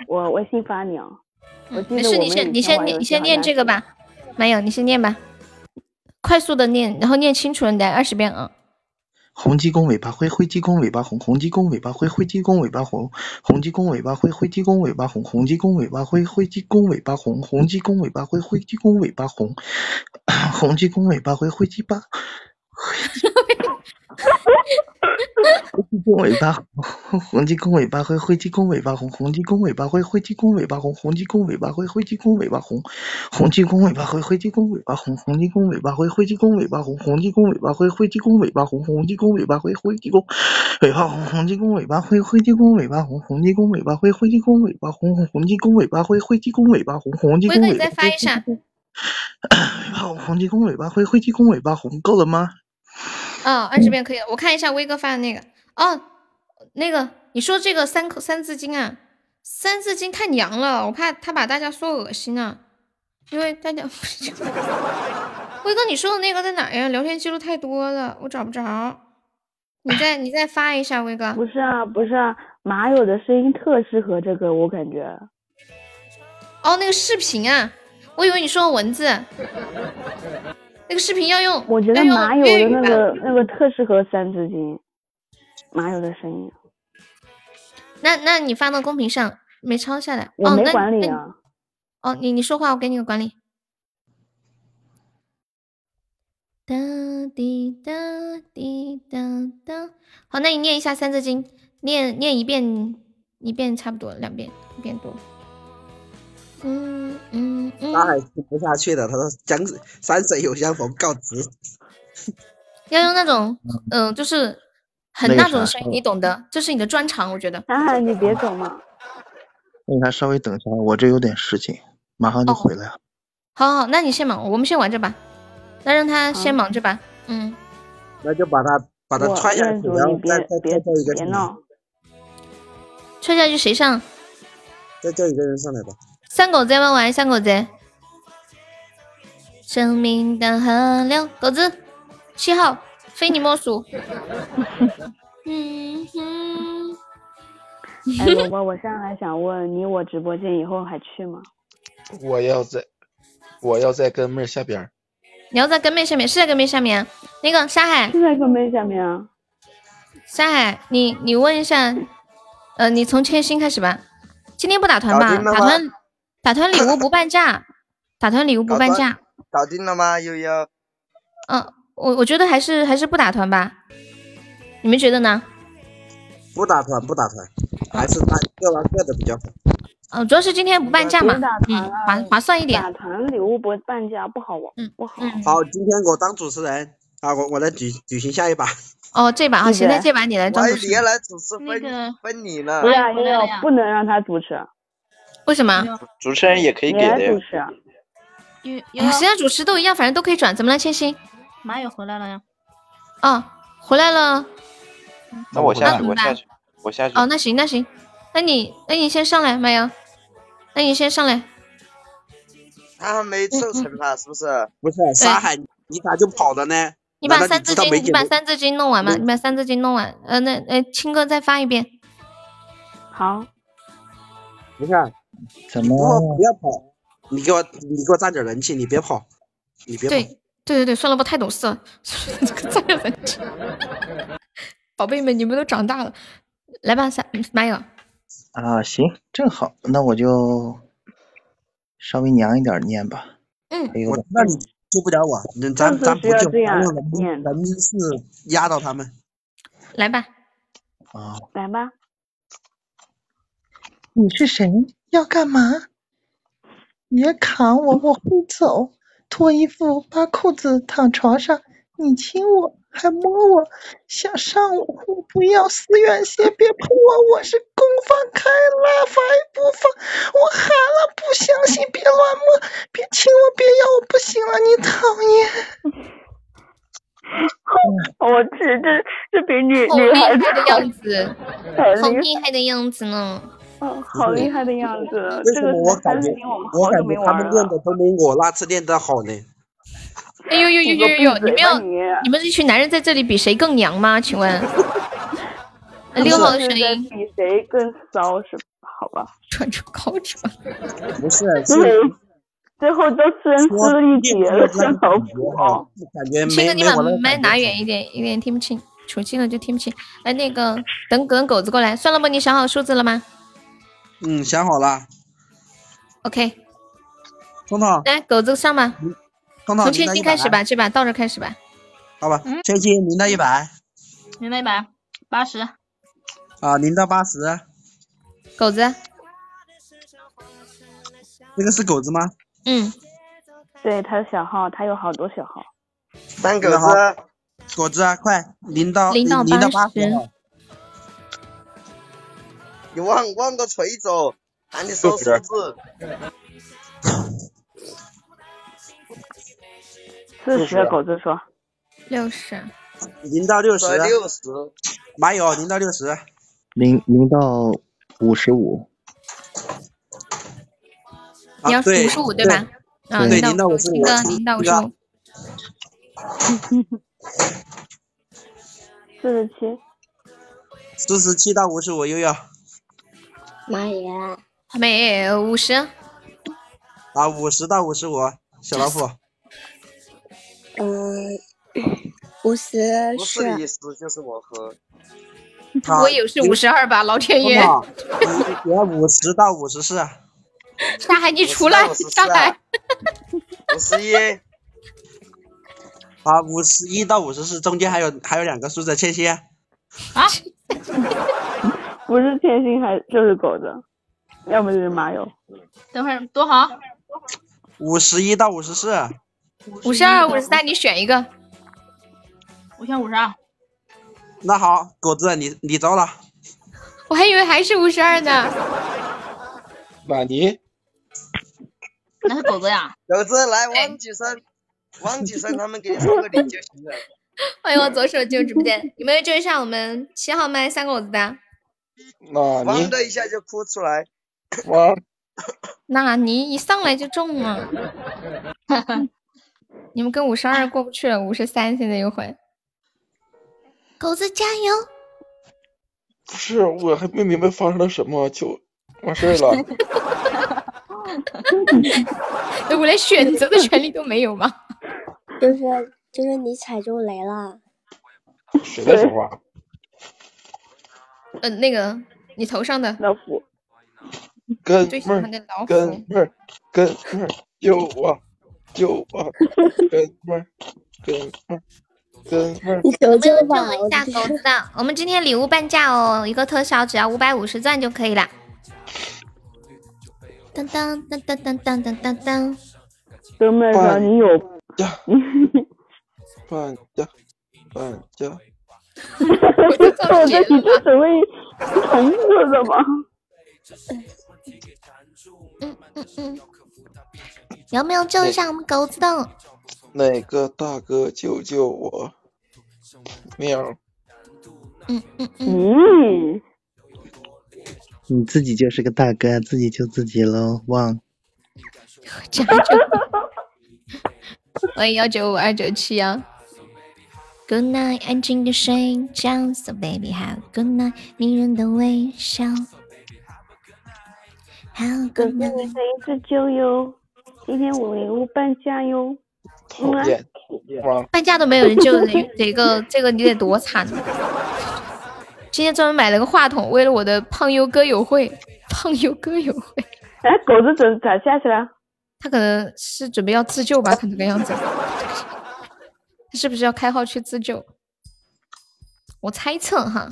D: 我微信发你啊。我记
A: 没
D: 得
A: 事，
D: 我
A: 你
D: 们
A: 先
D: 以
A: 你
D: 前
A: 先
D: 玩
A: 念
D: 游
A: 你
D: 戏
A: 先
D: 好
A: 念
D: 像
A: 这个吧。没有，你先念吧，快速的念，然后念清楚了，你得二十遍啊。
L: 红鸡公尾巴灰，灰鸡公尾巴红，红鸡公尾巴灰，灰鸡公尾巴红，红鸡公尾巴灰，灰鸡公尾巴红，红鸡公尾巴灰，灰鸡公尾巴红，红鸡公尾巴灰，灰鸡公尾巴红， 红鸡公尾巴灰，灰鸡巴，灰鸡公尾巴红，红鸡公尾巴灰，灰鸡公尾巴红，红鸡公尾巴灰，灰鸡公尾巴红，红鸡公尾巴灰，灰鸡公尾巴红，红鸡公尾巴灰，灰鸡公尾巴红，红鸡公尾巴灰，灰鸡公尾巴红，红鸡公尾巴灰，灰鸡公尾巴红，红鸡公尾巴灰，灰鸡公尾巴红，红鸡公尾巴灰，灰鸡公尾巴红，红鸡公尾巴灰，灰鸡公尾巴红，红鸡公尾巴灰，灰鸡公尾巴红，红鸡
A: 辉
L: 公
A: 哥，
L: 尾
A: 你
L: 巴
A: 再发一下。
L: 红，红鸡公尾巴灰，灰鸡公尾巴红，够了吗？
A: 啊，二十遍可以了。我看一下威哥发的那个。哦，那个你说这个三口三字经啊，三字经太娘了，我怕他把大家说恶心啊。因为大家辉哥，你说的那个在哪儿呀？聊天记录太多了，我找不着。你再你再发一下，辉哥。
P: 不是啊，不是啊，马友的声音特适合这个，我感觉。
A: 哦，那个视频啊，我以为你说文字。那个视频要用，
P: 我觉得
A: 要用
P: 马友
A: 粤
P: 的
A: 语
P: 那
A: 版
P: 个那个特适合三字经，马友的声音，
A: 那那你发到公屏上，没抄下来。
P: 我
A: 哦，
P: 没
A: 那
P: 管理
A: 那
P: 啊。
A: 哦，你你说话，我给你个管理。哒滴哒滴哒哒。好，那你念一下《三字经》，念念一遍，一遍差不多，两遍，一遍多。嗯嗯嗯。
E: 大海听不下去了，他说江山水有相逢告辞。
A: 要用那种，嗯、就是很
N: 那个
A: 那种
N: 啥
A: 声音，你懂得，这是你的专长，我觉得。
P: 啊，你别走嘛。
N: 那啥，稍微等一下，我这有点事情，马上就回来。
A: 好好，好那你先忙，我们先玩这把，那让他先忙这把。嗯，
E: 那就把它把它
A: 我
E: 踹下
A: 认
E: 去，
A: 主
E: 然
A: 你
E: 后
A: 别
E: 再再再叫一个
A: 别
E: 上
A: 闹
E: 来，
A: 吹下去谁上？
E: 再叫一个人上来吧。
A: 三狗贼玩玩，三狗贼。生命的河流，狗子，七号，非你莫 属。嗯哼，
P: 哎，萝卜，我上来想问你，我直播间以后还去吗？
J: 我要在，我要在跟妹儿下边儿。
A: 你要在跟妹下面，是在跟妹下面啊、那个沙海
P: 是在跟妹下面啊。
A: 沙海，你你问一下，呃，你从千星开始吧。今天不打团
C: 搞
A: 吧？
C: 定了
A: 打
C: 吗
A: 团，打团礼物不半 价，打团礼物不
C: 搞
A: 半
C: 定
A: 价。
C: 搞定了吗？悠悠，
A: 嗯、我我觉得还是还是不打团吧，你们觉得呢？
E: 不打团，不打团，还是大各玩各的比较好。
A: 嗯、主要是今天不半价嘛，
P: 别打啊
A: 嗯，划划算一点。嗯
P: 打团礼物不半价不好玩，不好。
E: 好，今天我当主持人啊，我我来举举行下一把。
A: 哦，这把啊，现在这把你来当主持人，
E: 来主持
F: 那个
E: 分你了
P: 不是啊，
F: 回来
P: 要
F: 了呀
P: 不能让他主持，
A: 为什么？
G: 主持人也可以
P: 你
G: 给
P: 来
G: 的呀
P: 主。持啊。
F: 悠悠
A: 哎，谁让主持都一样，反正都可以转。怎么了，千星？
F: 马友回来了呀？
A: 哦，回来了。
G: 那我下
A: 那
G: 去，
A: 怎么
G: 我下
A: 办
G: 去，我下去。
A: 哦，那行那行，那你那你先上来，麦阳，那你先上来。
C: 他还没受惩
P: 嗯
C: 罚是不是？
E: 不是沙海，你咋就跑了呢？
A: 你把
E: 难道
A: 三
E: 你知
A: 字
E: 道
A: 经，
E: 梅
A: 你
E: 姐
A: 把
E: 不
A: 三字经弄完
G: 嗯
A: 嘛？你把三字经弄完。呃，那呃，青哥再发一遍。
P: 好。
E: 不是？你不跑不要跑，你给我你给我占点人气，你别跑，你别跑。
A: 对对对对，算了吧，太懂事了， 这个再忍气。 宝贝们，你们都长大了，来吧，三麦友。
N: 啊，行，正好，那我就稍微娘一点儿念吧。
A: 嗯，
G: 哎
E: 我知道你救不了我，那咱
N: 就是
E: 咱
N: 需
E: 不
N: 要
E: 救，
N: 这
E: 咱
N: 样
E: 让人民人民是压倒他们。
A: 来吧，
N: 啊，
P: 来吧。
N: 你是谁？要干嘛？别扛我，我会走。脱衣服，扒裤子，躺床上，你亲我，还摸我，想上我，我不要，死远些，别碰我，我是公放开，拉法也不放，我喊了，不相信，别乱摸，别亲我，别咬我，不行了，你讨厌。
P: 我去，这这比女
A: 好
P: 女
A: 厉
P: 孩子
A: 害的
P: 好
A: 样子，好
P: 好
A: 厉
P: 厉
A: 害的样子呢。
P: 哦，好厉害的样子。
E: 为
P: 这
E: 什
P: 个
E: 么我感
P: 三
E: 觉
P: 字经我们
E: 我
P: 好久
E: 感觉
P: 没
E: 他
P: 玩
E: 们练
P: 了。
E: 的都没我那次练的好呢？
A: 哎呦呦呦
P: 你给
A: 呦
P: 我
A: 呦！呦！
P: 闭
A: 你们
P: 嘴吧
A: 要
P: 你
A: 你们这群男人在这里比谁更娘吗？请问，
P: 他
A: 呃
P: 们
A: 六号的
P: 就
A: 声
P: 是在
A: 音
P: 比谁更骚是吧？好吧。
A: 穿出高潮。
E: 不是，是
P: 嗯，最后都声
E: 说
P: 嘶力
E: 练
P: 竭
E: 出了
P: 了
E: 这样，的
P: 好
E: 感
P: 苦
E: 觉
P: 哦
E: 哈，。就感觉
A: 亲
E: 没
A: 哥，你
E: 没
A: 把
E: 我那个
A: 麦
E: 感觉
A: 拿远一点，有点听不清，处近了就听不清。哎，那个，等等狗子过来，算了吧，你想好数字了吗
E: 嗯，想好了，
A: ？OK，
E: 彤彤，
A: 来，狗子上吧，
E: 彤彤，
A: 从
E: 嗯你
A: 千
E: 那
A: 星
E: 一百
A: 开始吧，，这把到这开始吧。
E: 好吧，千金零到一百
F: 明白吧？八十，
E: 啊，零到八十，
A: 狗子，
E: 这个是狗子吗？
A: 嗯，
P: 对，他的小号，他有好多小号。
C: 三狗
E: 那好
C: 子，
E: 狗子啊，快零到
P: 零到
E: 零到
P: 八
E: 八
P: 十
E: 十，
C: 你忘忘个锤子哦，喊你说数字，
P: 四
E: 40
P: 十，狗子说。
A: 六十，
E: 零到六十，
C: 六十，
E: 马友零到六十，
N: 零零到五十五，
A: 你
E: 啊
A: 要
E: 对
A: 五十五对吧？啊，
E: 啊对，
A: 领导
E: 领导我
A: 我
E: 是啊
A: 听歌，领导我 说，
P: 四十七，
E: 四十七到五十我又要
A: 妈耶，没五十，
E: 啊，五十到五十五，小老虎，
A: 呃
D: 嗯，五十
C: 不
D: 是
C: 是意思就是我和
E: 啊
A: 我也是五十二吧，老天爷，
E: 老虎我五十到五十四，啊
A: 上海你出来，上海，
C: 五十一，
E: 啊，五十一到五十四中间还有还有两个数字，谢谢。
A: 啊，
P: 不是天性还就是狗子，要不就是麻友。
F: 等会儿多好，
E: 五十一到五十四，
A: 五十二、五十三，你选一个，
F: 我选五十二，
E: 那好，果子你你着了，
A: 我还以为还是五十二呢，
J: 马尼，
F: 那是狗哎子呀，
C: 狗子来汪几声，汪几声，他们给你送个礼就行了。
A: 欢迎我左手进入直播间， 有没有追上我们七号麦三狗子的？
J: 马尼
C: 汪，的一下就哭出来，
J: 汪，
A: 那你一上来就中 了，你们跟五十二过不去了，五十三现在又回，狗子加油！
J: 不是，我还没明白发生了什么，就完事儿了。
A: 我连选择的权利都没有吗？
D: 就是就是你踩中雷了，
J: 谁在说 话？
A: 呃，那个你头上的
P: 老虎，
J: 跟
A: 最喜
J: 妹
A: 欢的老
J: 儿，跟
A: 虎
J: 妹儿，跟妹儿，有我，有我，跟妹儿，跟妹儿，跟妹儿，
D: 求
A: 没
D: 救
A: 有救
D: 吧！
A: 我一下，狗子的！我们今天礼物半价哦，一个特效只要五百五十钻就可 以啦。当当当当当当当当当，
P: 哥们儿说
J: 半
P: 你有，
J: 价，半价，半价，
A: 我都造
P: 我
A: 绝
P: 在你
A: 了
P: 这只会重复的吗？
A: 嗯嗯嗯，有没有救上我们狗子的？
J: 哪个大哥救救我？喵，
A: 嗯嗯嗯，
P: 嗯，
L: 你自己就是个大哥，自己救自己喽，旺。
A: 加 九，欢迎幺九五二九七啊幺。Good night，安静的睡觉，So baby have a good night，迷人的微笑。好
P: 哥
A: good
P: 哥你
A: night，
P: 可以自救哟，今天我礼物半价哟。
J: 讨
P: 嗯啊
J: 厌，汪，
A: 半价都没有人救你， 这个这个你得多惨！今天专门买了个话筒，为了我的胖优歌友会，胖优歌友会，
P: 哎，狗子怎咋下去了？
A: 他可能是准备要自救吧，看这个样子，他是不是要开号去自救？我猜测哈。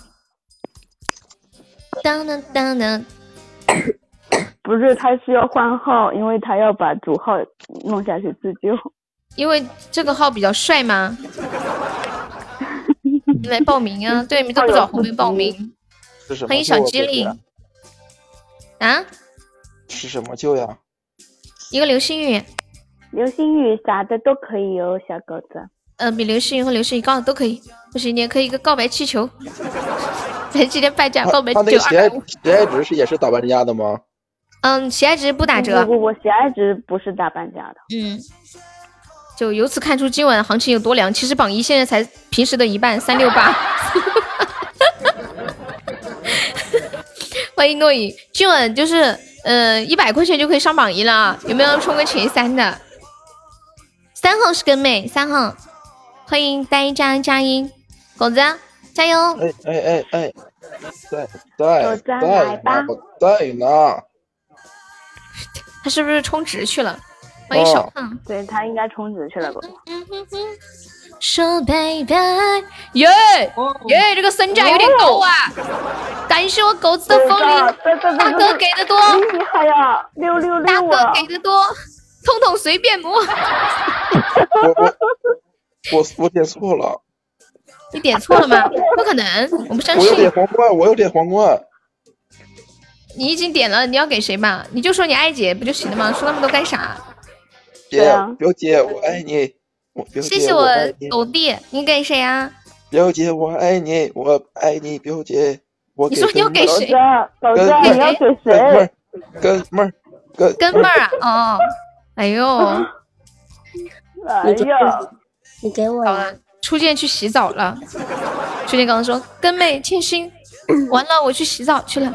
A: 当当当当，
P: 不是，他是要换号，因为他要把主号弄下去自救。
A: 因为这个号比较帅 嘛，你来报名啊！对，你们都不找红梅报名
J: 吃什
A: 欢
J: 么
A: 迎小
J: 救啊？
A: 机
J: 哥
A: 灵
J: 哥
A: 啊？
J: 吃什么救呀？
A: 一个流星雨，
P: 流星雨啥的都可以哟、小狗子。
A: 呃，比流星雨和流星雨高的都可以。不行，你也可以一个告白气球。咱今天半价
J: 他
A: 告白
J: 他那
A: 气
J: 个
A: 球
J: 喜
A: 二
J: 爱
A: 百五。
J: 喜爱值是也是打半价的吗？
A: 嗯，喜爱值不打折
P: 不。不不，喜爱值不是打半价的。
A: 嗯，就由此看出今晚的行情有多凉。其实榜一现在才平时的一半，三六八。 欢迎诺影，今晚就是呃一百块钱就可以上榜一了啊！有没有冲个前三的？三号是跟妹，三号，欢迎呆佳佳音，狗子加油！
J: 哎哎哎哎，在在
P: 狗子来
J: 在
P: 吧
J: 呢，我在呢。
A: 他是不是充值去了？欢迎小
J: 哦
A: 胖。
P: 对他应该充值去了，狗子。
A: 说拜拜，耶
P: 哦
A: 耶，这个身价有点高啊！感谢我狗子的风铃，
P: 对对对
A: 大哥给的多，
P: 你厉害呀！六六
A: 大
P: 六
A: 哥
P: 啊！
A: 给的多，通通随便摸。
J: 我我我我点错了，
A: 你点错了 吗？不可能，我不相
J: 我要
A: 信
J: 点。皇冠，我要点皇冠。
A: 你已经点了，你要给谁嘛？你就说你爱姐不就行了吗？说那么多干啥？
J: 姐
P: 对啊，
J: 表姐，我爱你。我表
A: 谢
J: 姐，
A: 谢
J: 我
A: 我
J: 爱你。
A: 狗弟，你给谁啊？
J: 表姐，我爱你，我爱你，表姐。我
A: 你说你要
J: 跟妹
A: 给
J: 儿
P: 狗
A: 谁
P: 子？
J: 跟妹
P: 狗子你要
J: 儿，跟妹
P: 给谁
A: 哎
J: 儿，跟妹儿，跟
A: 跟妹儿啊？哦，哎呦，
P: 哎呀，
D: 你给我
A: 好了，初见去洗澡了。初见刚刚说跟妹千心， 完了我去洗澡去了。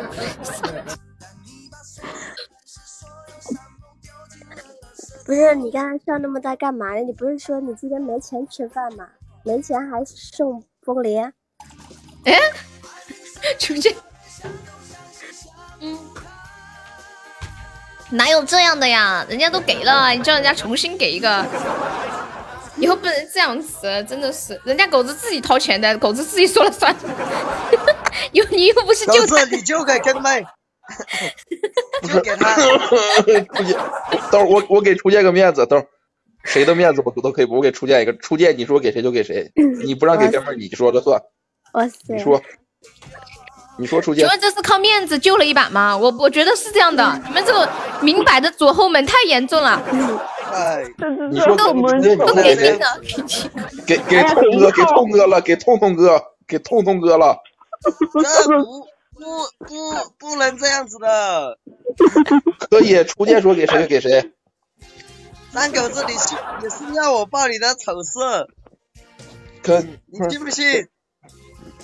D: 不是你刚才笑那么大干嘛呀？你不是说你今天没钱吃饭吗？没钱还送风铃？
A: 哎，初见，
B: 嗯，
A: 哪有这样的呀？人家都给了，你叫人家重新给一个，以后不能这样子，真的是，人家狗子自己掏钱的，狗子自己说了算。 又你又不是
C: 就
A: 救
C: 是你就给跟妹，
J: 不是，初 见，等会儿我我给初见个面子，等会儿谁的面子我都可以，我给初见一个，初见你说给谁就给 谁，你不让给哥们儿你说了算，
D: 哇塞！
J: 你说，你说初
A: 请
J: 见，
A: 问这是靠面子救了一把吗？我我觉得是这样的，你们这个明摆着左后门太严重 了，
C: 哎，
J: 你说
A: 够
J: 哥们儿你
A: 够
J: 说给
A: 给力
J: 谁？
A: 的，脾气
J: 给给痛哥，给痛哥了，给痛痛哥，给痛痛哥了，
C: 这不不不不能这样子的，
J: 可以，初见说给谁就给谁，
C: 三狗子，你是你是要我报你的丑事，
J: 可
C: 你信不信？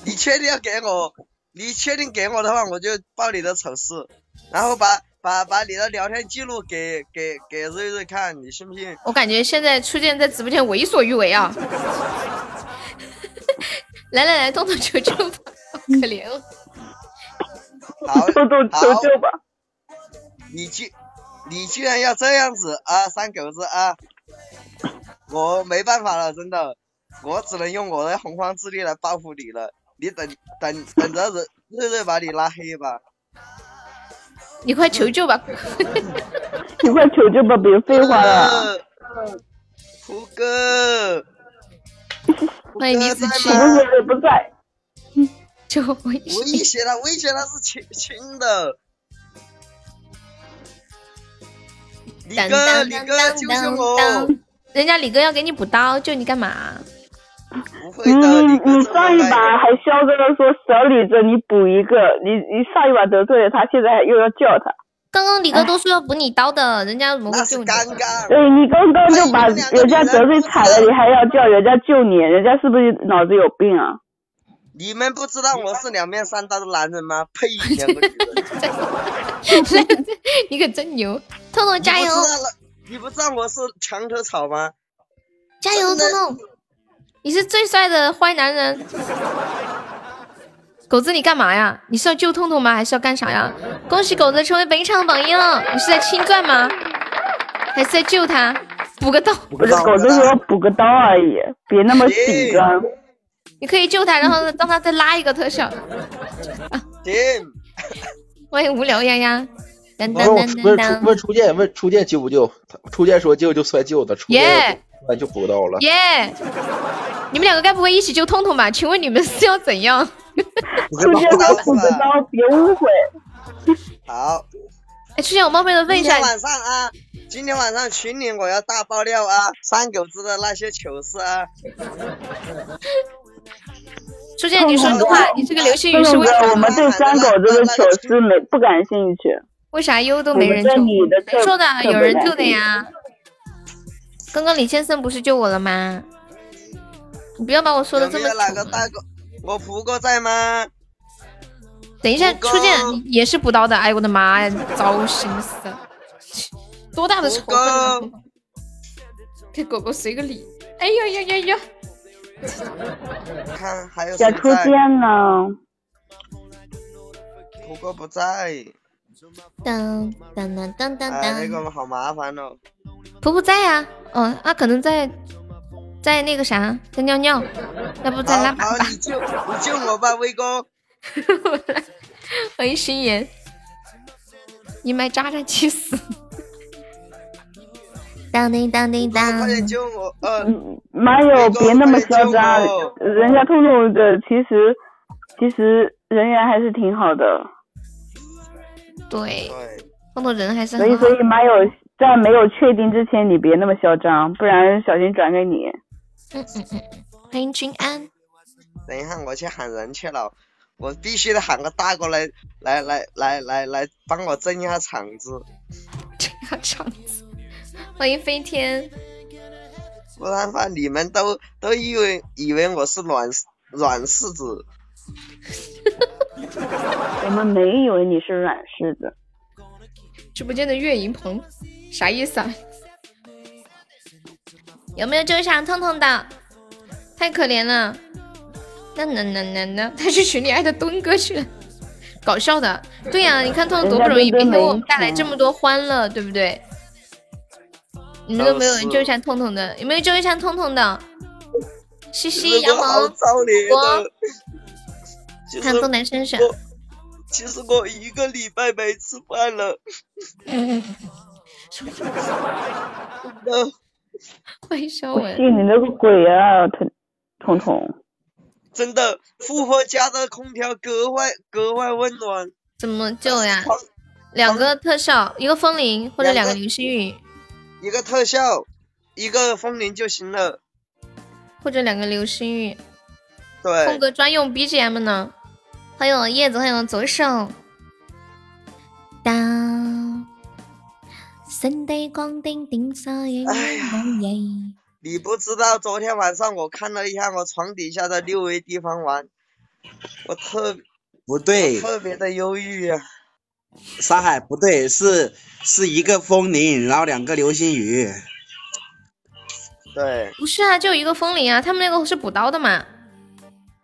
C: 你确定要给我？你确定给我的话，我就报你的丑事，然后把把把你的聊天记录给给给瑞瑞看，你信不信？
A: 我感觉现在初见在直播间为所欲为啊！ 来来来，动动求救吧，好可怜哦！
C: 好，
P: 豆豆求救吧！
C: 你居你居然要这样子啊，三狗子啊！我没办法了，真的，我只能用我的洪荒之力来报复你了。你等等等着人瑞瑞把你拉黑吧。
A: 你快求救吧！
P: 你快求救吧，别废话了！
C: 胡哥，
A: 欢迎李子
C: 在
A: 去，
C: 吗
P: 我不在，
A: 就我
C: 威胁他，威胁他啊是轻轻的。李
A: 当
C: 哥，
A: 当
C: 呃李
A: 当
C: 哥，
A: 当
C: 救救
A: 当
C: 我！
A: 当，人家李哥要给你补刀，救你干嘛？
P: 你嗯你上一把还嚣张的说小李子你补一个，你你上一把得罪了他，现在又要叫他，
A: 刚刚李哥都说要补你刀
C: 啊
A: 的，人家怎么会救你？
P: 对哎你刚刚就把人家得罪惨了，你还要叫人家救你，人家是不是脑子有病啊？
C: 你们不知道我是两面三刀的男人吗？呸！两个 女人，
A: 你可真牛，痛痛加油，
C: 你不知道了你不知道我是墙头草吗？
A: 加油，痛痛！你是最帅的坏男人。狗子，你干嘛呀？你是要救痛痛吗？还是要干啥呀？恭喜狗子成为本场榜一了！你是在清钻吗？还是在救他？补个刀，
P: 不是狗子说要补个刀而已，别那么紧张。
A: 你可以救他，然后让他再拉一个特效。
C: 行，
A: 欢迎无聊丫丫。当当
J: 问我
A: 当当
J: 问初问初
A: 当，
J: 见问初见救不救？他初见说救就算救的，初见
A: 耶
J: 完就补刀了。
A: 耶！你们两个该不会一起救痛痛吧？请问你们是要怎样？
P: 初见说补个刀，别误会。
C: 好，
A: 哎，初见，我冒昧 的问一
C: 今
A: 下
C: 天，晚上啊，今天晚上群里我要大爆料啊，三狗子的那些糗事 啊。
A: 初见，你说实话，你这个流星雨是为
P: 哥，
A: 啥
P: 我？们对三狗子的糗事没不感兴趣。
A: 为啥优都没人救
P: 我们这女的？特
A: 谁说的？
P: 特别
A: 有人
P: 感
A: 救的
P: 性
A: 呀。刚刚李先生不是救我了吗？你不要把我说的
C: 有
A: 这
C: 没
A: 么
C: 有哪
A: 丑
C: 个
A: 嘛。
C: 大哥？我胡哥在吗？
A: 等一下，
C: 胡歌
A: 初见你也是补刀的，哎我的妈呀，糟心死了！多大的仇恨啊！给狗狗随个礼。哎呦呦呦呦！
C: 看还有
P: 小
C: 谁
P: 初
C: 在？
P: 见呢？
C: 胡哥不在，
A: 当当当当当
C: 哎，那
A: 当，
C: 个好麻烦哦。
A: 婆婆在呀、哦，啊，可能在在那个啥，在尿尿，
C: 哎
A: 要不再
C: 好，
A: 拉粑
C: 好，你救你救我吧，威哥。
A: 欢迎哎心妍，你买渣渣气死！当叮当叮当，
C: 快点救我！呃，
P: 妈友，别那么嚣张，人家痛痛的其实其实人缘还是挺好的，
A: 对，碰到人还是
P: 所以
A: 很好
P: 所。以妈友在没有确定之前你别那么嚣张，不然小心转给你。
A: 嗯嗯嗯，欢迎君安，
C: 等一下，我去喊人去了，我必须得喊个大哥来来来来来来帮我争一下场子。
A: 这样场子， 欢迎飞天。
C: 不然的话，你们都都以为以为我是软软柿子，
Q: 我们没以为你是软柿子，
A: 直播间的岳云鹏，啥意思啊？ 有没有救上痛痛的？太可怜了。那那那那那，他去群里艾特东哥去了，搞笑的。对呀、你看痛痛多不容易，
Q: 人家
A: 每
Q: 东哥
A: 天为我们
Q: 没
A: 带来这么多欢乐，对不对？你们都没有人
Q: 当时
A: 救一下痛痛的，有没有救一下痛痛的？西西、
C: 这
A: 杨
C: 个好
A: 萌、
C: 操脸
A: 果
C: 的。其
A: 还有东
C: 实
A: 南先生，
C: 其实我一个礼拜没吃饭了。嗯
A: 欢迎肖
Q: 我
A: 文。
Q: 信你那个鬼啊，彤彤彤，
C: 真的，富婆家的空调格外格外温暖。
A: 怎么救呀？两个特效，一个风铃或者两个流星雨，
C: 一个特效，一个风铃就行了。
A: 或者两个流星雨。空
C: 对，
A: 格专用 BGM 呢？还有叶子，还有左手。
B: 当神地光丁点晒影，
A: 哎
B: 冇影。
C: 你不知道昨天晚上我看了一下我床底下的六 A 地方玩，我特
E: 不对，
C: 特别的忧郁啊。
E: 沙海不对，是是一个风铃，然后两个流星雨。
C: 对，
A: 不是啊，就一个风铃啊，他们那个是补刀的嘛，他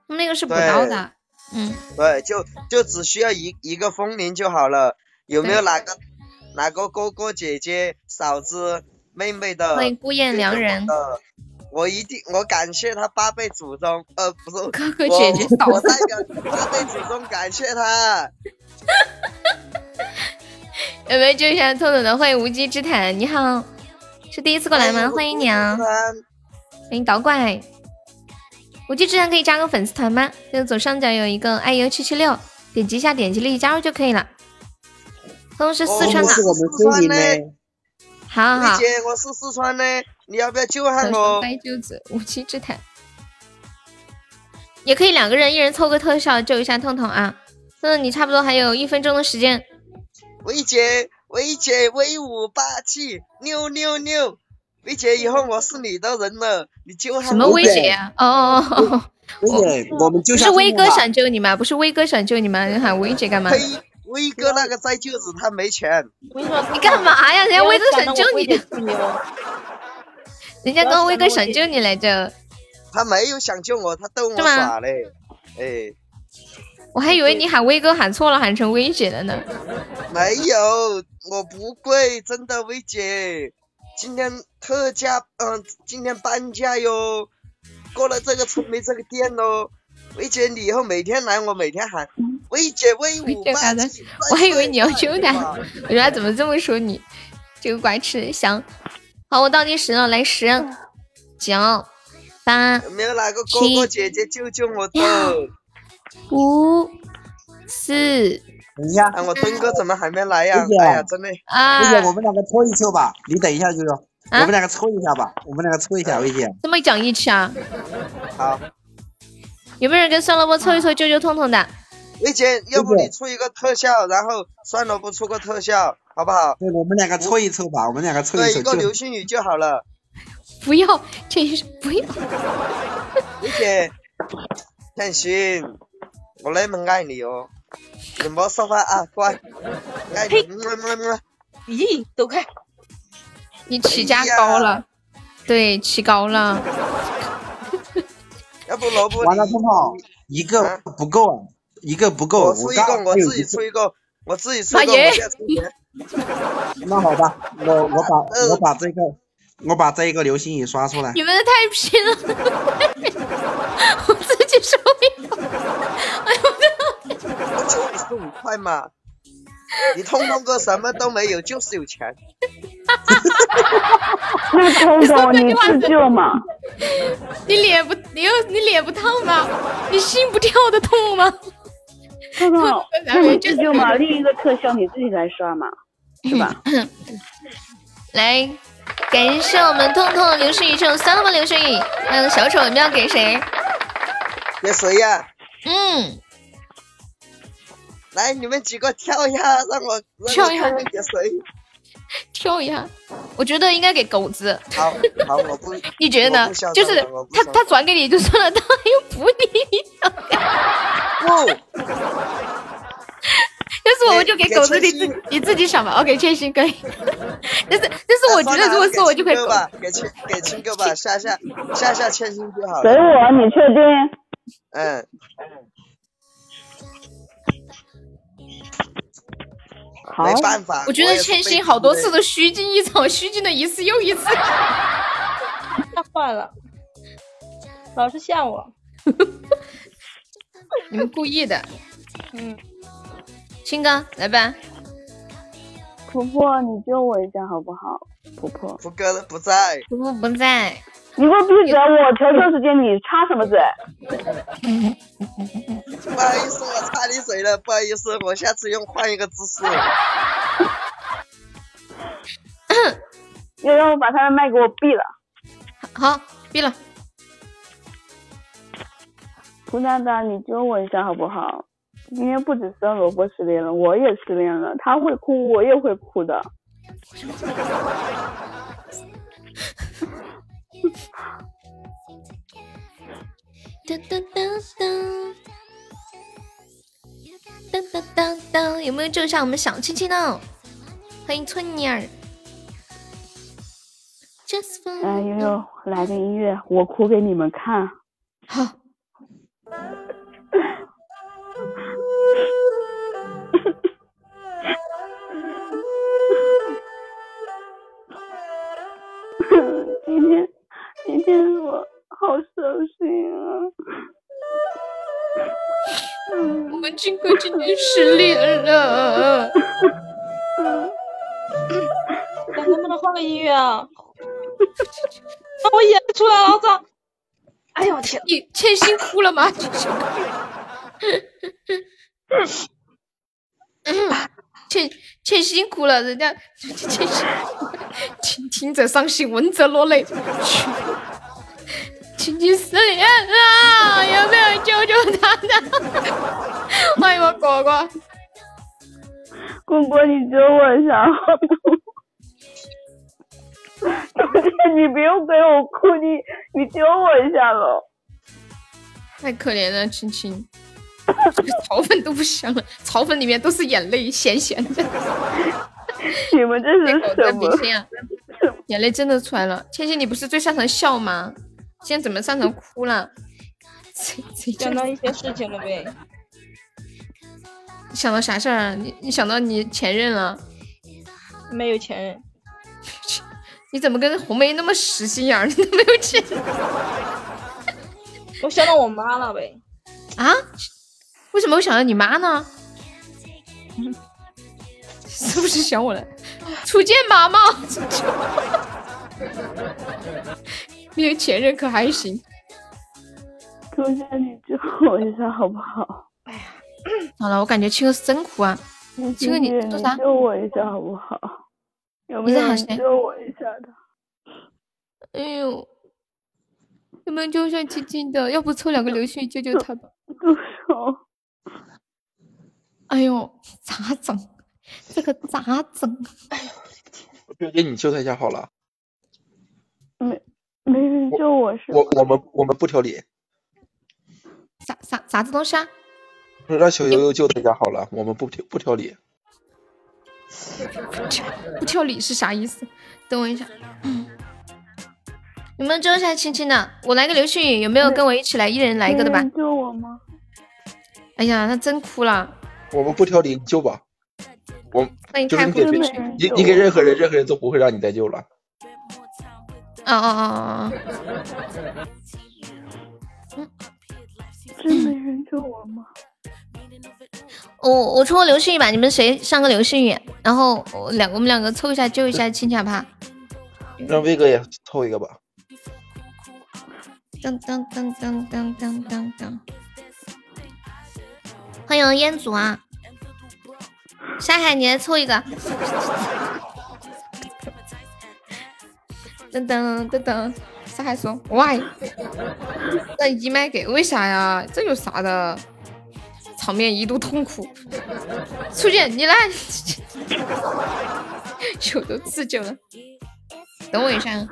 A: 们那个是补刀的。嗯，
C: 对，就就只需要一一个风铃就好了。有没有
A: 对
C: 哪个哪个哥哥姐姐、嫂子、妹妹的？
A: 欢迎孤雁良人。
C: 的，我一定，我感谢他八辈祖宗，呃，不是
A: 哥哥姐姐
C: 我我
A: 嫂子啊
C: 代表八辈祖宗感 谢他。
A: 有没有救一下痛痛的？欢迎无稽之谈，你好，是第一次过来吗？欢迎你啊！哎欢迎导拐。无稽之谈可以加个粉丝团吗？就是左上角有一个 iu 七七六，点击一下，点击立即加入就可以了。痛痛是
K: 哦
A: 四
C: 哦
A: 川的，
E: 是我们村民呢。
A: 好好
C: 丽
A: 好。
C: 姐，我是四川的，你要不要救下
A: 可
C: 我？
A: 掰揪子，无稽之谈。也可以两个人，一人凑个特效救一下痛痛啊！痛痛，你差不多还有一分钟的时间，
C: 薇姐，薇姐，威武霸气，六六六！薇姐，以后我是你的人了，你救下
A: 什么
C: 我
A: 薇姐啊？哦哦哦哦，
E: 薇姐，我们就
A: 不是
E: 像
A: 威
E: 这
A: 哥
E: 样吧
A: 想救你吗？不是威哥想救你吗？你喊薇姐干嘛？
C: 呸！威哥那个栽舅子，他没钱。
A: 你干嘛呀？人家威哥想救你，人家刚刚威哥想救你来着，
C: 他没有想救我，他逗我
A: 是吗
C: 耍嘞。哎，
A: 我还以为你喊威哥喊错了，喊成薇姐了呢。
C: 没有，我不贵，真的，薇姐，今天特价，嗯、今天半价哟，过了这个村没这个店喽。薇姐，你以后每天来，我每天喊薇姐威武
A: 这
C: 霸
A: 嘎达
C: 气，
A: 我还以为你要救他，我说他怎么这么说你，这个白痴想。好，我倒计时了，来十、九、八、
C: 有没有哪个哥哥姐姐救救我的？
A: 五、四。
E: 等一下，
C: 哎，我东哥怎么还没来呀？
E: 薇姐
C: 哎呀，真的，
A: 啊
E: 薇姐，我们两个搓一搓吧，你等一下，舅舅，
A: 啊
E: 我们两个搓一下吧，我们两个搓一下，薇姐。
A: 这么讲义气啊？
C: 好，
A: 有没有人跟酸萝卜凑一凑救救痛痛的？
C: 薇姐，要不你出一个特效，然后算了，不出个特效，好不好？
E: 对，我们两个搓一搓吧，我们两个搓
C: 对，
E: 搓
C: 一个
E: 就
C: 流。星雨就好了。
A: 不要，这是不要。
C: 薇姐，天心，我那么爱你哦，你莫说话啊，乖，爱你，么么么。
F: 咦，走开！
A: 你起价高了，对，起高了。
C: 要不萝卜
E: 完了，碰碰，一个不够啊，一个不够。
C: 我出一
E: 刚
C: 个，我
E: 还有
C: 自己
E: 一
C: 出
E: 个
C: 一个，我自己出一个，呃
E: 妈耶
C: 我再出钱。
E: 那好吧，我 我把我把这个我把这一个流星雨刷出来。
A: 你们太拼了，我自己受不了。哎呦我的妈呀！
C: 我就十五块嘛，你通通哥什么都没有，就是有钱。
Q: 那彤彤你自救嘛？
A: 你脸不，你又你脸不烫吗？你心不跳的痛吗？
Q: 彤彤，那你自救嘛？另一个特效你自己来刷嘛，是吧？
A: 来，感谢我们痛痛流星雨这种三萝卜流星雨，还有小丑，你们要给谁？
C: 给谁呀、
A: 嗯，
C: 哎来，你们几个跳一下，让我让
A: 跳
C: 我
A: 一下
C: 看看给谁。
A: 跳一下。我觉得应该给狗子，
C: 好，好，我不，
A: 你觉得
C: 我
A: 呢
C: 不嚣？张
A: 就是
C: 了我不
A: 他
C: 嚣
A: 他转给你就算了，他又不理你。
C: 不，哎
A: 要是我，我 就给
C: 给
A: 狗子，你
C: 千
A: 自己你自己想吧。OK，确实可以。 但是但是我觉得，如果是我就可以
C: 哎给青哥吧，给青给青 哥吧，下下下下千星就好了。
R: 给我，你确定？
C: 嗯，
R: 好
C: 没办法，
A: 我觉
C: 我
A: 得
C: 也是
A: 千
C: 被
A: 星好多
C: 逼
A: 次
C: 的
A: 都虚惊一场，虚惊了一次又一 次。
F: 吓坏了，老是吓我。
A: 你们故意的，
F: 嗯，
A: 青哥来吧。
P: 婆婆，你救我一下好不好？婆婆，
C: 福哥不在，
A: 婆婆不在，
P: 你给我闭嘴！我调教时间，你插什么 嘴？
C: 不好意思，我插你嘴了，不好意思，我下次用换一个 姿势。
P: 要让我把他的麦给我闭了。
A: 好，闭了。
P: 胡大大，你救我一下好不好？今天不只是萝卜失恋了，我也失恋了。他会哭，我也会哭的。
K: 噔噔噔噔
A: 当当当当，有没有救一下我们小亲亲呢？欢迎春妮儿。Just for
P: 哎，悠悠，来个音乐，我哭给你们看。
A: 好。
P: 今天，今天我好伤心啊！
A: 我们金哥今天失恋了。
F: 咱能不能换个音乐啊？那我演不出来了，我操！哎呦我天，
A: 你千心哭了吗？欠欠辛苦了，人家欠辛苦了听听者伤心，闻者落泪。亲亲失恋了，有没有救救他呢？欢迎我果果，
P: 果果，你救我一下好 不好？昨天你不用给我哭，你你救我一下喽。
A: 太可怜了，亲亲，草粉都不香了，草粉里面都是眼泪，咸咸的。
P: 你们这
A: 是
F: 哦
P: 什么
A: 啊？眼泪真的出来了。千玺，你不是最擅长笑吗？现在怎么擅长哭了？
F: 想到一些事情了呗。
A: 你想到啥事儿啊？你你想到你前任了？
F: 没有前任。
A: 你怎么跟红梅那么实心眼儿？你都没有前任
F: 我想到我妈了呗。
A: 啊？为什么会想到你 妈呢？是不是想我了？初见妈妈，没有前任可还 行。
P: 昨天你救我一下好不好？
A: 哎好了，我感觉青哥是真哭啊。青哥，
P: 你
A: 你说啥？
P: 救我一下好不好？有没
A: 你
P: 有
A: 在喊
P: 人
A: 谁？
P: 救我一下的？
A: 哎呦，有没有救上亲亲的？要不抽两个流星雨救救他 吧？
P: 住手！
A: 哎呦，咋整？这个咋整？
J: 表姐，你救他一下好了。
P: 没没人救我是
J: 我我们我们不挑理，
A: 啥啥啥子东西啊？
J: 让小悠悠救他一下好了。我们不挑不挑理。
A: 不挑理是啥意思？等我一下，有没有救下亲亲的？我来个流星雨，有没有跟我一起来？一人来一个的吧
P: 没人。救我吗？
A: 哎呀，他真哭了。
J: 我们不挑理，你救吧。我
A: 欢迎
J: 就是
A: 看
J: 你
A: 护
J: 给
A: 理
J: 别
A: 美人
J: 你
A: 救
J: 你给
A: 我
J: 任何人，任何人都不会让你再救了。
A: 哦哦哦哦哦，
P: 嗯真没人救我吗？
A: 我我抽个流星雨吧，你们谁上个流星雨？然后我两我们两个凑一下救一下亲亲好不好？嗯
J: 让威哥也凑一个吧。
A: 噔噔噔噔噔噔噔噔。欢迎烟祖啊！山海，你来凑一个。噔噔噔噔，山海说：“Why？那姨麦给为啥呀？这有啥的？场 面一度痛苦。初见，你来。酒都自救了。等我一下，啊，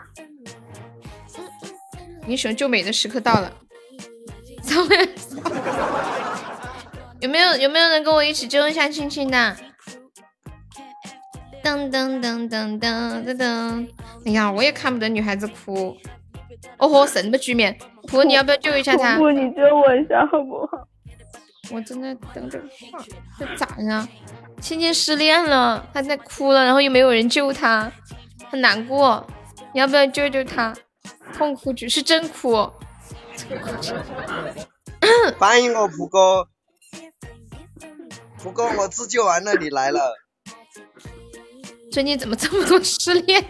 A: 英雄救美的时刻到了。稍微有没有有没有人跟我一起揪一下亲亲的？噔噔噔噔噔噔噔！哎呀，我也看不得女孩子哭。哦吼，什么局面？婆，你要不要救一下他？
P: 不，你追我一下好不好？
A: 我正在等 着话，这咋了？倩倩失恋了，她在哭了，然后又没有人救她，很难过。你要不要救救她？痛哭局是真哭。
C: 答应我，蒲哥。蒲哥，我自救完了，你 来了。
A: 最近怎么这么多失恋？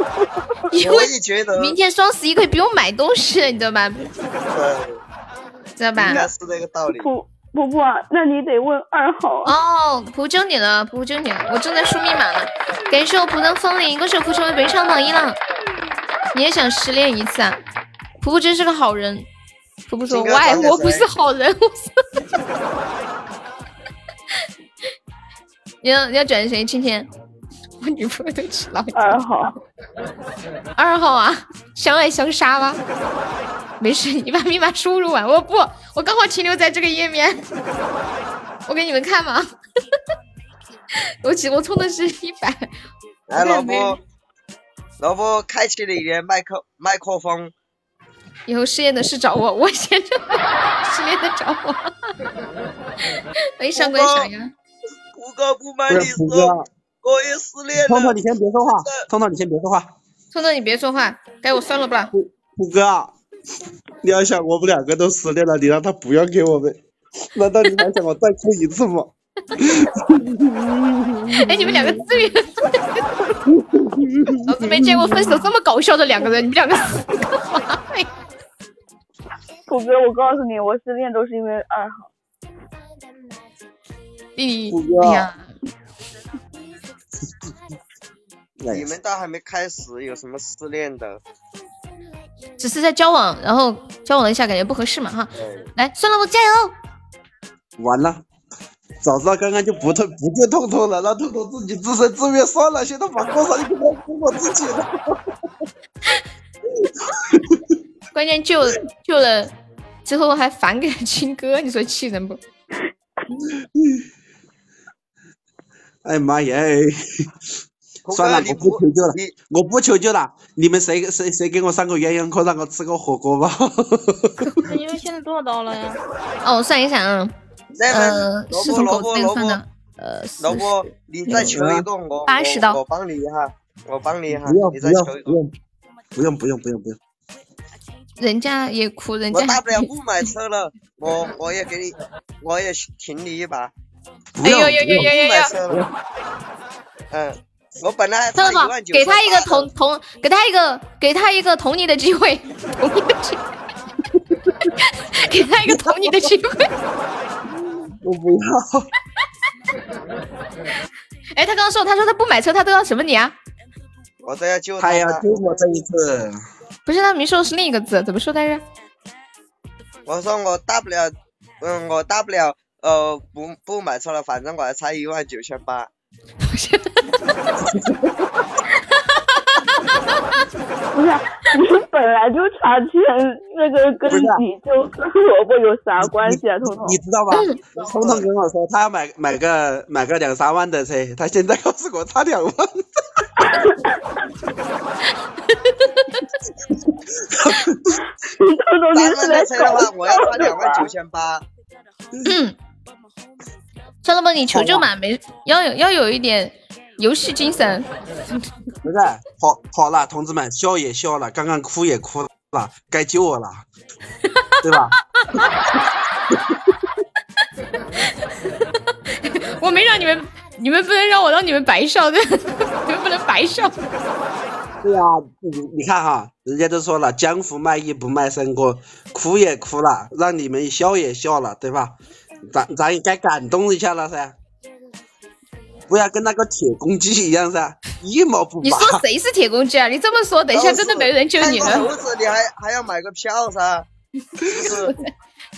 A: 因
C: 我
A: 为
C: 也觉得，
A: 明天双十一可以不用买东西了，你知道吧？知道吧
C: 应？该是这个 道理。
A: 普普普，那你得问二号、哦，普救你了，普救你了，我正在输密码呢。感谢我普灯风铃，恭喜我普成为本场榜一了。你也想失恋一次啊？普普真是个好人。普普说：“
B: 金哥
A: 我爱
B: 早点
A: 我不
B: 睡
A: 是好人。”我说：“ 你要你要转谁？倩倩，我女朋友都知道。
P: 二号，
A: 二号啊，相爱相杀吧。没事，你把密码输入完。我不，我刚好停留在这个页面。我给你们看嘛。 我起，我充的是一百。
C: 来，
A: 我
C: 萝
A: 看没人
C: 卜，萝卜，开启你的麦克麦克风。
A: 以后失恋的事找我，我先失恋的找我。哎，上官想呀，
C: 胡哥不瞒
E: 不
C: 你
E: 是胡哥
C: 说，我也失恋
E: 彤
C: 了
E: 彤，。你先别说话，彤彤，你先别说话。
A: 聪聪你别说话，该我算了吧。
E: 虎哥，啊你要想我们两个都失恋了，你让他不要给我们，难道你还想我再哭一次吗？
A: 哎，你们两个自恋， 老子没见过分手这么搞笑的两个人，你们两个死
P: 普哥，我告诉你，我失恋都是因为二号。
A: 你
E: 虎哥，
C: 你们倒还没开始，有什么失恋的？
A: 只是在交往，然后交往了一下，感觉不合适嘛哈。
C: 嗯
A: 来，算了，我加油。
E: 完了，早知道刚刚就不痛不救痛痛了，让痛痛自己自生自灭算了，现在把锅勺就给我给我自己了。
A: 关键救救了之后还返给了亲哥，你说气人不？
E: 哎妈耶！算了，我不求救了，我不求救了。你们谁谁谁给我上个鸳鸯锅，让我吃个 火锅吧。
F: 那因为现在多少刀了呀？
A: 哦，我算一下啊，呃，
C: 萝
A: 是
C: 卜，
A: 从
C: 萝
A: 狗子
C: 卜，
A: 那里算
C: 萝卜
A: 的，，呃，嗯
C: 萝卜，你再求一个，我
A: 八十
C: 我我
A: 刀，
C: 帮你一下，我帮你一下
E: 不要，
C: 你
E: 不
C: 再
E: 要
C: 求一
E: 不
C: 个。
E: 用，不用不用不用不用。
A: 人家也哭，人
C: 我
A: 家
C: 大不了不买车了，我我也给你，我也挺你一把。
A: 哎呦呦呦呦呦
C: 不买车
A: 呦！
C: 了。嗯，我本来还
A: 特
C: 差一
A: 宝
C: 万，九。
A: 给他一个同同，给他一个给他一个同你的机会， 同你的机会，给他一个同你的机会。
E: 我不要。
A: 哎，他刚刚说，他说他不买车，他都要什么你啊？
C: 我都要救
E: 他要救我这一次。
A: 不是，他明说的是另一个字，怎么说来着？
C: 我说我大不了，嗯，我大不了，呃，不不买车了，反正我还差一万九千 八。
P: 不是，你本来就差钱，那个跟你就跟萝卜有啥关系啊，彤彤？
E: 啊你知道吧？彤彤跟我说，他要买买个买个两三万的车，他现在告诉我差 两万，
P: 彤彤，你是来
C: 三万的车的
P: 搞
C: 话，我要
P: 笑
C: 差两
P: 的
C: 万
P: 吧
C: 九？千八。
A: 嗯，算了吧，你求救嘛，没要有要有一点游戏精神。
E: 不是？好好了，同志们，笑也笑了，刚刚哭也哭了，该救 我了，对吧？
A: 我没让你们，你们不能让我让你们白笑，对， 你们不能白笑。
E: 对呀、啊，你你看哈，人家都说了，江湖卖艺不卖身锅，哭也哭了，让你们笑也笑了，对吧？咱咱也该感动一下了噻，不要跟那个铁公鸡一样噻，一毛不拔。
A: 你说谁是铁公鸡啊？你这么说，等一下真的没人救你
C: 看个猴
A: 了。
C: 子，你还还要买个 票噻？是不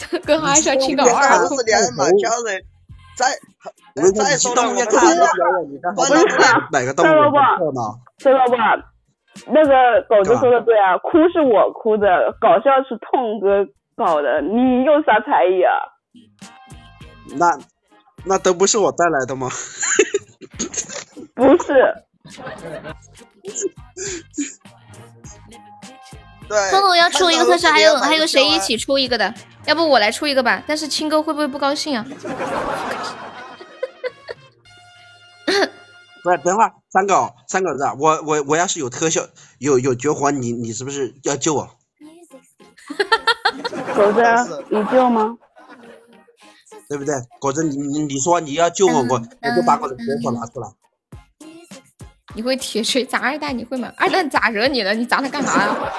C: 是？
A: 跟哈小青岛
C: 看
A: 二
C: 猴子，你还买票噻？再
E: 我跟你
C: 再
E: 说，
C: 说了
E: 你去动物园
C: 我们
E: 看看
C: 这
E: 表演，你看好
P: 不是
E: 哪个动物园特呢？
P: 孙老板，那个狗子说的对啊，哭是我哭的，搞笑是痛哥搞的，你有啥才艺啊？
E: 那那都不是我带来的吗？
P: 不是，
K: 哎
C: 对，
A: 聪总要出一个测试，还有还有谁一起
C: 起？
A: 出一个的？要不我来出一个吧？但是青哥会不会不高兴啊？
E: 不是，等会儿三狗三狗子啊，我我我要是有特效有有绝活，你你是不是要救我？
P: 狗子，你救吗？
E: 对不对？果真你你你说你要救我，我
A: 嗯
E: 我就把我的绝活拿出来。
A: 你会铁锤砸二蛋？你会吗？二蛋咋惹你了？你砸他干啥啊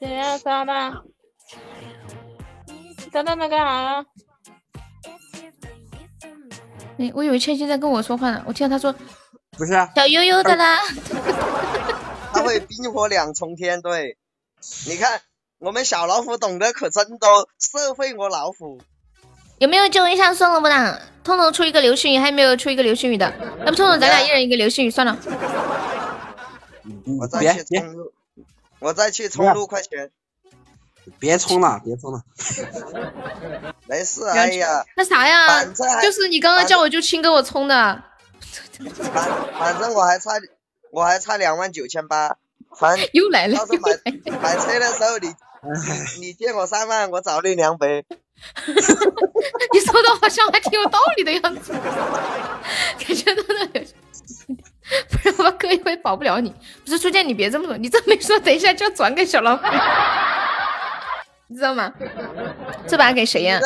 A: 呀、
F: 怎样，张大？张大在干啥呀？
A: 哎，我以为倩倩在跟我说话呢，我听到她说
E: 不是啊，
A: 小悠悠的啦。
C: 他 会冰火两重天。对，你看我们小老虎懂得可真多，社会我老虎。
A: 有没有救一下算了不啦？通通出一个流星雨，还没有出一个流星雨的，要不通通咱俩一人一个流星雨算了。嗯
C: 我
E: 别
C: 再去冲路，我再去冲路，快钱。
E: 别冲了，别冲了，
C: 没事，哎呀，
A: 那啥呀
C: 反正还，
A: 就是你刚刚叫我就亲给我冲的，
C: 反反正我还差，我还差两万九千八。反正
A: 又来了
C: 到时候买买车的时候你，你你借我三万，我找你两百。
A: 你说的好像还挺有道理的样子， 感觉到那有，不然我哥一会保不了你。不是初见，你别这么说，你这么一说，等一下就要转给小老虎，你知道吗？这把给谁呀、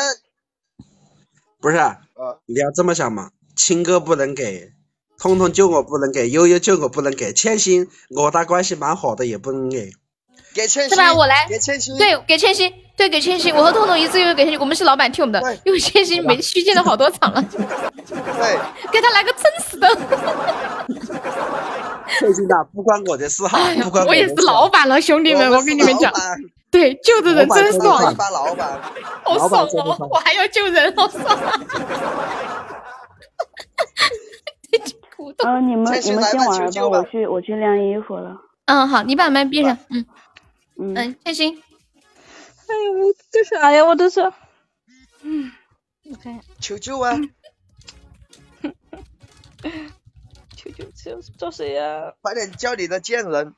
E: 不是啊？你要这么想嘛？亲哥不能给，通通救我不能给，悠悠救我不能给，千心我俩关系蛮好的也不 能给。
C: 给千
A: 这把我来，对，给千玺，对，给千玺，我和痛痛一次又给千玺，我们是老板听我们的，因为千玺没虚进了好多场 了，给他来个撑死的。
E: 千心呐，不关我的事哈，不关
A: 哎我也
E: 的
A: 是
E: 事啊
A: 老板了，兄弟们，我跟你们讲，对，救的人真
E: 老板说
A: 爽
E: 的，算
C: 老板，
A: 好
E: 老
A: 爽
E: 板说的
A: 哦
E: 算！
A: 我还要救人，好爽啊！
Q: 呃，你们
A: 趁
Q: 你
A: 虚
Q: 们
A: 来
Q: 先
A: 吧
Q: 玩
A: 求
Q: 儿
A: 救
Q: 吧，我
A: 吧
Q: 去我去晾衣服了。
A: 嗯，好，你把麦闭上，嗯
Q: 嗯
A: 嗯，开心。
I: 哎呦，我这啥呀？我这是，嗯，我看一下，
C: 求救啊！
I: 求求求找谁呀？
C: 快点叫你的贱人，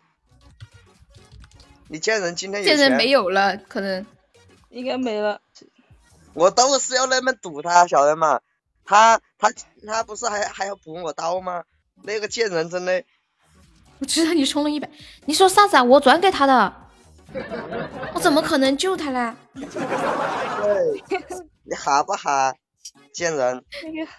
C: 你贱人今天有
A: 这人
C: 钱
A: 没有了，可能
I: 应该没了。
C: 我都是要那么堵他，晓得吗？他他他不是还还要补我刀吗？那个贱人真的，
A: 我知道你充了一百，你说啥子啊？我转给他的，我怎么可能救他嘞？
C: 对，你哈不哈？贱人，
I: 那个，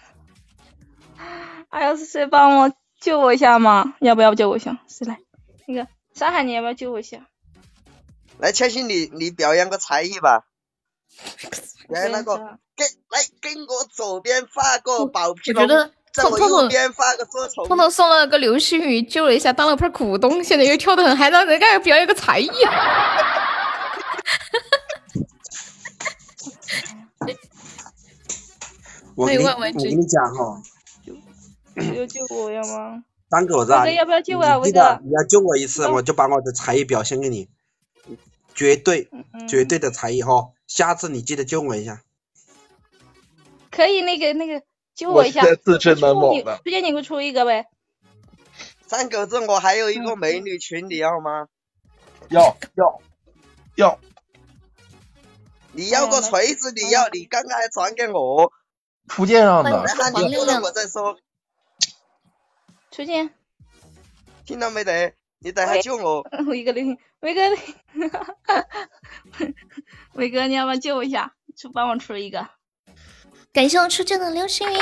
I: 哎呀，是谁帮我救我一下嘛？要不要救我一下？谁来？那个山海，你要不要救我一下？
C: 来千玺，你你表演个才艺吧。
I: 表
C: 来那
I: 演啥
C: 个，跟来跟我左边发个保皮
A: 我
C: 龙
A: 觉得，
C: 在我
A: 痛痛
C: 右边发个捉虫。
A: 碰到送了个流星雨，救了一下，当了盘股东，现在又跳得很嗨，让人家表演个才艺。啊
E: 我
I: 还
E: 跟
I: 有
E: 你
I: 万万
E: 我
I: 只
E: 跟你讲哈、
I: 谁 要救我呀吗？
E: 当狗子啊，
I: 威哥要不要救我嗯啊
E: 你
I: 威
E: 记
I: 哥
E: 得你要救我一次，我就把我的才艺表现给你，绝对
I: 嗯
E: 绝对的才艺哈、下次你记得救我一下。
I: 可以，那个那个救
E: 我
I: 一下。
E: 现在自身
I: 出
E: 难保
I: 你
E: 的
I: 推荐你给我出一个呗。
C: 三狗子，我还有一个美女群，你要吗？
J: 要要要，
C: 你要个锤子，你要，你刚刚还转给我。
J: 图鉴上的
C: 那你过了我再说，
I: 崔健，
C: 听到没得？你等下救我。
I: 我一个零， 威哥， 威哥，你要不要救我一下？出帮我出一个。
A: 感谢我初见的流星雨，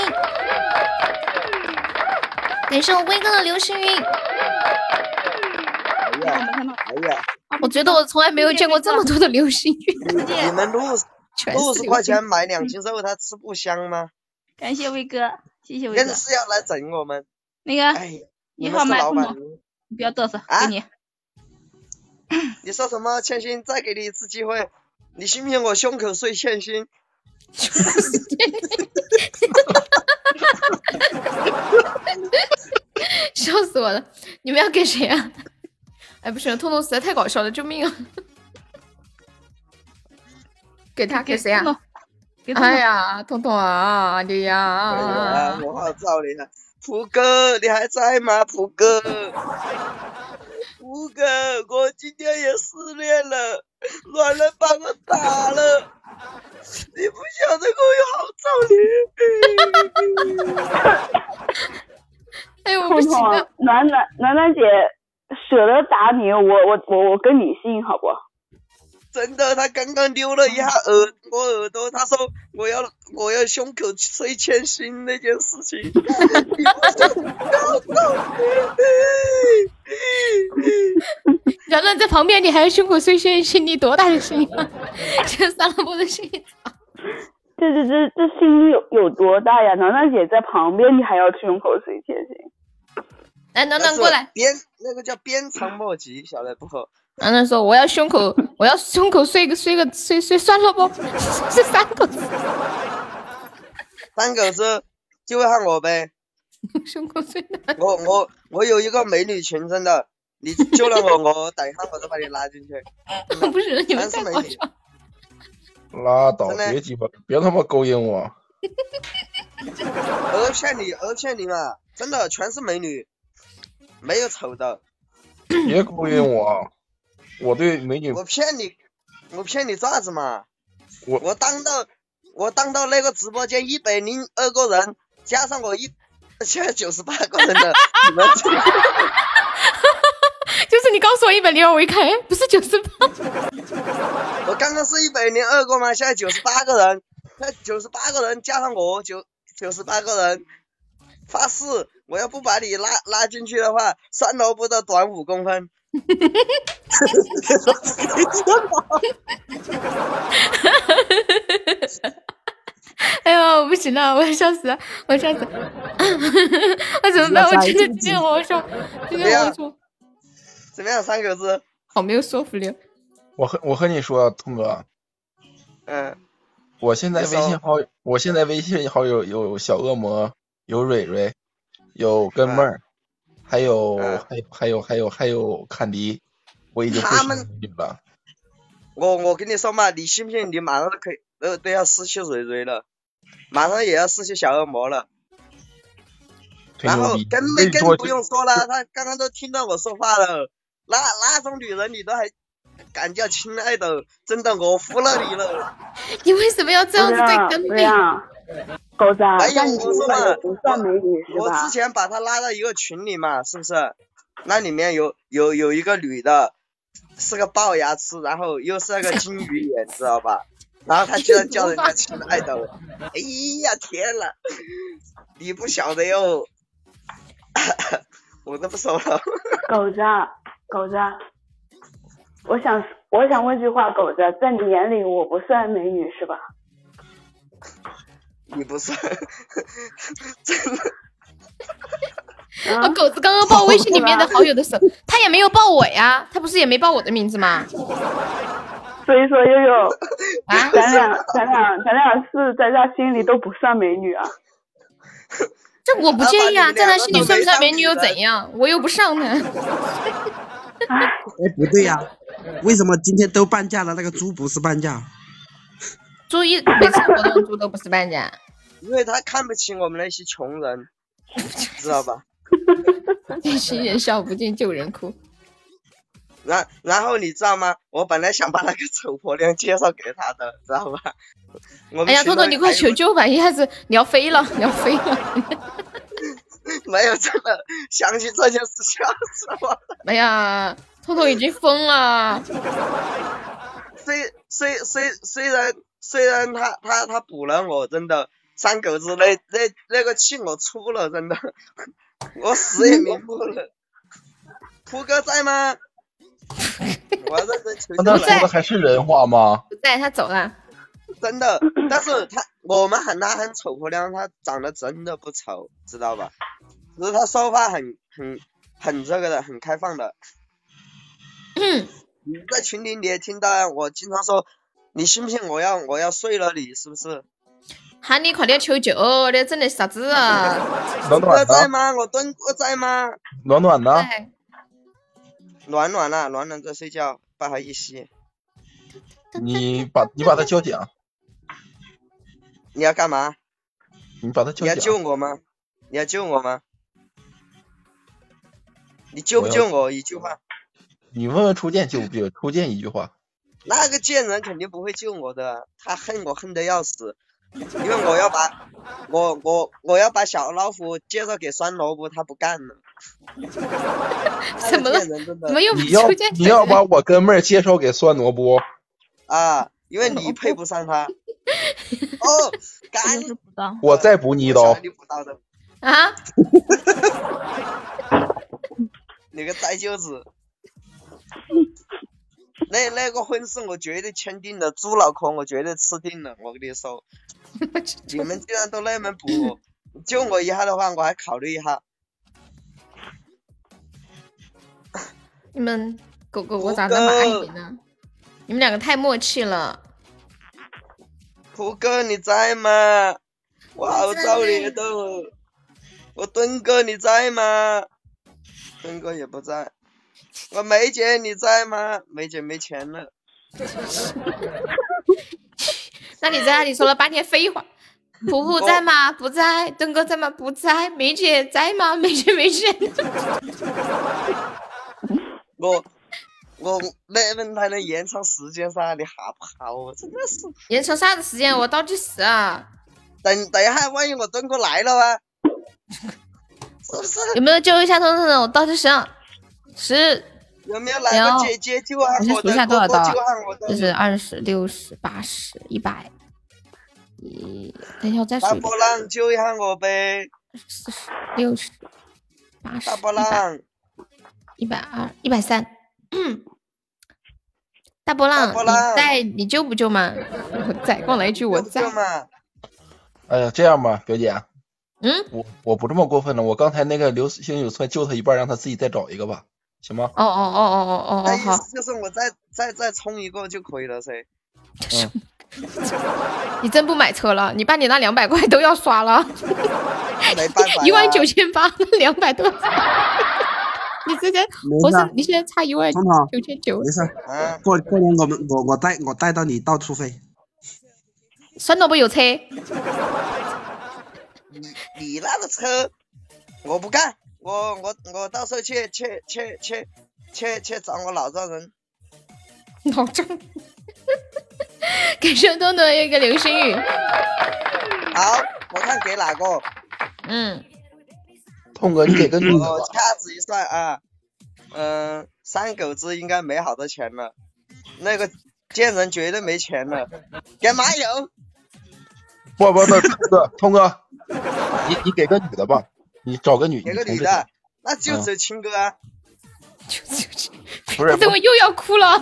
A: 感谢我威哥的流星雨。
C: 哎呀，
A: 我觉得我从来没有见过这么多的流星雨。
C: 你们六
A: 全
C: 六
A: 是
C: 十
A: 流
C: 块
A: 星
C: 钱买两斤肉，它吃不香吗？
I: 嗯感谢威哥，谢谢威
C: 硬
I: 哥。
C: 是要来整我们。
I: 那个
C: 哎，
I: 一
C: 你
I: 号
C: 们是
I: 麦
C: 老
I: 空
C: 板啊
I: 总，，你不要嘚瑟，给 你。
C: 你说什么？千心，再给你一次机会，你信不信我胸口碎千心？
A: 笑死我了！你们要给谁啊？哎，不行，痛痛实在太搞笑了，救命啊！给他给谁啊？
C: 给痛痛
A: 哎呀，痛痛啊，你呀、
C: 啊，我好造你啊！普哥，你还在吗？普哥，普哥，我今天也失恋了，软人把我打了，你不晓得我有好造你。
A: 哎呦，
Q: 我不行了。啊暖暖暖暖姐舍得打你，我我我我跟你姓好不好？
C: 真的，他刚刚溜了一下耳我耳朵，他说我要我要胸口吹铅心那件事情。你不是
A: 啊然后在旁边，你还是胸口碎碎心，你多大的 声音啊？这三老波的声音，
Q: 这这这这心有有多大呀？暖暖姐在旁边，你还要胸口碎千心？
A: 来，暖暖过来。
C: 边那个叫鞭长莫及，晓得不？
A: 然后他说：“我要胸口，我要胸口碎个碎个碎碎酸萝卜， 是三口子，
C: 三狗子就会看我呗。
A: 胸口碎的。
C: 我我我有一个美女群，真的，你救了我，我等一下我就把你拉进去。
A: 不是你们
C: 是美女，
J: 拉倒，
C: 真的
J: 别鸡巴，别他妈勾引我！
C: 而且你而且你嘛，啊真的全是美女，没有丑的。
J: 别勾引我！我对美女
C: 我骗你，我骗你咋子嘛？
J: 我
C: 我当到我当到那个直播间一百零二个人，加上我一现在九十八个人的，你们
A: 就是你告诉我一百零二，我一看，哎，不是九十八，
C: 我刚刚是一百零二个吗？现在九十八个人，那九十八个人加上我九九十八个人，发誓我要不把你拉拉进去的话，酸萝卜都短五公分。
A: 哎呦，我不行了，我要笑死了，我要笑死了， 我怎么办？我真的今天好 好笑，今天好好笑，
C: 怎么样，三狗子？
A: 好没有说服力。
J: 我和我和你说，通哥，啊
C: 嗯，
J: 我现在微
C: 你说
J: 信好，我现在微信好友有小恶魔，有蕊蕊，有根
C: 嗯
J: 妹儿，还有还有还有还有还有坎迪，我已经不
C: 他
J: 想
C: 们
J: 你了。
C: 我我跟你说嘛，你信不信？你马上可以呃都要失去蕊蕊了，马上也要失去小恶魔了。
J: 吹
C: 然
J: 牛
C: 后
J: 逼，
C: 根
J: 你
C: 本
J: 这
C: 更
J: 多
C: 不用说了，他刚刚都听到我说话了，那那种女人你都还敢叫亲爱的？真的，我服了你了。
A: 你为什么要这样子对根
Q: 对呀
A: 妹？
Q: 狗子啊，
C: 没有
Q: 但你
C: 哎我说
Q: 本
C: 嘛
Q: 也不算美女是
C: 我
Q: 吧
C: 之？前把她拉到一个群里嘛，是不是？那里面有有有一个女的，是个龅牙齿，然后又是那个金鱼眼，知道吧？然后她居然叫人家亲 爱的，哎呀天呐，你不晓得哟，我都不说了。
Q: 狗子啊，狗子啊，我想我想问句话，狗子，在你眼里我不算美女是吧？
C: 你不是
A: 啊，狗子刚刚报微信里面的好友的 时候，他也没有报我呀，他不是也没报我的名字吗？
Q: 所以说悠悠，
A: 啊
Q: 咱俩咱俩咱俩是在他心里都不算美女啊。
A: 这我不介意啊，在他心里算不算美女又
Q: 样？
A: 怎样？我又不上 他。
E: 哎，不对呀、为什么今天都半价了？那个猪不是半价？
A: 猪一每次活动猪都不是半 价，
C: 因为他看不起我们那些穷人，知道吧？
A: 这是人笑不见旧人哭。
C: 然然后你知道吗？我本来想把那个丑婆娘介绍给他的，知道吧？我们
A: 哎呀，
C: 群
A: 彤彤，
C: 里
A: 你快求救吧！一下子你要飞了， 你要飞了！
C: 没有真的想起这件事笑死我了。
A: 哎呀，彤彤已经疯了。
C: 虽虽虽虽然虽然他他他补了我，真的三狗子那那那个气我出了，真的，我死也瞑目了。胡哥在吗？我要认真求
J: 他
C: 救
J: 那
C: 了。
J: 说的还是人话吗？
A: 不在，他走了。
C: 真的，但是他我们喊他很丑婆娘，他长得真的不丑，知道吧？只是他说话很很很这个的，很开放的。
A: 嗯，
C: 你在群里你也听到啊，我经常说你信不信我要我要睡了你是不是？
A: 喊你快点求救，哦这整的啥子啊？
J: 暖
C: 我
J: 暖
C: 在
J: 的，
C: 吗？我蹲我在吗？
J: 暖暖的，
C: 啊暖暖啊，暖暖在睡觉，不好意思。
J: 你把你把他啊叫醒，
C: 你要干嘛？
J: 你把他叫
C: 你要
J: 醒
C: 救。我吗？你要救我吗？你救不
J: 我要
C: 救我？一句话，
J: 你问问初见救不救？初见一句话，
C: 那个贱人肯定不会救我的，他恨我恨得要死，因为我要把，我我我要把小老虎介绍给酸萝卜，他不干了。
A: 怎么了？怎
C: 哎
A: 么又
J: 你要
A: 出现
J: 你要把我跟妹儿介绍给酸萝卜，
C: 啊，因为你配不 上他。哦，赶紧
J: 我再补你一刀。
C: 补刀的，
A: 啊？
C: 你个呆舅子！ 那那个婚事我绝对签订了，猪脑壳我绝对吃定了，我跟 你说。你们既然都那么补我，救我一下的话，我还考虑一下。
A: 你们狗狗，我咋那么爱你呢？你们两个太默契了。
C: 胡哥你在吗？我好找你的。我墩哥你在吗？墩哥也不在。我梅姐你在吗？梅姐没 钱了。
A: 那你在那里说了半天废 话。普普在吗？不在。东哥在吗？不在。梅姐在吗？ 梅姐没钱。
C: 我我那问他能延长时间噻，你好不好？我真的是。
A: 延长啥子时间？我倒计时啊！
C: 等等一下，万一我墩哥来了啊！
A: 有没有救一下彤彤的？我倒计时啊，十。
C: 有没有来个姐姐救下
A: 我先
C: 我
A: 数一下
C: 的
A: 多少
C: 哥哥
A: 刀啊
C: 救下我？
A: 就
C: 的？
A: 是二十六、十、八十、一百。一，等一下，我再数
C: 大
A: 一遍
C: 波浪救一下我呗！
A: 六十、八十
C: 大、波浪，
A: 一百二、一百三。大波浪，
C: 波
A: 你
C: 浪
A: 在？你救不救嘛？我在，过来一句我在。
J: 哎呀，这样吧，表姐，啊
A: 嗯，
J: 我我不这么过分了，我刚才那个流星有算救他一半，让他自己再找一个吧，行吗？
A: 哦哦哦哦哦
C: 那
A: 哦，
C: 意
A: 好。
C: 思就是我再再再冲一个就可以了噻。
J: 嗯，
A: 你真不买车了？你把你那两百块都要刷了，
C: 没办法呀
A: 一万九千八，两百多。 你之前
E: 没
A: 我
E: 事
A: 是你现在差一万
E: 彤彤
A: 九千九
E: 没，事，过过年我们我我带我带到你到处飞。
A: 酸萝卜有车，
C: 你那个车，我不干，我我我到时候去去去去去去找我老丈人。
A: 老郑。 感谢东东的一个流星雨，
C: 好，我看给哪个？
A: 嗯，
J: 痛哥，你得嗯跟
C: 我我掐指哦一算啊，嗯、三狗子应该没好多钱了，那个贱人绝对没钱了，给马友。
J: 不不不，通哥，通哥，你你给个女的吧，你找个女，
C: 给
J: 你
C: 个
J: 同
C: 女
J: 志
C: 的，那就
J: 嗯
C: 只有亲哥啊。
J: 不是，
A: 等我又要哭了。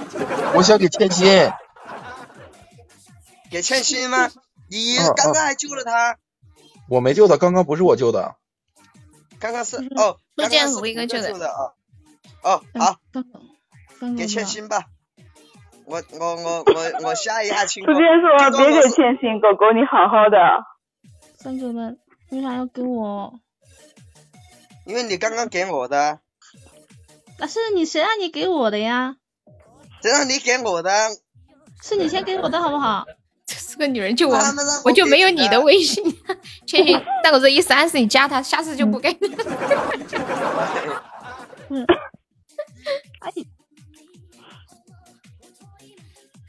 J: 我想给千心，
C: 给欠薪吗？你
J: 嗯嗯
C: 刚刚还救了他，
J: 我没救他，刚刚不是我救的，
C: 刚刚是
A: 嗯
C: 哦，
A: 初
C: 刚
A: 见
C: 刚是
A: 我应该
C: 胡歌
A: 救的
C: 救的啊。哦，好，给欠
A: 吧
C: 薪吧。我我我我我下一下亲哥。
P: 初见说
C: 亲哥
P: 别
C: 我
P: 给
C: 是
P: 欠薪，狗狗你好好的。
I: 三九的，为啥要给我？
C: 因为你刚刚给我的，
F: 那是你谁让你给我的呀？
C: 谁让你给我的？
F: 是你先给我的好不好？
A: 这个女人就我
F: 他们让我，
A: 我就没有
F: 给你
A: 你
F: 的
A: 的微信。 倩倩，大狗子一三是你加他，下次就不给你。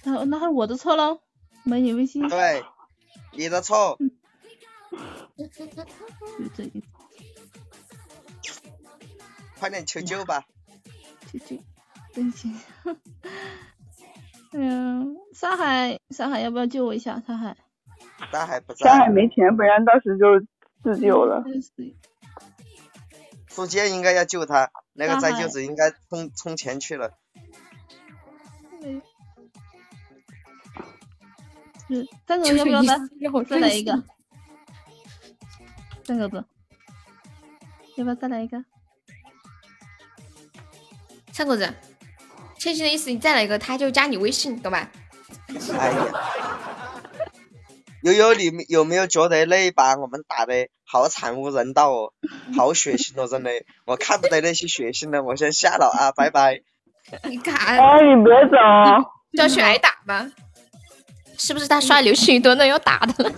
I: 那那还是我的错喽，没你微信。
C: 对，你的错。
S: 嗯
C: 快点求救吧！
A: 嗯
I: 这这 真行。嗯，沙海，沙海要不要救我一下？沙海，
C: 大海不
P: 上
C: 在，
P: 海没钱，不然当时就自救了。
F: 嗯
C: 福建应该要救他，那个
P: 大海
C: 灾舅子应该冲冲钱去了。
I: 嗯，三狗
A: 求
I: 要不
A: 求
I: 要
A: 你
I: 再
A: 死 了我
I: 再来
A: 真
I: 一
A: 是
I: 个？三狗子，要不要再来一个？
A: 三狗子，倩倩的意思你再来一个，他就加你微信，懂吧？
C: 哎呀，悠悠，你们有没有觉得那一把我们打的好惨无人道哦，好血腥哦，真的， 我看不得那些血腥的，我先下了啊，拜拜。
A: 你卡，
P: 哎，你别走，
A: 要去挨打吧？是不是他刷流星雨都能要打的了？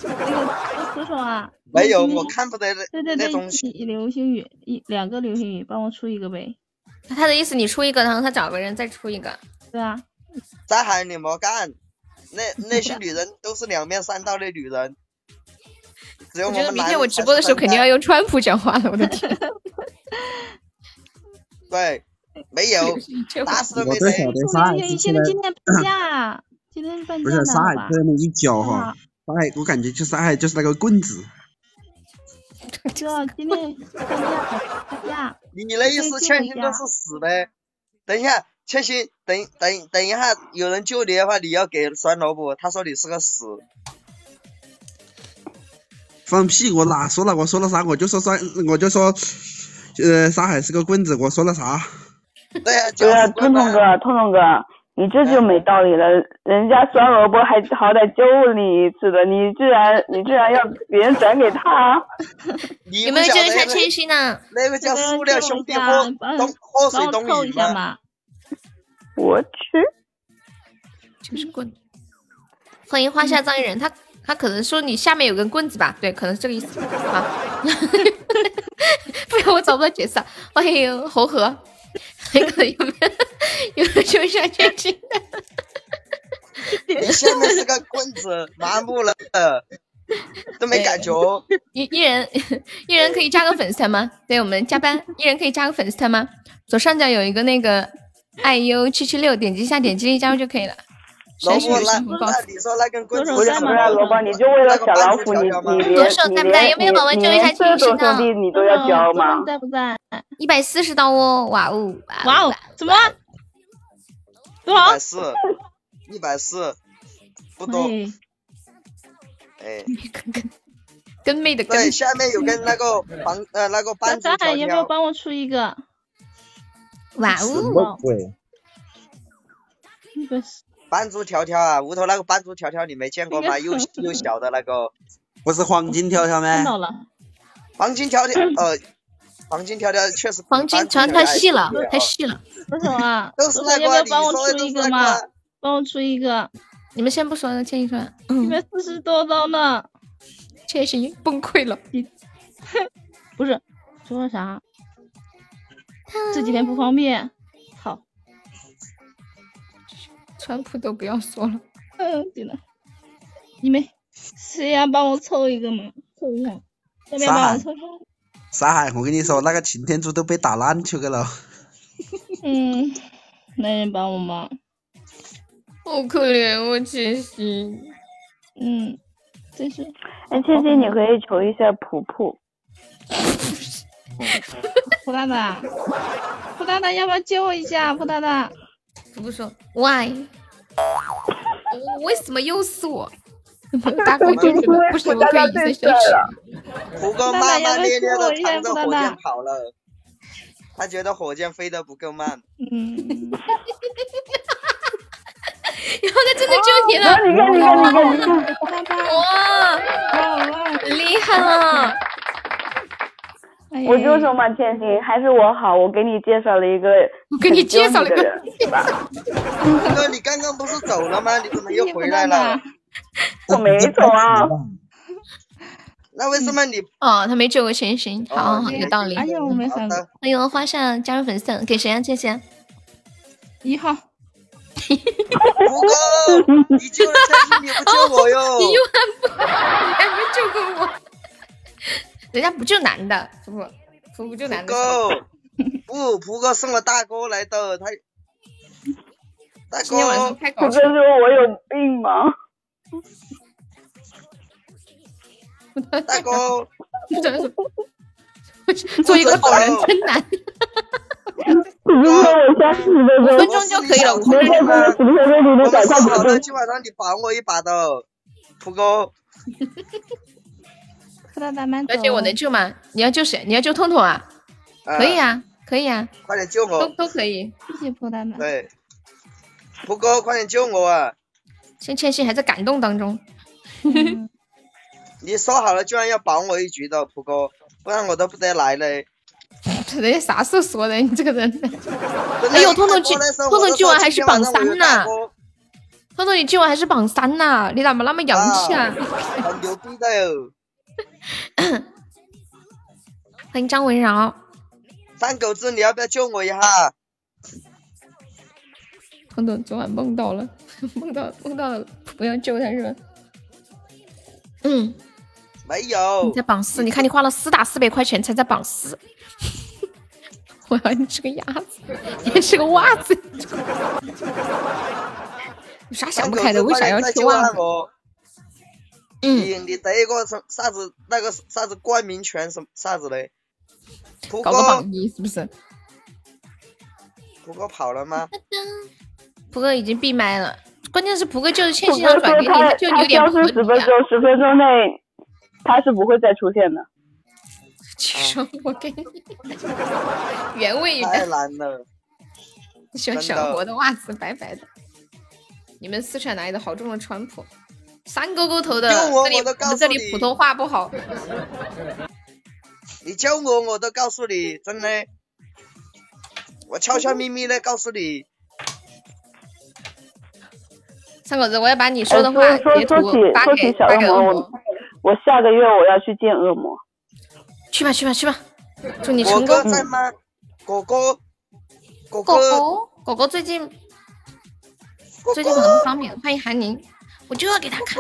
S: 多少啊？
C: 没有，
S: 流
C: 我
S: 星雨
C: 看不得那
S: 对对
C: 那
S: 对，
C: 东西。
S: 一流星雨一两个流星雨，帮我出一个呗。
A: 他的意思，你出一个，然后他找个人再出一个。
S: 对啊，
C: 再喊你莫干，那那些女人都是两面三道的女人。只有
A: 我觉
C: 们
A: 得明
C: 男
A: 天我
C: 人
A: 直
C: 才
A: 播的
C: 是
A: 时候
C: 分
A: 肯定
C: 开
A: 要用川普讲话了，我的天！
C: 对，没 有，打死都没
E: 我在
C: 谁
E: 想。着
S: 送
E: 上海
S: 流星
E: 是
S: 雨，现在
E: 出来
S: 今天半价，今天是半
A: 啊
E: 不
S: 价
E: 是
S: 呢，
E: 上海
S: 好吧
E: 出？来那一脚哈
S: 啊，
E: 上海我感觉就上海就是那个棍子，
S: 哥，啊今天 半价，半价。
C: 你的意思，欠薪都是死呗？等一下，欠薪，等等等一下，有人救你的话，你要给酸萝卜。他说你是个死，
E: 放屁！我哪说了？我说了啥？我就说上，我就说，呃，上海是个棍子，我说了啥？
C: 对呀、
P: 对呀、彤彤哥，彤彤哥，你这就没道理了。人家酸萝卜还好歹救你一次的，你居然你居然要别人转给他，
C: 你
A: 有没有救一下千玺呢？
C: 那个叫塑料兄弟
S: 帮
C: 泼
S: 啊我帮
C: 东泼水
S: 我
C: 东
S: 扣
C: 雨
S: 一下
C: 嘛。
S: 嘛。
P: 我去，
A: 就是棍。欢迎花下葬一人，他他可能说你下面有根棍子吧？对，可能是这个意思啊。 不然我找不到角色。欢迎侯河，那个有没有有没有救一下千玺的？
C: 你现在是个棍子，麻木了，都没感觉。
A: 一一人一人可以加个粉丝团吗？对我们加班，一人可以加个粉丝团吗？左上角有一个那个爱优七七六，点击一下，点击立即加入就可以了。
C: 萝
A: 山西
C: 卜
A: 人
C: 那
A: 生不报
C: 那你说那根棍子
P: 不是
C: 什
P: 不
C: 么
P: 是，啊萝卜，
C: 啊
P: 你就为了小老虎，你
A: 嗯
P: 你连
A: 左手
P: 你
A: 在不在？
P: 连
A: 有没有宝宝
P: 哎你
A: 救
P: 你
A: 一下
P: 连
A: 秦
P: 这
A: 始
P: 种兄
A: 呢？
P: 弟你都
S: 嗯
P: 要教吗？
A: 在不在？一百四十刀哦！哇哦！哇哦！什么？
C: 多少？一百四，一百四，不多。哎，
A: 跟妹的
C: 对，
A: 跟。
C: 下面有根那个黄呃那个
S: 小
C: 斑竹
S: 沙海
C: 条
S: 要不要
C: 条，
S: 帮我出一个？
C: 哦
A: 哇
E: 什么鬼？
S: 那个是
C: 斑竹条条啊，无头那个斑竹条条你没见过吗？
S: 那个
C: 又细又小的那个
E: 不是黄金条条
S: 看
E: 吗？
S: 到了，
C: 黄金条条，呃，黄金条条确实 比
A: 黄金
C: 斑竹
A: 条
C: 条
A: 太
C: 条还
A: 细了
C: 细点，
A: 太
C: 哦。
A: 细了。
S: 多少啊？
C: 都
S: 多
C: 是
S: 少
C: 那
S: 要
C: 个
S: 不
C: 啊
S: 要
C: 你
S: 帮我
C: 说的
S: 出
C: 都
S: 一
C: 是
S: 个
C: 那
S: 嘛
C: 个啊？
S: 帮我出一个，
A: 你们先不说，建议出来。
S: 一百
A: 嗯，
S: 四十多刀呢。
A: 确实崩溃了。
S: 不是，说啥？这几天不方便。好，
A: 川普都不要说了。
S: 嗯，对了，你们谁要帮我凑一个嘛？凑一下，要不要
E: 沙
S: 帮我
E: 海
S: 凑一下？
E: 上海，我跟你说，那个擎天柱都被打烂去了。
S: 嗯，能人帮我忙？
A: 好可怜哦，千玺。
S: 嗯，真是。
P: 哎，倩倩，你可以求一下普普，
S: 胡大大，胡大大，要不要接我一下？胡大大，
A: 我不说，why？我为什么又是我？有没有大狗
P: 因
A: 就是了，
P: 为
A: 不行，
P: 我
A: 我
P: 大
A: 可
P: 家
A: 以一次
P: 最
A: 生
P: 帅
A: 吃。
P: 了。
C: 胡哥慢慢咧咧的扛着
S: 胡大大要不要救我一下胡大
C: 火箭
S: 大
C: 跑了，他觉得火箭飞得不够慢。
S: 嗯，
A: 然后他真的纠结了
P: 哇，啊你看，你看，你看，你看，
A: 哇，厉害了！哎
P: 我就说嘛，倩倩，还是我好，我给你介绍 了一个
A: 给你
P: 很
A: 介
P: 纠
A: 绍
P: 你
A: 了
P: 的
A: 个
P: 人，是吧？
C: 哥，你刚刚不是走了吗？你怎么又回 来
A: 啊
C: 了？
P: 我没走啊，
C: 那为什么你
A: 哦，他没救过陈行，好，
C: 哦你
A: 有
C: 没
A: 道
C: 救
A: 理。
S: 哎
C: 过我们好的，
A: 欢迎花上加入粉丝团，给谁啊？谢谢。
S: 一号，
C: 胡哥，你救了千玺，你不救我哟？
A: 你又还不，你还没救过我。人家不救男的，不不，不不救男的。
C: 哥，不，胡哥送了大哥来的，他大
A: 今天晚上
C: 哥，
A: 太搞
P: 我
A: 笑
P: 跟
A: 了。
P: 说我有病 吗？
C: 大哥，
A: 做一个好人真难。
P: 如果我三十的时候，
A: 五分钟就可以了五分钟
P: 没在这个时候，你
C: 我
P: 得
C: 们
P: 赶
C: 说
P: 快
C: 好
P: 跑
C: 的，
P: 动。
C: 今晚上你绑我一把的，胡哥，
S: 胡大大慢走
A: 而。且我能救吗？你要救谁？你要救痛痛啊？
C: 呃
A: 可以，啊，可以啊，
C: 快点救
A: 都
C: 我，
A: 都可以。
S: 谢谢胡大大。
C: 对，胡哥，快点救我啊！
A: 现倩倩还在感动当中。
C: 你说好了，居然要绑我一局的，蒲哥，不然我都不得来嘞。
A: 人家啥时候说的？你这个人，哎呦，痛痛今痛痛今晚还是榜三呐、痛痛你今晚还是榜三呐、你怎么那么洋气啊？
C: 很牛逼的哟！
A: 欢迎张文饶，
C: 三狗子，你要不要救我一下？
A: 痛痛昨晚梦到了，梦到梦到不要救他是吧？嗯，
C: 没
A: 你
C: 有
A: 在，榜四，你看你花了四打四百块钱才在榜四。 我要你是个鸭子，你是个袜子，有啥想不开的？为啥要吃袜子？
C: 嗯，你你得 一个什啥子那个啥子冠名权什么啥子嘞？蒲
A: 搞个
C: 哥，
A: 榜一是不是？
C: 蒲哥跑了吗？
A: 蒲哥已经闭麦了，关键是蒲哥就是欠
Q: 我
A: 现场
Q: 哥
A: 转
Q: 说
A: 给你
Q: 他，
A: 就
Q: 他
A: 有点
Q: 消
A: 不合
Q: 失
A: 理
Q: 十分
A: 啊。
Q: 钟，十分钟内他是不会再出现的。
A: 说我给你原味原
C: 太难了，
A: 喜欢小活的袜子，白白的。你们四川哪里的好重的川普？山沟沟头的，
C: 用
A: 这
C: 我
A: 里
C: 我都告
A: 们这
C: 诉
A: 里
C: 你
A: 普通话不好。
C: 你叫我我都告诉你，真的，我悄悄咪咪的告诉你，
A: 三狗子，我要把你说的话
Q: 哎说
A: 截
Q: 说说
A: 图
Q: 起
A: 发
Q: 说
A: 给
Q: 起小
A: 发给恶
Q: 恶魔，
A: 魔。
Q: 我我下个月我要去见恶魔。
A: 去吧去吧去吧，祝你
C: 果
A: 成
C: 哥
A: 功。嗯
C: 在吗？果哥，果
A: 狗
C: 哥，
A: 狗狗狗最近最近很不方便，欢迎韩宁，我就要给他看。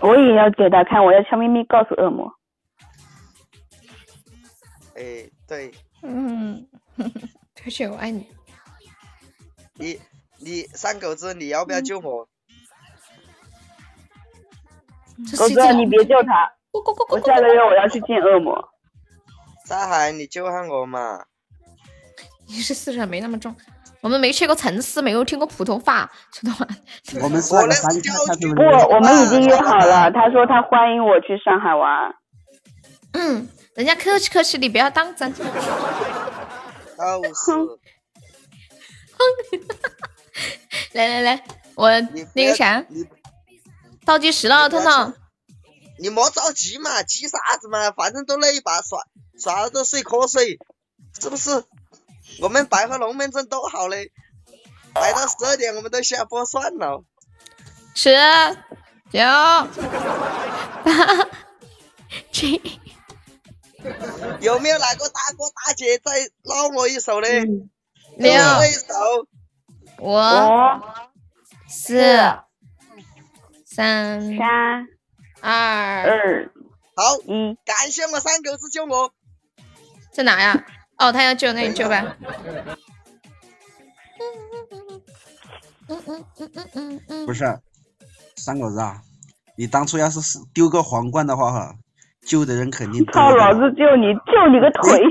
Q: 我也要给他看，我要悄咪咪告诉恶魔。
C: 哎，对
S: 嗯，
A: 飘雪，我爱你。
C: 你你三狗子，你要不要救我？
A: 嗯
Q: 狗哥，你别救他。我下个月我要去见恶魔。
C: 沙海，你救下我嘛！
A: 你是四川没那么重，我们没去过城市，没有听过普通话，知道吗？
E: 我们算了，反正他他
Q: 不，我们已经约好了，他说他欢迎我去上海玩。
A: 嗯，人家客气客气，你不要当 真。
C: 啊就是，
A: 来来来，我那个啥，倒计时了，彤彤，
C: 你莫着急嘛，急啥子嘛？反正都那一把，耍耍的都睡瞌睡，是不是？我们白和龙门阵都好嘞，摆到十二点我们都下播算了。
A: 十九八七，
C: 有没有哪个大哥大姐再捞我一手嘞？
A: 六
C: 我一手，
A: 五四三
Q: 三
A: 二
C: 好，
Q: 嗯，
C: 感谢我三狗子救我。
A: 在哪呀？哦，他要救，那你救吧。
B: 嗯嗯嗯嗯嗯嗯，
E: 不是，三狗子啊，你当初要是是丢个皇冠的话哈，救的人肯定多
Q: 操，
E: 的。
Q: 老子救你，救你个腿！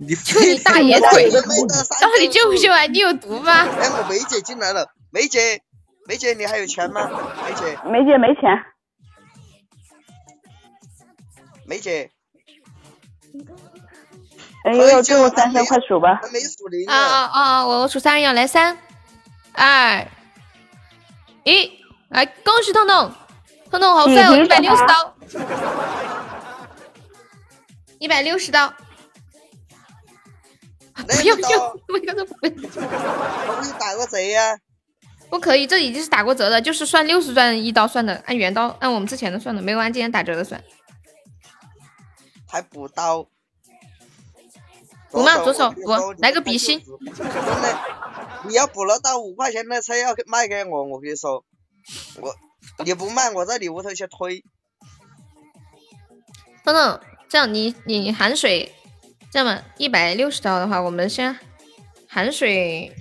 E: 你
A: 就你大爷腿，到底救不救啊？你有毒吧？
C: 哎，我梅姐进来了，梅姐，梅姐你还有钱吗？梅姐，
Q: 梅姐没钱，
C: 梅姐，
Q: 哎呦，给我三千，快数吧。
C: 没数零
A: 啊啊啊！我我数三要来三二一，来恭喜彤彤，彤彤好帅哦，
B: 你
A: 一
B: 凭
A: 百
B: 什
A: 六十
B: 么
A: 刀，一百六十刀。不要用，我刚才
C: 我给你打个折呀、
A: 不可以，这已经是打过折的，就是算六十钻一刀算的，按原刀按我们之前的算的，没有按今天打折的算。
C: 还补刀。
A: 补嘛，左
C: 左
A: 手
C: 手
A: 补，来个比心。
C: 你要补了到五块钱的车要卖给我，我跟你说，我你不卖，我在你屋头去推。
A: 等等，这样你你含水，这样吧，一百六十刀的话，我们先含水。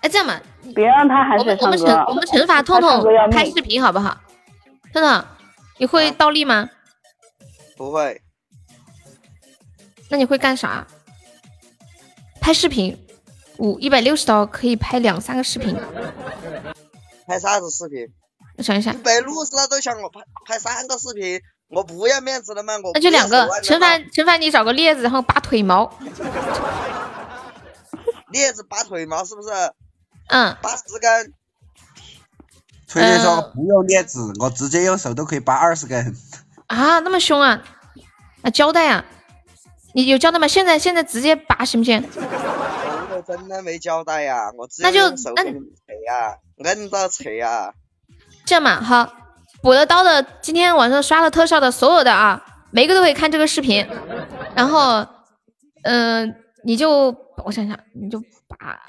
A: 哎，这样吧，
Q: 别让他喊
A: 我
Q: 水
A: 们
Q: 唱
A: 我们
Q: 歌啊
A: 惩。我们惩罚
Q: 他
A: 彤
Q: 唱
A: 彤
Q: 歌要啊
A: 拍
Q: 命
A: 视。频好不好？彤彤，你会倒立吗？
C: 不会，
A: 那你会干啥？拍视频，五一百六十刀可以拍两三个视频。
C: 拍啥子视 频？
A: 我想一下
C: 一，百六十了都想我拍拍三个视频，我不要面子了吗？我
A: 那就
C: 不要
A: 两个
C: 手腕。了
A: 陈
C: 吗
A: 凡，陈凡，你找个镊子，然后拔腿毛。
C: 镊子拔腿毛是不是？
A: 嗯，
C: 拔十根，
E: 崔崔说不用镊子，我直接用手都可以拔二十根。
A: 啊，那么凶啊！啊，胶带啊，你有胶带吗？现在现在直接拔行不行？
C: 我真的没交代呀、我只
A: 那就
C: 用手给你们捶呀，摁着啊捶呀。
A: 这样吧，哈，补了刀的今天晚上刷了特效的所有的啊，每一个都可以看这个视频，然后，嗯、你就我想想，你就拔，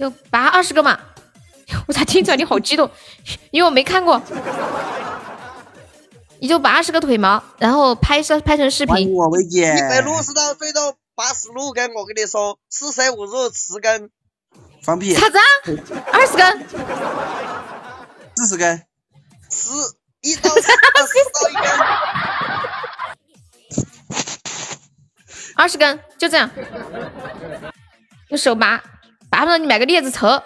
A: 就拔二十个嘛。 我咋听起来你好激动？ 因为我没看过。你就拔二十个腿毛，然后拍摄拍成视频。
E: 我薇姐
C: 一百六十刀最多八十六根，我跟你说，四舍五入十根。
E: 放屁！
A: 啥子啊？二十根，
E: 四十根，
C: 十一刀十二十刀一根，
A: 二十根，就这样，用手拔，拔不了你买个镊子头。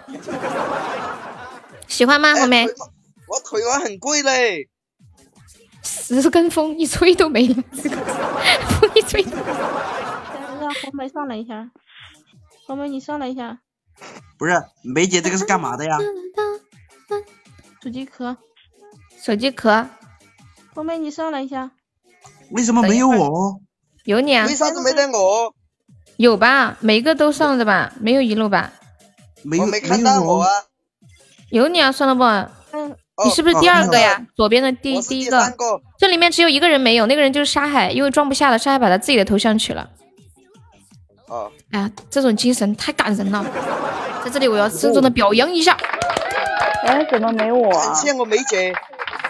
A: 喜欢
C: 哎
A: 吗，红梅？
C: 我腿毛很贵嘞。
A: 十根风一吹都没有，十根风一吹都没有。
S: 让红梅上来一下，红梅你上来一下，
E: 不是梅姐这个是干嘛的呀？
S: 手机壳，
A: 手机壳，
S: 红梅你上来一下，
E: 为什么没有我？
A: 有你啊？
C: 为啥子没得我？
A: 有吧？每个都上的吧？没有遗漏吧？
E: 没有，哦
C: 没看到我啊。
A: 有你啊，算了吧。
S: 嗯，
A: 你是不是第二个呀？
C: 哦
A: 左边的第
C: 我是
A: 第一
C: 第三个
A: 这里面只有一个人没有，那个人就是沙海，因为装不下了，沙海把他自己的头像取了。
C: 哦，
A: 哎呀，这种精神太感人了，在这里我要慎重的表扬一下。
P: 哎，怎么没我啊？
C: 见过梅姐。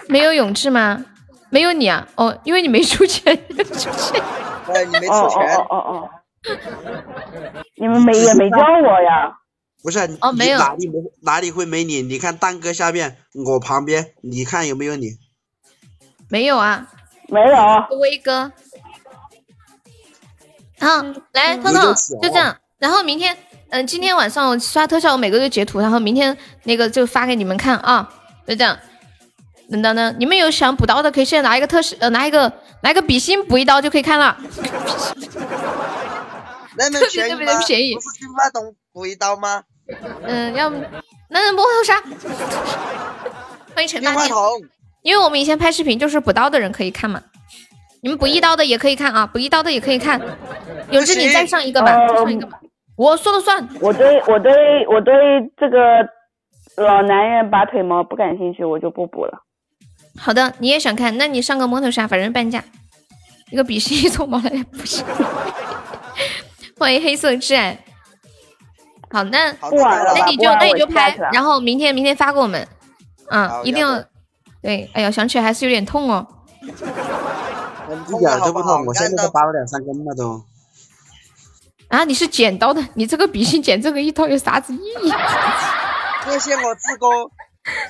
A: 没有勇气吗？没有你啊？哦，因为你没出钱，出钱。
C: 哎，你没出钱。
P: 哦哦哦哦。你们没也没教我呀？
E: 不是
A: 哦没有
E: 你哪里没哪里会没你？你看蛋哥下面，我旁边，你看有没有你？
A: 没有啊？
P: 没有。
A: 威哥。好，来，
E: 嗯
A: 彤彤，
E: 有点小
A: 就这样。然后明天，嗯、今天晚上我刷特效，我每个都截图，然后明天那个就发给你们看啊，就这样。等等等，你们有想补刀的，可以现在拿一个特效，呃，拿一个拿一个比心补一刀就可以看了。
C: 那能
A: 特别
C: 便宜
A: 特别
C: 吗？
A: 便宜
C: 不是金发东补一刀吗？
A: 嗯，要不那能不会有啥？欢迎陈大
C: 金
A: 天
C: 话，筒
A: 因为我们以前拍视频就是补刀的人可以看嘛，你们补一刀的也可以看啊，补一刀的也可以看。有志，你再上一个吧，
P: 嗯
A: 再上一个吧，我说了算。
P: 我对我对我对这个老男人拔腿毛不感兴趣，我就不补了。
A: 好的，你也想看，那你上个摩托杀，反正半价，一个比心一鬃毛来的不是。 欢迎黑色挚爱。好，那
P: 不玩了吧
A: 那你就
P: 不玩了
A: 那你就
P: 我下
A: 拍
P: 去了，
A: 然后明天明天发给我们，嗯，
C: 好
A: 一定
C: 要
A: 要
C: 的。
A: 对，哎呀，想起来还是有点痛哦。
C: 很
E: 一
C: 痛
E: 点
C: 的
E: 儿
C: 好
E: 都
C: 不
E: 不
C: 好？
E: 痛，我现
C: 干
E: 在都
C: 到
E: 拔了两三根了都。
A: 啊，你是剪刀的，你这个比心剪这个一刀有啥子意义？
C: 谢谢我志哥，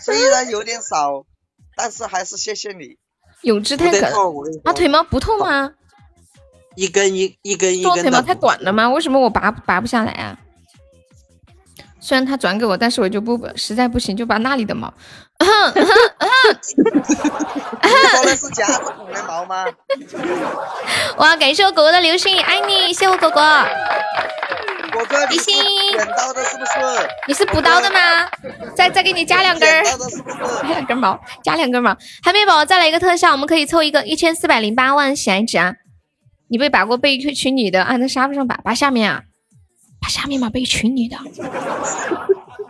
C: 虽然有点少，但是还是谢谢你。
A: 永志太
E: 不
A: 梗
E: 得痛，我跟你
A: 啊，
E: 说，
A: 腿毛不痛吗？
E: 一根一一根一
A: 说腿
E: 根
A: 毛
E: 的
A: 太短了吗？为什么我拔拔不下来啊？虽然他转给我，但是我就不实在不行就拔那里的 毛。
C: 你说的是夹子孔的毛吗？
A: 哇，感谢我狗狗的流星，爱你，谢我狗狗。
C: 我哥，你是
A: 比心
C: 剪刀的，是不是？
A: 你是补刀的吗？再再给你加两根儿
C: 剪，刀的是不是？
A: 加两根毛，加两根毛。海绵宝宝再来一个特效，我们可以凑一个一千四百零八万喜爱值啊！你被拔过被一群女的啊按在沙发上拔，拔下面啊，拔下面嘛，被一群女的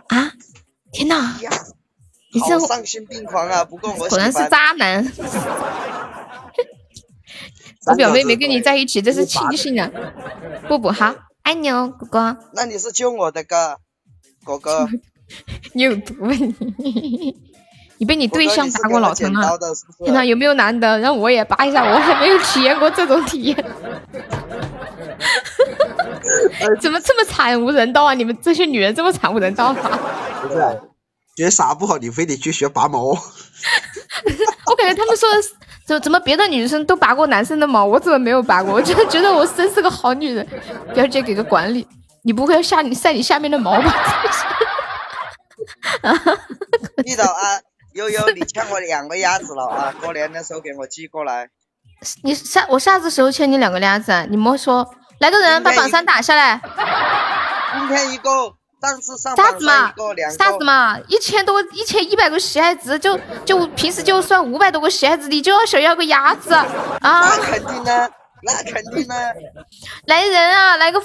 A: 啊！天哪，
C: 哎呀，
A: 你这
C: 好丧心病狂啊！不过我
A: 果然
C: 喜
A: 是
C: 欢。
A: 渣 男。我表妹没跟你在一起，这是庆幸啊！不不好，爱你哦，果果，
C: 那你是救我的哥，哥哥，
A: 你有毒吧你？ 你被你
C: 果
A: 对
C: 哥
A: 象
C: 你是
A: 拔
C: 给
A: 过
C: 我
A: 老疼
C: 剪
A: 啊
C: 刀！的，是不
A: 天呐，
C: 是？
A: 有没有男的让我也拔一下？我还没有体验过这种体验， 怎么这么惨无人道啊？你们这些女人这么惨无人道啊？
E: 不是学啥不好，你非得去学拔毛。
A: 我感觉他们说的是怎怎么别的女生都拔过男生的毛，我怎么没有拔过？我真的觉得我真是个好女人。表姐给个管理，你不会要下你晒你下面的毛吧？
C: 遇到啊，悠悠，你欠我两个鸭子了啊！过年的时候给我寄过来。
A: 你下我啥子时候欠你 两个鸭子啊？你莫说，来个人把榜三打下来。
C: 今天一个，上次上
A: 啥
C: 榜
A: 子
C: 上
A: 嘛
C: 一个两，
A: 啥子
C: 个，
A: 嘛，一千多，一千一百个喜爱值，就就平时就算五百多个喜爱值，你就要想要个鸭子啊！
C: 那肯定的，那肯定啊的。
A: 来人啊，来个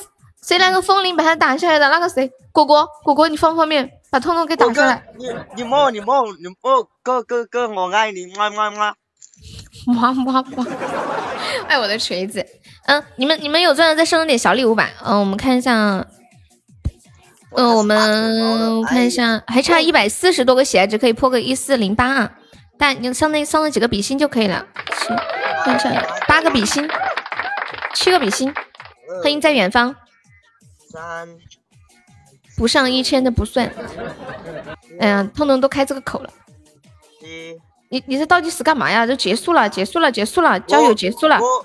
A: 谁来个风铃把他打下来的那个谁，果果果果，你方不方便把痛痛给打下来？
C: 你你莫你莫你莫，哥哥哥，我爱你，么么么。
A: 哇哇哇！ 爱我的锤子，嗯，你们你们有钻的再送我点小礼物吧。嗯，我们看一下啊，嗯，我们我看一
C: 哎
A: 下，还差一百四十多个喜爱值，可以破个一四零八啊。但你上那上了几个比心就可以了，七，看一
C: 哎
A: 下，八个比心，七个比心。欢迎在远方，
C: 三，
A: 不上一千的不算。哎呀，痛痛都开这个口了，
C: 嗯
A: 你你这到底是干嘛呀？都结束了，结束了，结束了，交友结束了。
C: 我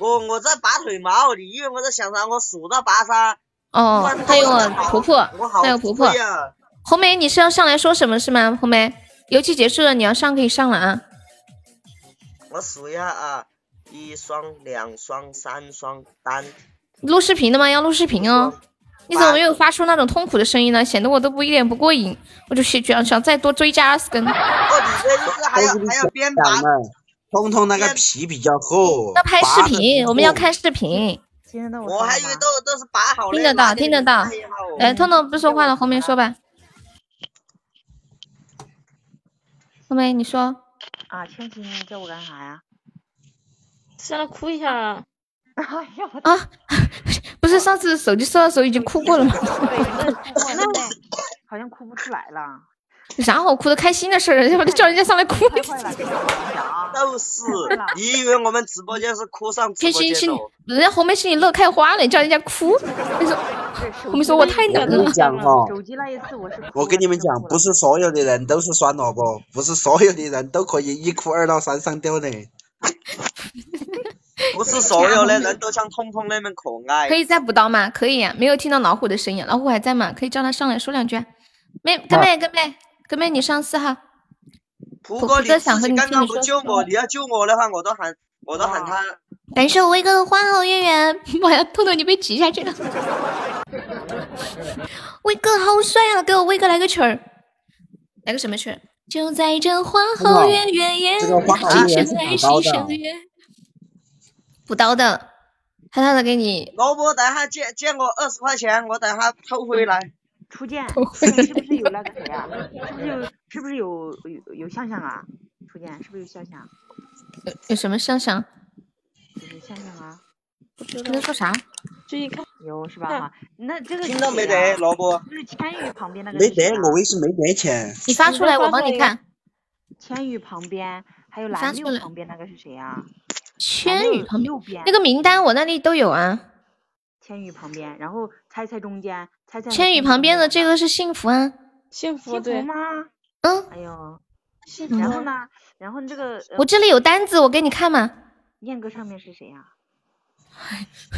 C: 我我在拔腿毛，你以为我在想啥？我数到啊拔山。
A: 哦，还有婆婆
C: 我好，
A: 还有婆婆
C: 贵。呀
A: 红梅，你是要上来说什么是吗？红梅，游戏结束了，你要上可以上了啊。
C: 我数一下啊，一双、两双、三双、单。
A: 录视频的吗？要录视频哦。你怎么没有发出那种痛苦的声音呢？显得我都不一点不过瘾，我就想想想再多追加二十根。
C: 还有还有编
E: 讲呢，啊通通那个皮比较厚。
A: 要拍视
E: 拔得
A: 频，
E: 通
A: 我们要
E: 透
A: 看视频，
C: 我还以为都都是拔啊好了。
A: 听得到，听得到。哎，痛痛不说话了，红梅说吧。红梅，你说。
T: 啊，青青，你叫我干啥呀？
F: 上来哭一下啊！
T: 哎呦，我
A: 啊，不是上次手机收到时候已经哭过了吗？
T: 好像哭不出来了。
A: 有啥好哭的？开心的事儿， 要不就叫人家上来哭。
C: 啊就是，你以为我们直播间是哭上直
A: 天
C: 播
A: 心
C: 间
A: 心
C: 的
A: 里
C: 哦？，
A: 人家红梅心里乐开花了，你叫人家哭。 你说，红梅说我太难
E: 我跟
A: 了
E: 你。讲哦
T: 手机那一次我是
E: 我跟你们讲，不是所有的人都是酸萝卜，不是所有的人都可以一哭二闹三上吊的。
C: 不是所有的人都像通通那么可 爱。
A: 可以再补刀吗？可以啊呀、没有听到老虎的声音，老虎还在吗？可以叫他上来说两句啊。妹，哥妹，哥妹，哥妹，你上四号。
C: 蒲
A: 普
C: 哥，
A: 普
C: 你
A: 哥想
C: 自
A: 和
C: 己
A: 你
C: 刚
A: 听
C: 刚
A: 你
C: 不
A: 说
C: 救
A: 什
C: 我，
A: 么
C: 你要救我的话，我都喊，我都喊他。
A: 感谢我威哥的花好月 圆。妈呀，豆豆你被挤下去了。威哥好帅啊！给我威哥来个曲儿，来个什么曲儿？就在这花好月圆夜，
E: 这个花好月圆是打包的啊
A: 补刀的，憨憨的给你
C: 萝卜，等下借借我二十块钱，我等下偷回来。
T: 初见，你是不是有那个谁啊呀、是不是有是不是有有有象象啊？初见，是不是有象象？
A: 有呃有什么想想？
T: 有象象啊？
A: 你在说啥？
T: 注意看，有是吧？哈，那这个
C: 听到没
T: 谁
C: 得，
T: 呀
C: 萝卜？
T: 就是千羽旁边那个
E: 没
T: 是谁
E: 得
T: 啊，
E: 我微信没得钱。
A: 你发出来，我帮你看。。
T: 千羽旁边还有
A: 你发
T: 蓝
A: 出
T: 六
A: 来
T: 旁边那个是谁呀、
A: 千羽旁
T: 右边
A: 边那个名单我那里都有啊。
T: 千羽旁边，然后猜猜中间，猜猜和
A: 千羽
T: 幸
A: 旁
T: 福
A: 边的这个是幸福啊，
T: 幸福
A: 对
T: 吗？
A: 嗯，
T: 哎呦，
A: 幸
T: 然后呢？然后这个、呃
A: 我这里有单子，我给你看嘛。
T: 燕哥上面是谁呀、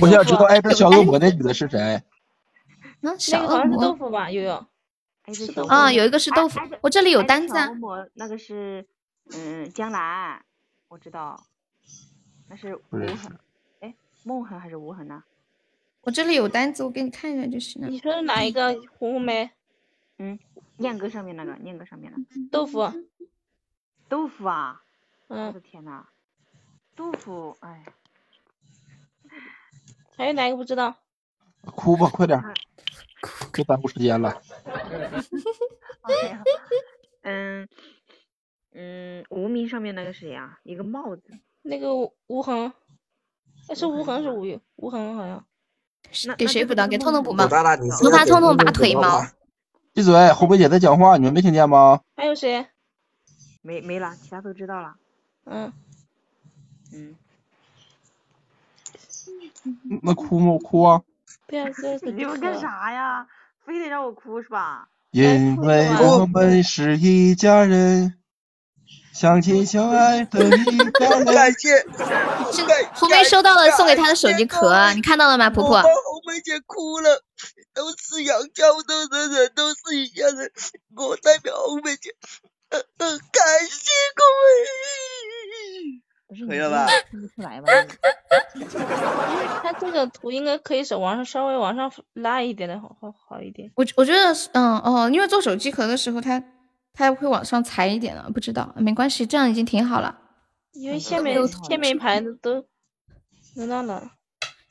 J: 我想知道挨着小恶魔那女的是谁？
A: 嗯，
F: 那
A: 小
F: 个好
A: 恶
F: 像是豆
A: 魔
F: 腐
S: 哎
F: 吧，悠悠。
T: 是
F: 豆
A: 啊，有一个是豆腐，我这里有
T: 挨着
A: 单子
T: 哎小
A: 啊
T: 恶。魔那个是嗯江南，我知道，那是无
A: 不认
T: 痕，哎，梦痕还是无痕呢？
A: 我这里有单子，我给你看一下就行了。
F: 你说的哪一个？红梅？
T: 嗯，燕哥上面那个，燕哥上面那个
F: 豆腐。嗯
T: 豆腐啊，我的天呐，豆腐，哎，
F: 还有哪一个 不知道？
J: 哭吧，快点儿，别耽误时间了。
T: OK，嗯嗯，无名上面那个谁呀、一个帽子，
F: 那个吴吴恒，哎，是吴恒是吴吴恒好像。
T: 那
A: 给谁补刀？给痛痛补吗？
J: 大大你
A: 惩罚痛痛拔腿毛。
J: 闭嘴，红梅姐在讲话，你们没听见吗？
F: 还有谁？
T: 没没了，其他都知道了。
F: 嗯
T: 嗯，
J: 那哭吗？哭啊！
F: 不要这个。
T: 你们干啥呀？非得让我哭是吧？
J: 因为我们是一家人，相亲相爱的一家人。
C: 感谢，
A: 红梅收到了送给她的手机壳啊，你看到了吗，婆
C: 我
A: 婆
C: 帮？红梅姐哭了，都是杨家的人人都是一家人，我代表红梅姐，呃呃，感谢各位。
F: 不是
C: 可
F: 你
C: 以了吧
F: 看不出来 吧？他这个图应该可以手往上稍微往上拉一点的，好好好一点。
A: 我我觉得是，嗯哦，因为做手机壳的时候，它它会往上裁一点了，不知道，没关系，这样已经挺好了，
F: 因
A: 嗯
F: 为下面下面一排的都弄到了，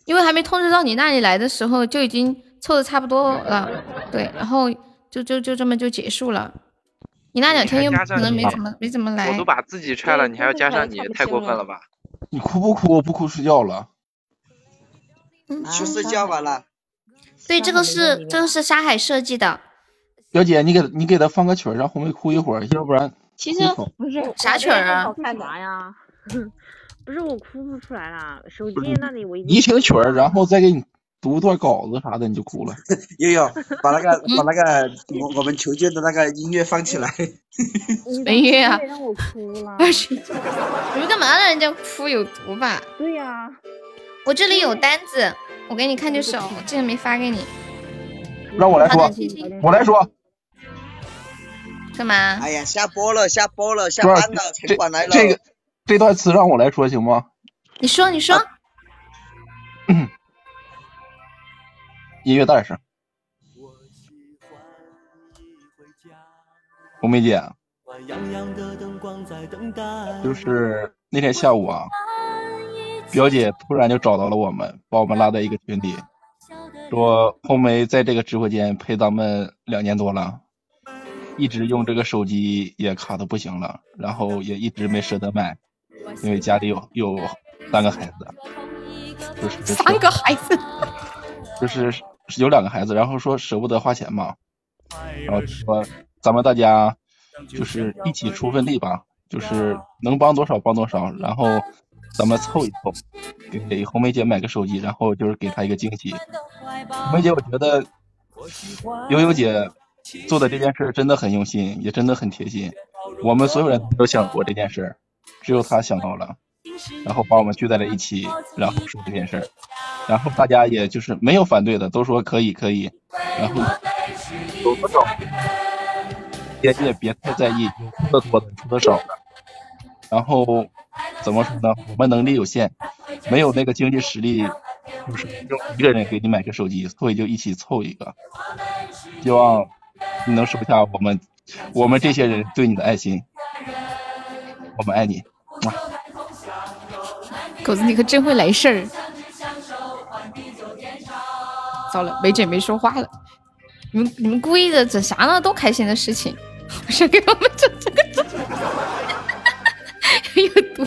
A: 因为还没通知到你那里来的时候，就已经凑的差不多了，对，然后就就就这么就结束了。你那两天又
U: 你还加上
A: 可能没
U: 你
A: 怎么没怎么来
U: 我都，把自己拆了，你还要加上你，太过分了吧？
J: 你哭不哭？我不哭，睡觉了。
C: 去睡觉吧啦。
A: 对，这个是这个是沙海设计的，
J: 表姐，你给你给他放个曲儿，让红梅哭一会儿，要不然
A: 其
J: 实哭
T: 不是
A: 啥曲儿啊？
T: 干嘛呀？不是我哭不出来啦，手机
J: 不是
T: 那里我已经
J: 你听曲儿，然后再给你读段稿子啥的，你就哭了。
E: 悠悠，把那个把那个我我们求救的那个音乐放起来。
A: 没约啊
C: 哎
T: 让我哭了。
A: 你们干嘛让人家哭？有毒吧？
T: 对呀、
A: 我这里有单子，我给你看就是了，我之前没发给你。
J: 让我来
A: 好
J: 说
A: 的亲亲，
J: 我来说，
A: 干嘛？
C: 哎呀，下播了，下播了，下
J: 不是
C: 班了，城
J: 这
C: 管来了。
J: 这个这段词让我来说行吗？
A: 你说，你
T: 啊
A: 说，
J: 音乐大点声。红梅姐，啊
K: 暖洋洋的灯光在等待。
J: 就是那天下午啊，表姐突然就找到了我们，把我们拉在一个群里，说红梅在这个直播间陪咱们两年多了，一直用这个手机也卡的不行了，然后也一直没舍得买，因为家里有有三个孩子，就是
A: 三个孩子，
J: 就是是有两个孩子，然后说舍不得花钱嘛，然后就说咱们大家就是一起出份力吧，就是能帮多少帮多少，然后咱们凑一凑，给红梅姐买个手机，然后就是给她一个惊喜。红梅姐，我觉得悠悠姐做的这件事真的很用心，也真的很贴心，我们所有人都想过这件事儿，只有她想到了。然后把我们聚在了一起，然后说这件事儿，然后大家也就是没有反对的，都说可以可以，然后有多少也也别太在意，有出的多的出的少的，然后怎么说呢？我们能力有限，没有那个经济实力，就是用一个人给你买个手机，所以就一起凑一个，希望你能收下我们我们这些人对你的爱心，我们爱你。啊哇
A: 狗子你可真会来事儿。糟了，梅姐没说话了。你们你们故意的整啥呢？多开心的事情， 不是给我们整这个整有毒。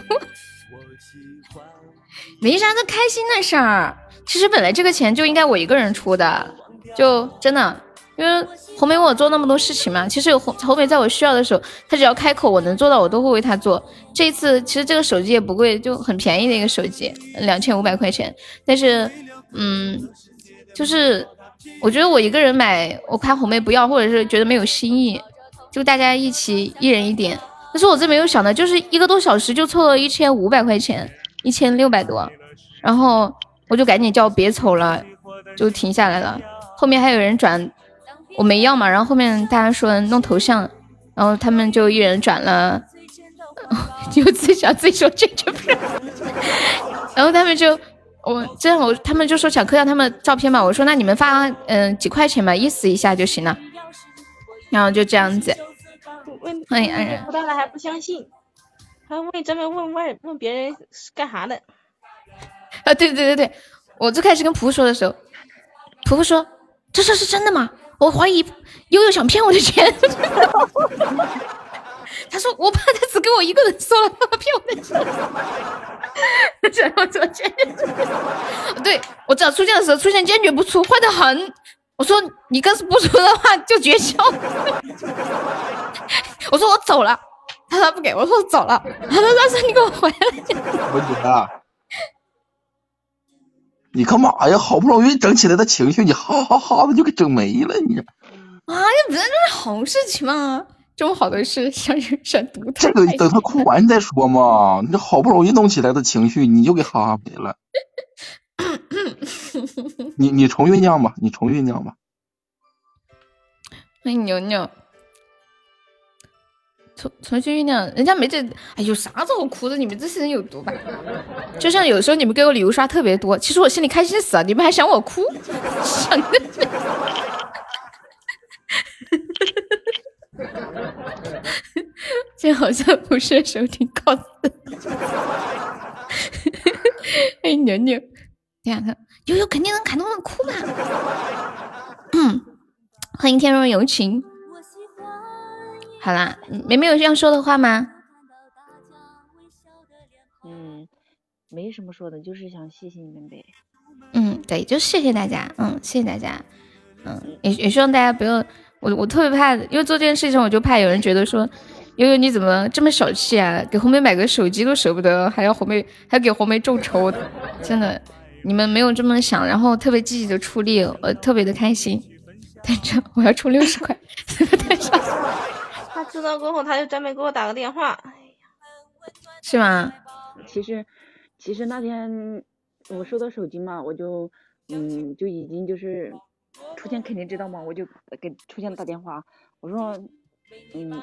A: 没啥的开心的事儿。其实本来这个钱就应该我一个人出的，就真的，因为红梅为我做那么多事情嘛。其实有红红梅在我需要的时候，她只要开口，我能做到，我都会为她做。这一次其实这个手机也不贵，就很便宜的一个手机，两千五百块钱。但是，嗯，就是我觉得我一个人买，我怕红梅不要，或者是觉得没有新意，就大家一起一人一点。但是我真没有想到，就是一个多小时就凑了一千五百块钱，一千六百多，然后我就赶紧叫别瞅了，就停下来了。后面还有人转，我没要嘛，然后后面大家说弄头像，然后他们就一人转了， 就自己想自己说这这不是， 然后他们就我这样我他们就说想刻下他们的照片嘛，我说那你们发嗯、几块钱吧，意思一下就行了，然后就这样子。
F: 问
A: 哎
F: 问
A: 呀哎呀
F: 不到了还不相信，还问专门问外问别人是干啥 的，
A: 啊，对对对对，我最开始跟仆仆说的时候，仆仆说这事是真的吗？我怀疑悠悠想骗我的钱。 他说我怕他只给我一个人收了，怕骗我的钱。 然后昨天，对我只要出现的时候出现，坚决不出，坏的很。我说你更是不出的话就绝交。 我说我走了，他说不给我说我走了， 他说但是你给我回来。
J: 我姐啊，你干嘛呀？好不容易整起来的情绪，你哈哈哈的就给整没了，你
A: 啊，这本来就是好事情嘛，这么好的事，想 想毒他
J: 这个
A: 太
J: 等他 哭完再说嘛。你这好不容易弄起来的情绪，你就给哈哈没了。你你重酝酿吧，你重酝酿吧。
A: 欢迎牛牛。哎重重新酝酿，人家没这，哎，有啥这么苦的？你们这些人有毒吧？就像有时候你们给我礼物刷特别多，其实我心里开心死了，你们还想我哭， 想的。这好像不是收听 cos。哎，牛牛，你想看悠悠肯定能感动的哭吧？嗯，欢迎天若有情。好啦，梅梅有要说的话吗？
T: 嗯，没什么说的，就是想谢谢你们呗。
A: 嗯，对，就谢谢大家，嗯，谢谢大家，嗯，也也希望大家不要，我我特别怕，因为做这件事情，我就怕有人觉得说，悠悠你怎么这么小气啊？给红梅买个手机都舍不得，还要红梅，还给红梅众筹，真的，你们没有这么想，然后特别积极的出力，我呃特别的开心。但这我要充六十块，
F: 他知道过后，他就专门给我打个电话。
A: 是吗？
T: 其实，其实那天我收到手机嘛，我就嗯就已经就是，出现肯定知道嘛，我就给出现打电话，我说嗯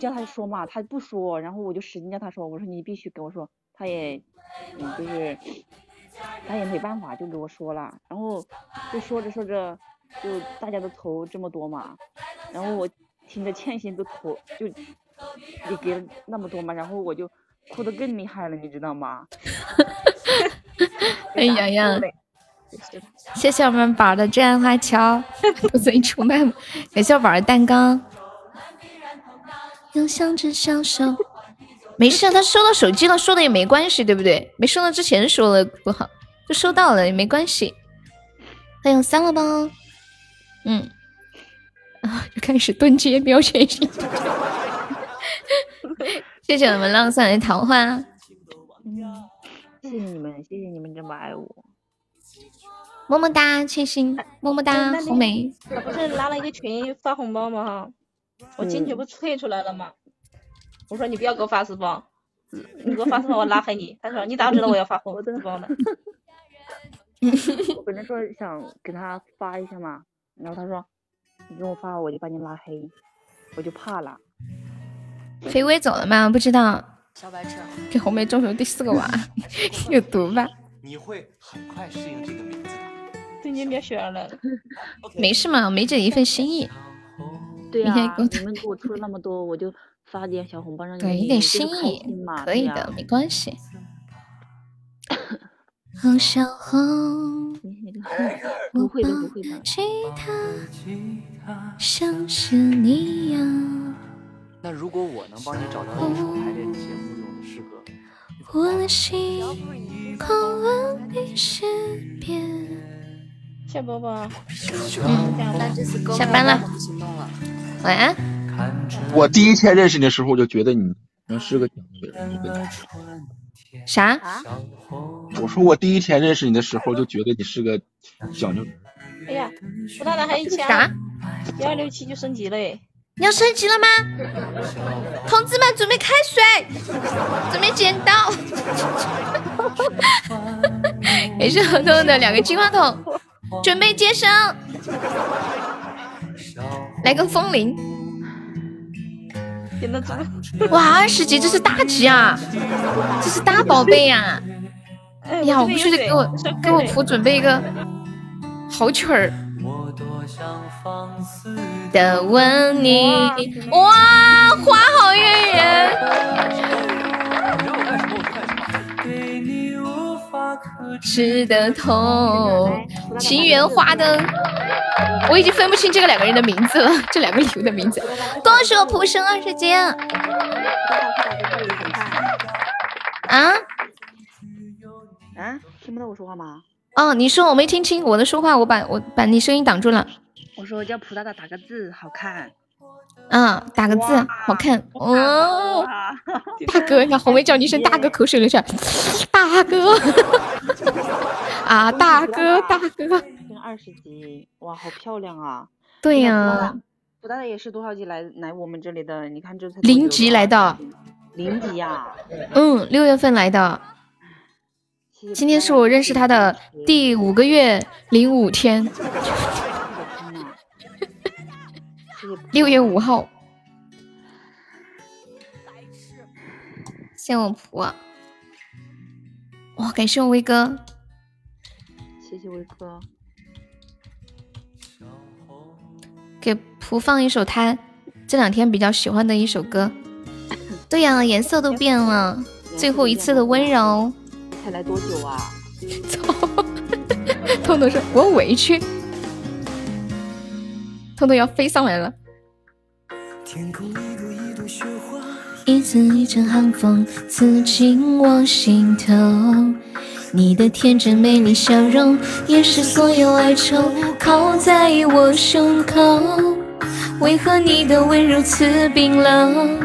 T: 叫他说嘛，他不说，然后我就使劲叫他说，我说你必须跟我说，他也嗯就是他也没办法就给我说了，然后就说着说着就大家都投这么多嘛，然后我听着欠薪都投就也给了那么多嘛，然后我就哭得更厉害了，你知道吗？
A: 哎洋洋，谢谢我们宝儿的真爱花桥，不随出卖我，感谢我宝儿的蛋糕。
K: 又像只小手，
A: 没事，他收到手机了，说的也没关系，对不对？没收到之前说了不好，就收到了也没关系。还有三了吧？嗯， 啊，又开始蹲街瞄全身。 谢谢我们浪散的桃花，
T: 嗯，谢谢你们，谢谢你们这么爱我。
A: 么么哒，千心，么么
F: 嗯
A: 哒
F: 那，你
A: 红梅。
F: 我不是拉了一个群发红包吗？哈，我进去
A: 嗯
F: 不退出来了吗？我说你不要给我发私包，你给我发私包我拉黑你。他说你咋知道我要发红私包呢？
T: 我本来说想给他发一下嘛，然后他说你给我发，我就把你拉黑，我就怕了。
A: 肥威走了吗？不知道，
T: 小白痴，
A: 给红梅众筹第四个娃， 有毒吧？
N: 你会很快适应这个名字的。
F: 对你别学了。
A: 没事嘛，没这一份心意，
T: 对
A: 你
T: 呀、
A: 看给
T: 你
A: 我
T: 们给我出了那么多，我就发点小红包让你
A: 对，
T: 们
A: 一点
T: 就是
A: 心
T: 开
A: 意
T: 心嘛，
A: 可
T: 对
A: 以
T: 呀
A: 的，没关系。
K: 好想红，
N: 哎
T: 不会的，不会的。
K: 其他像是你呀、
N: 那如果我能帮你找到一首排练节目中的诗歌，
K: 我的心拷问你十遍。
F: 小宝宝，
A: 嗯，下班了，晚安。
J: 我第一天认识你的时候，我就觉得你能是个挺那个人。我跟
T: 啊
J: 你说
A: 啥？
J: 我说我第一天认识你的时候，就觉得你是个讲究人。
F: 哎呀，我那哪还有钱？
A: 啥？
F: 幺二六七就升级了哎。
A: 你要升级了吗？
K: 同志们，准备开水，准备剪刀。
A: 也是合同的两个金话筒，准备接生，来个风铃。 哇，二十级这是大级啊， 这是大宝贝呀、啊！哎呀，我必须得给我给我谱准备一个好曲儿的吻你。哇，花好悦人，值得痛，情缘花灯。我已经分不清这个两个人的名字了， 这两个礼物的名字。
K: 恭喜我蒲生二十斤啊！
T: 啊，听不到我说话吗？
A: 哦，你说我没听清我的说话，我把我把你声音挡住了。
T: 我说叫普大大打个字，好看。
A: 嗯，打个字，好看。哦， 大哥，那红梅叫你一声大哥，口水流下来。大 哥，啊，大哥，大哥，
T: 升二十级，哇，好漂亮啊！
A: 对呀、
T: 普大大也是多少级来来我们这里的？你看这才多
A: 零
T: 久
A: 级
T: 了啊
A: 来的，
T: 零啊级呀、
A: 嗯，六月份来的。今天是我认识他的第五个月零五天，六月五号。谢我婆。哇，感谢我威哥，
T: 谢谢威哥。
A: 给蒲放一首他这两天比较喜欢的一首歌。对呀、颜色都变了，最后一次的温柔。
T: 才来多久啊？
A: 痛痛说：“我委屈。”痛痛要飞上来了。
B: 一阵一阵寒风刺进我心头，你的天真美丽笑容，掩饰所有哀愁，靠在我胸口。为何你的吻如此冰冷？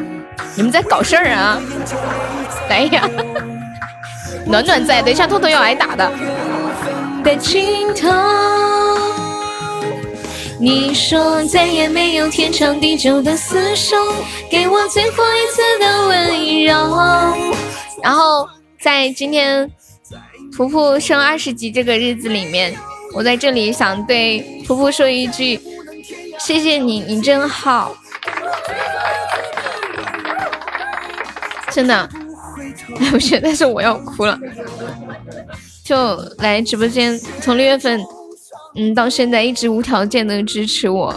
A: 你们在搞事儿啊！来呀，暖暖在，等一下痛痛要挨打的。
B: 的尽头。你说再也没有天长地久的厮守，给我最后一次的温柔。
A: 然后在今天噗噗升二十级这个日子里面，我在这里想对噗噗说一句：谢谢你，你真好，真的。 哎，我觉得是我要哭了。就来直播间，从六月份，嗯，到现在一直无条件的支持我，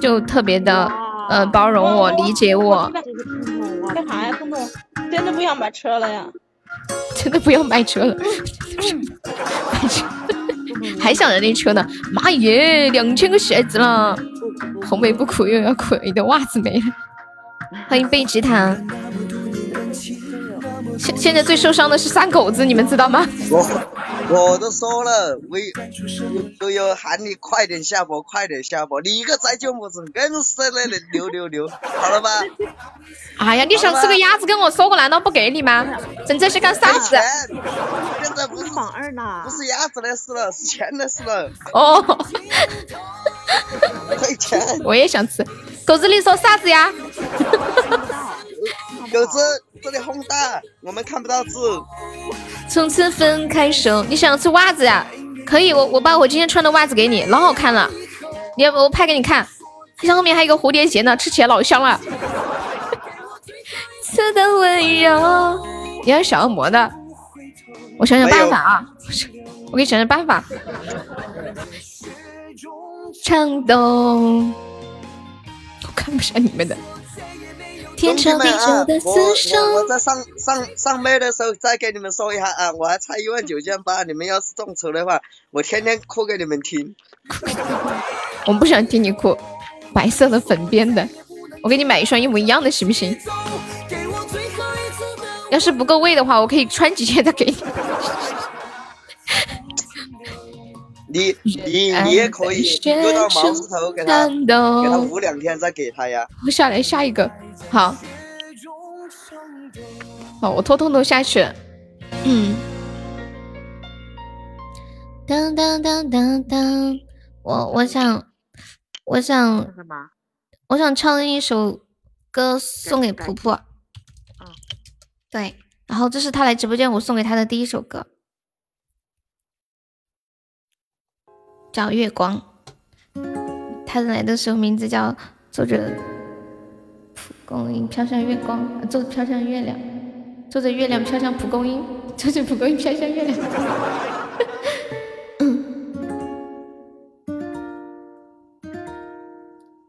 A: 就特别的呃包容我、理解我，
F: 干啥呀，碰碰？真的不想买车了呀？
A: 真的不要卖车了， 卖车还想着那车呢。妈耶，两千个鞋子了，红梅不哭又要哭，你的袜子没了。欢迎贝吉
B: 啊
A: 塔。现现在最受伤的是三狗子，你们知道吗？
C: 我都说了，微悠悠喊你快点下播，快点下播，你一个栽舅母子，硬是那里牛牛牛，好了吧？
A: 哎呀，你上次个鸭子跟我说过，难道不给你吗？现在是干啥子？啊
C: 现在不是榜二呢，不是鸭子的事了，是钱的事了。
A: 哦，
C: 亏钱。
A: 我也想吃。狗子，你说啥子呀？
C: 狗子，这里轰大，我们看不到字。
A: 从此分开手，你想吃袜子呀？可以，我我把我今天穿的袜子给你，老好看了。你要不我拍给你看？上面还有一个蝴蝶结呢，吃起来老香了。
B: 次的温柔。
A: 你要小恶魔的，我想想办法
C: 哎
A: 啊！ 我给你想想办法。
B: 唱动
A: 我看不上你们的。
B: 天长地久的厮守
C: 啊我我我在上上上麦的时候再给你们说一下啊，我还差一万九千八，你们要是众筹的话，我天天哭给你们听。
A: 我不想听你哭，白色的粉边的，我给你买一双一模一样的，行不行？要是不够味的话，我可以穿几件再给你。
C: 你你你也可以割到毛石头给他，给他捂两天再给他呀。
A: 我下来下一个，好，好，我拖痛痛下去了。嗯，
B: 当当当当当，我我想我想
T: 什么？
B: 我想唱一首歌送给婆婆。对，然后这是她来直播间我送给她的第一首歌，叫《月光》。她来的时候名字叫坐着蒲公英飘向月光，呃坐着飘向月亮，坐着月亮飘向蒲公英，坐着蒲公英飘向月亮。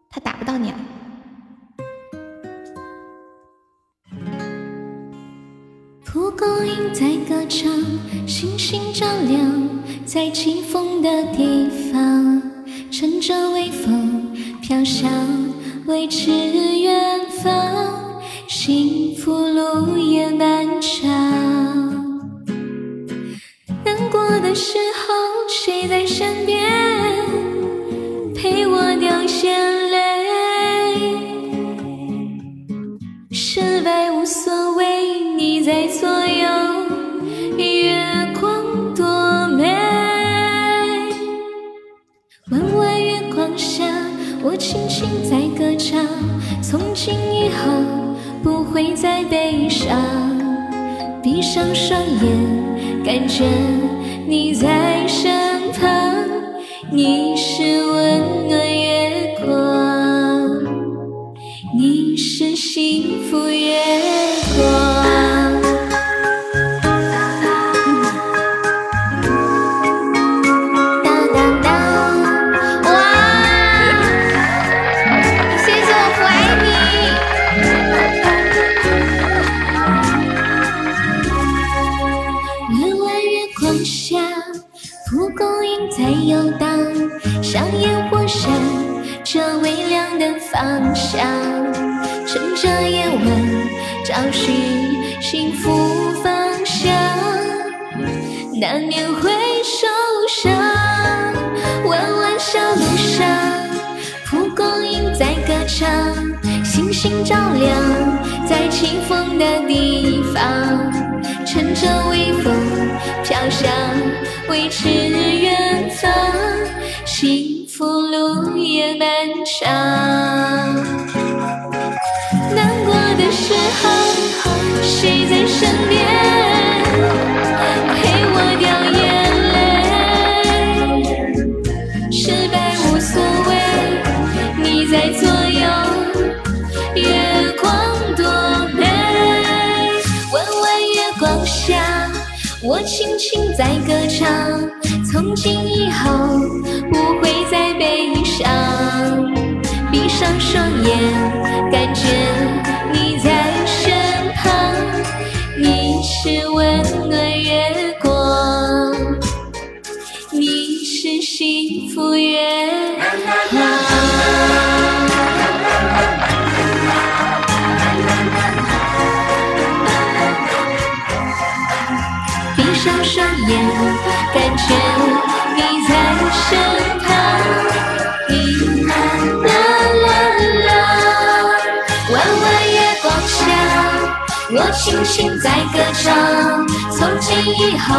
B: 他 打不到你了。
K: 蒲公英在歌唱，星星照亮在起风的地方，乘着微风飘向未知远方，幸福路也漫长。难过的时候，谁在身边陪我掉眼泪？失败无所谓，你在左右，月光多美。弯弯月光下，我轻轻在歌唱，从今以后不会再悲伤。闭上双眼，感觉你在身旁，你是温暖月光，你是。幸福月光。当当当，哇！
A: 谢谢我父爱
K: 你。弯弯月光下，蒲公英在游荡，像烟火闪着微亮的方向，趁着夜晚找寻幸福方向。难免会受伤，弯弯小路上，蒲公英在歌唱，星星照亮在起风的地方，乘着微风飘向未知远方，幸福路也漫长。难过的时候，谁在身边陪我掉眼泪？失败无所谓，你在左右，月光多美。弯弯月光下，我轻轻在歌唱，从今以后不会再悲伤。闭上双眼，感觉你在身旁，你是温暖月光，你是幸福月光。闭上双眼，感觉你在身旁。你啦啦啦啦，弯弯月光下，我轻轻在歌唱，从今以后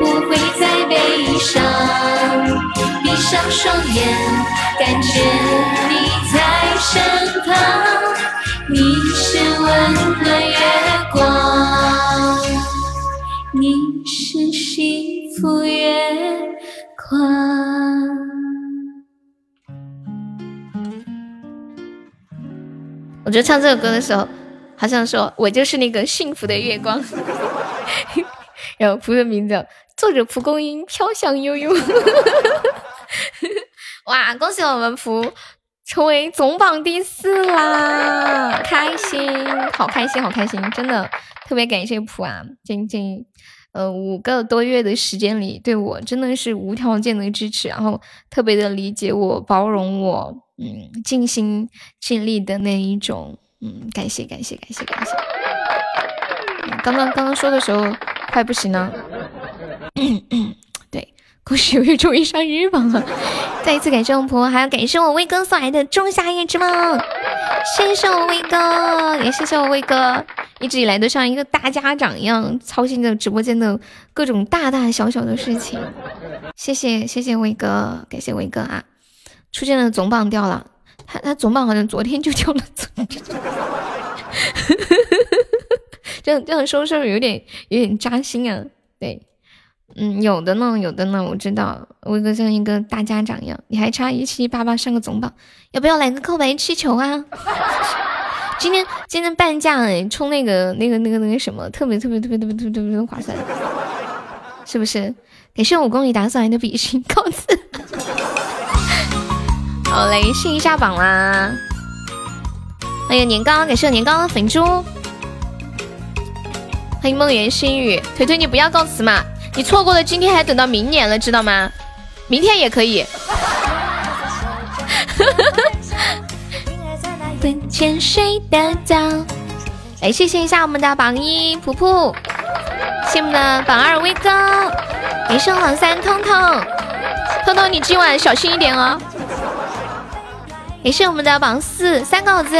K: 不会再悲伤。闭上双眼，感觉你在身旁，你是温暖月光， 你是幸福月光。
A: 我觉得唱这首歌的时候，好像说我就是那个幸福的月光， 然后蒲的名字坐着蒲公英飘向悠 悠。哇，恭喜我们蒲成为总榜第四啦，开心，好开心，好开心，真的特别感谢蒲啊，仅仅呃五个多月的时间里，对我真的是无条件的支持，然后特别的理解我，包容我，嗯，尽心尽力的那一种，嗯，感谢感谢感谢感谢。嗯刚刚刚刚说的时候快不行了， 对，恭喜有月终于上日榜了，啊再一次感谢我们婆婆，还要感谢我威哥送来的仲夏夜之梦，谢谢我威哥，也谢谢我威哥，一直以来都像一个大家长一样操心着直播间的各种大大小小的事情，谢谢谢谢威哥，感谢威哥啊，出现了总榜掉了，他他总榜好像昨天就掉了。 这样这样说是不是有点有点扎心啊？对，嗯，有的呢，有的呢，我知道，威哥像一个大家长一样，你还差一七八八上个总榜，要不要来个告白气球啊？ 今天今天半价哎，充那个那个那个那个什么，特别特别特别特别特别特别划算，是不是？感谢我公里打扫来的比心告辞。好嘞，试一下榜啦。欢迎年糕，感谢我年糕的粉猪。欢迎梦圆心语，腿腿你不要告辞嘛，你错过了今天还等到明年了，知道吗？明天也可以。
K: 闻见谁的早？
A: 来谢谢一下我们的榜一普普，谢谢我们的榜二威哥，感谢我们榜三通通，通通你今晚小心一点哦。也是我们的榜四三狗子，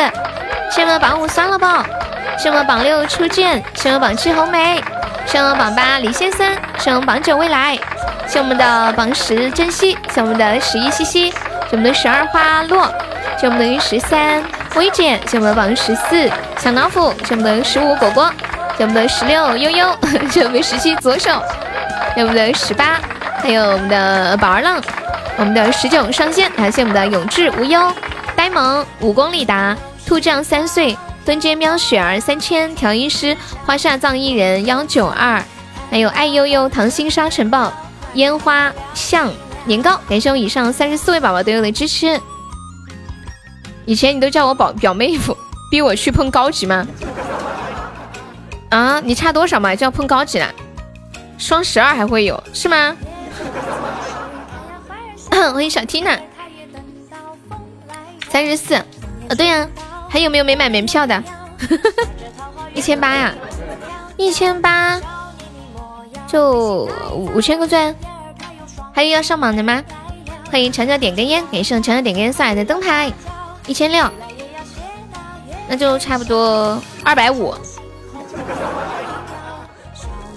A: 是我们的榜五酸了吧，是我们的榜六初见，是我们的榜七红梅，是我们的榜八李先生，是我们榜九未来，是我们的榜十珍惜，是我们的十一西西，是我们的十二花落，是我们的十三薇姐，是我们的榜十四小老虎，是我们的十五果果，是我们的十六悠 悠，是我们的十七左手，还有我们的十八，还有我们的宝儿浪，我们的十九上线，还有我们的永志无忧、呆萌、五公里达、兔酱三岁、孙间喵雪儿三千，调音师花下葬一人幺九二，还有爱悠悠、糖心沙尘暴、烟花巷年糕，感谢我以上三十四位宝宝对我的支持。以前你都叫我宝表妹夫，逼我去碰高级吗？啊，你差多少嘛，就要碰高级啦？双十二还会有是 吗？欢迎小 Tina，三十四，啊对呀、还有没有没买门票的？ 一千八呀，一千八就五五千个钻，还有要上榜的吗？欢迎长角点根烟，感谢我长角点根烟送来的灯牌，一千六，那就差不多二百五。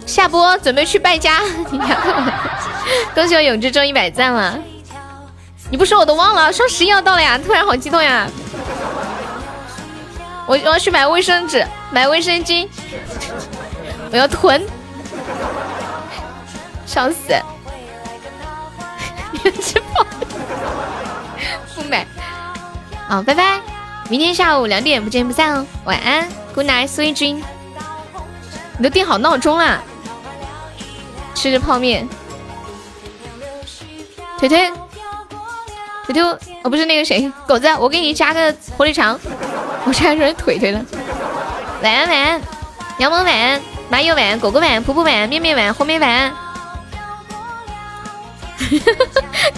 A: 下播准备去败家， 你看，恭喜我永志中一百赞了。你不说我都忘了，双十一要到了呀，突然好激动呀！我我要去买卫生纸，买卫生巾，我要囤，笑死！ 你们这帮不买，好、拜拜，明天下午两点不见不散哦，晚安，Good night，苏一君，你都定好闹钟啦，吃着泡面，腿腿，腿腿，哦不是那个谁，狗子，啊我给你加个火腿肠，我差点说成腿腿了，晚安晚安，杨萌晚安，麻友晚安，狗狗晚安，普普晚安，面面晚安，红梅晚 安。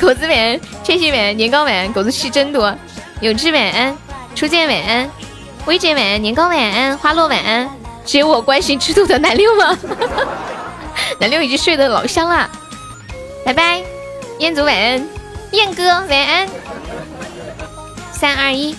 A: 狗子晚安，千玺晚安，年糕晚安，狗子戏真多，永志晚安，初见晚安，薇姐晚安，年糕晚安，花落晚安，只有我关心吃兔的男六 吗？男六已经睡得老香啦，拜拜，彦祖晚安，燕哥晚安，三二一。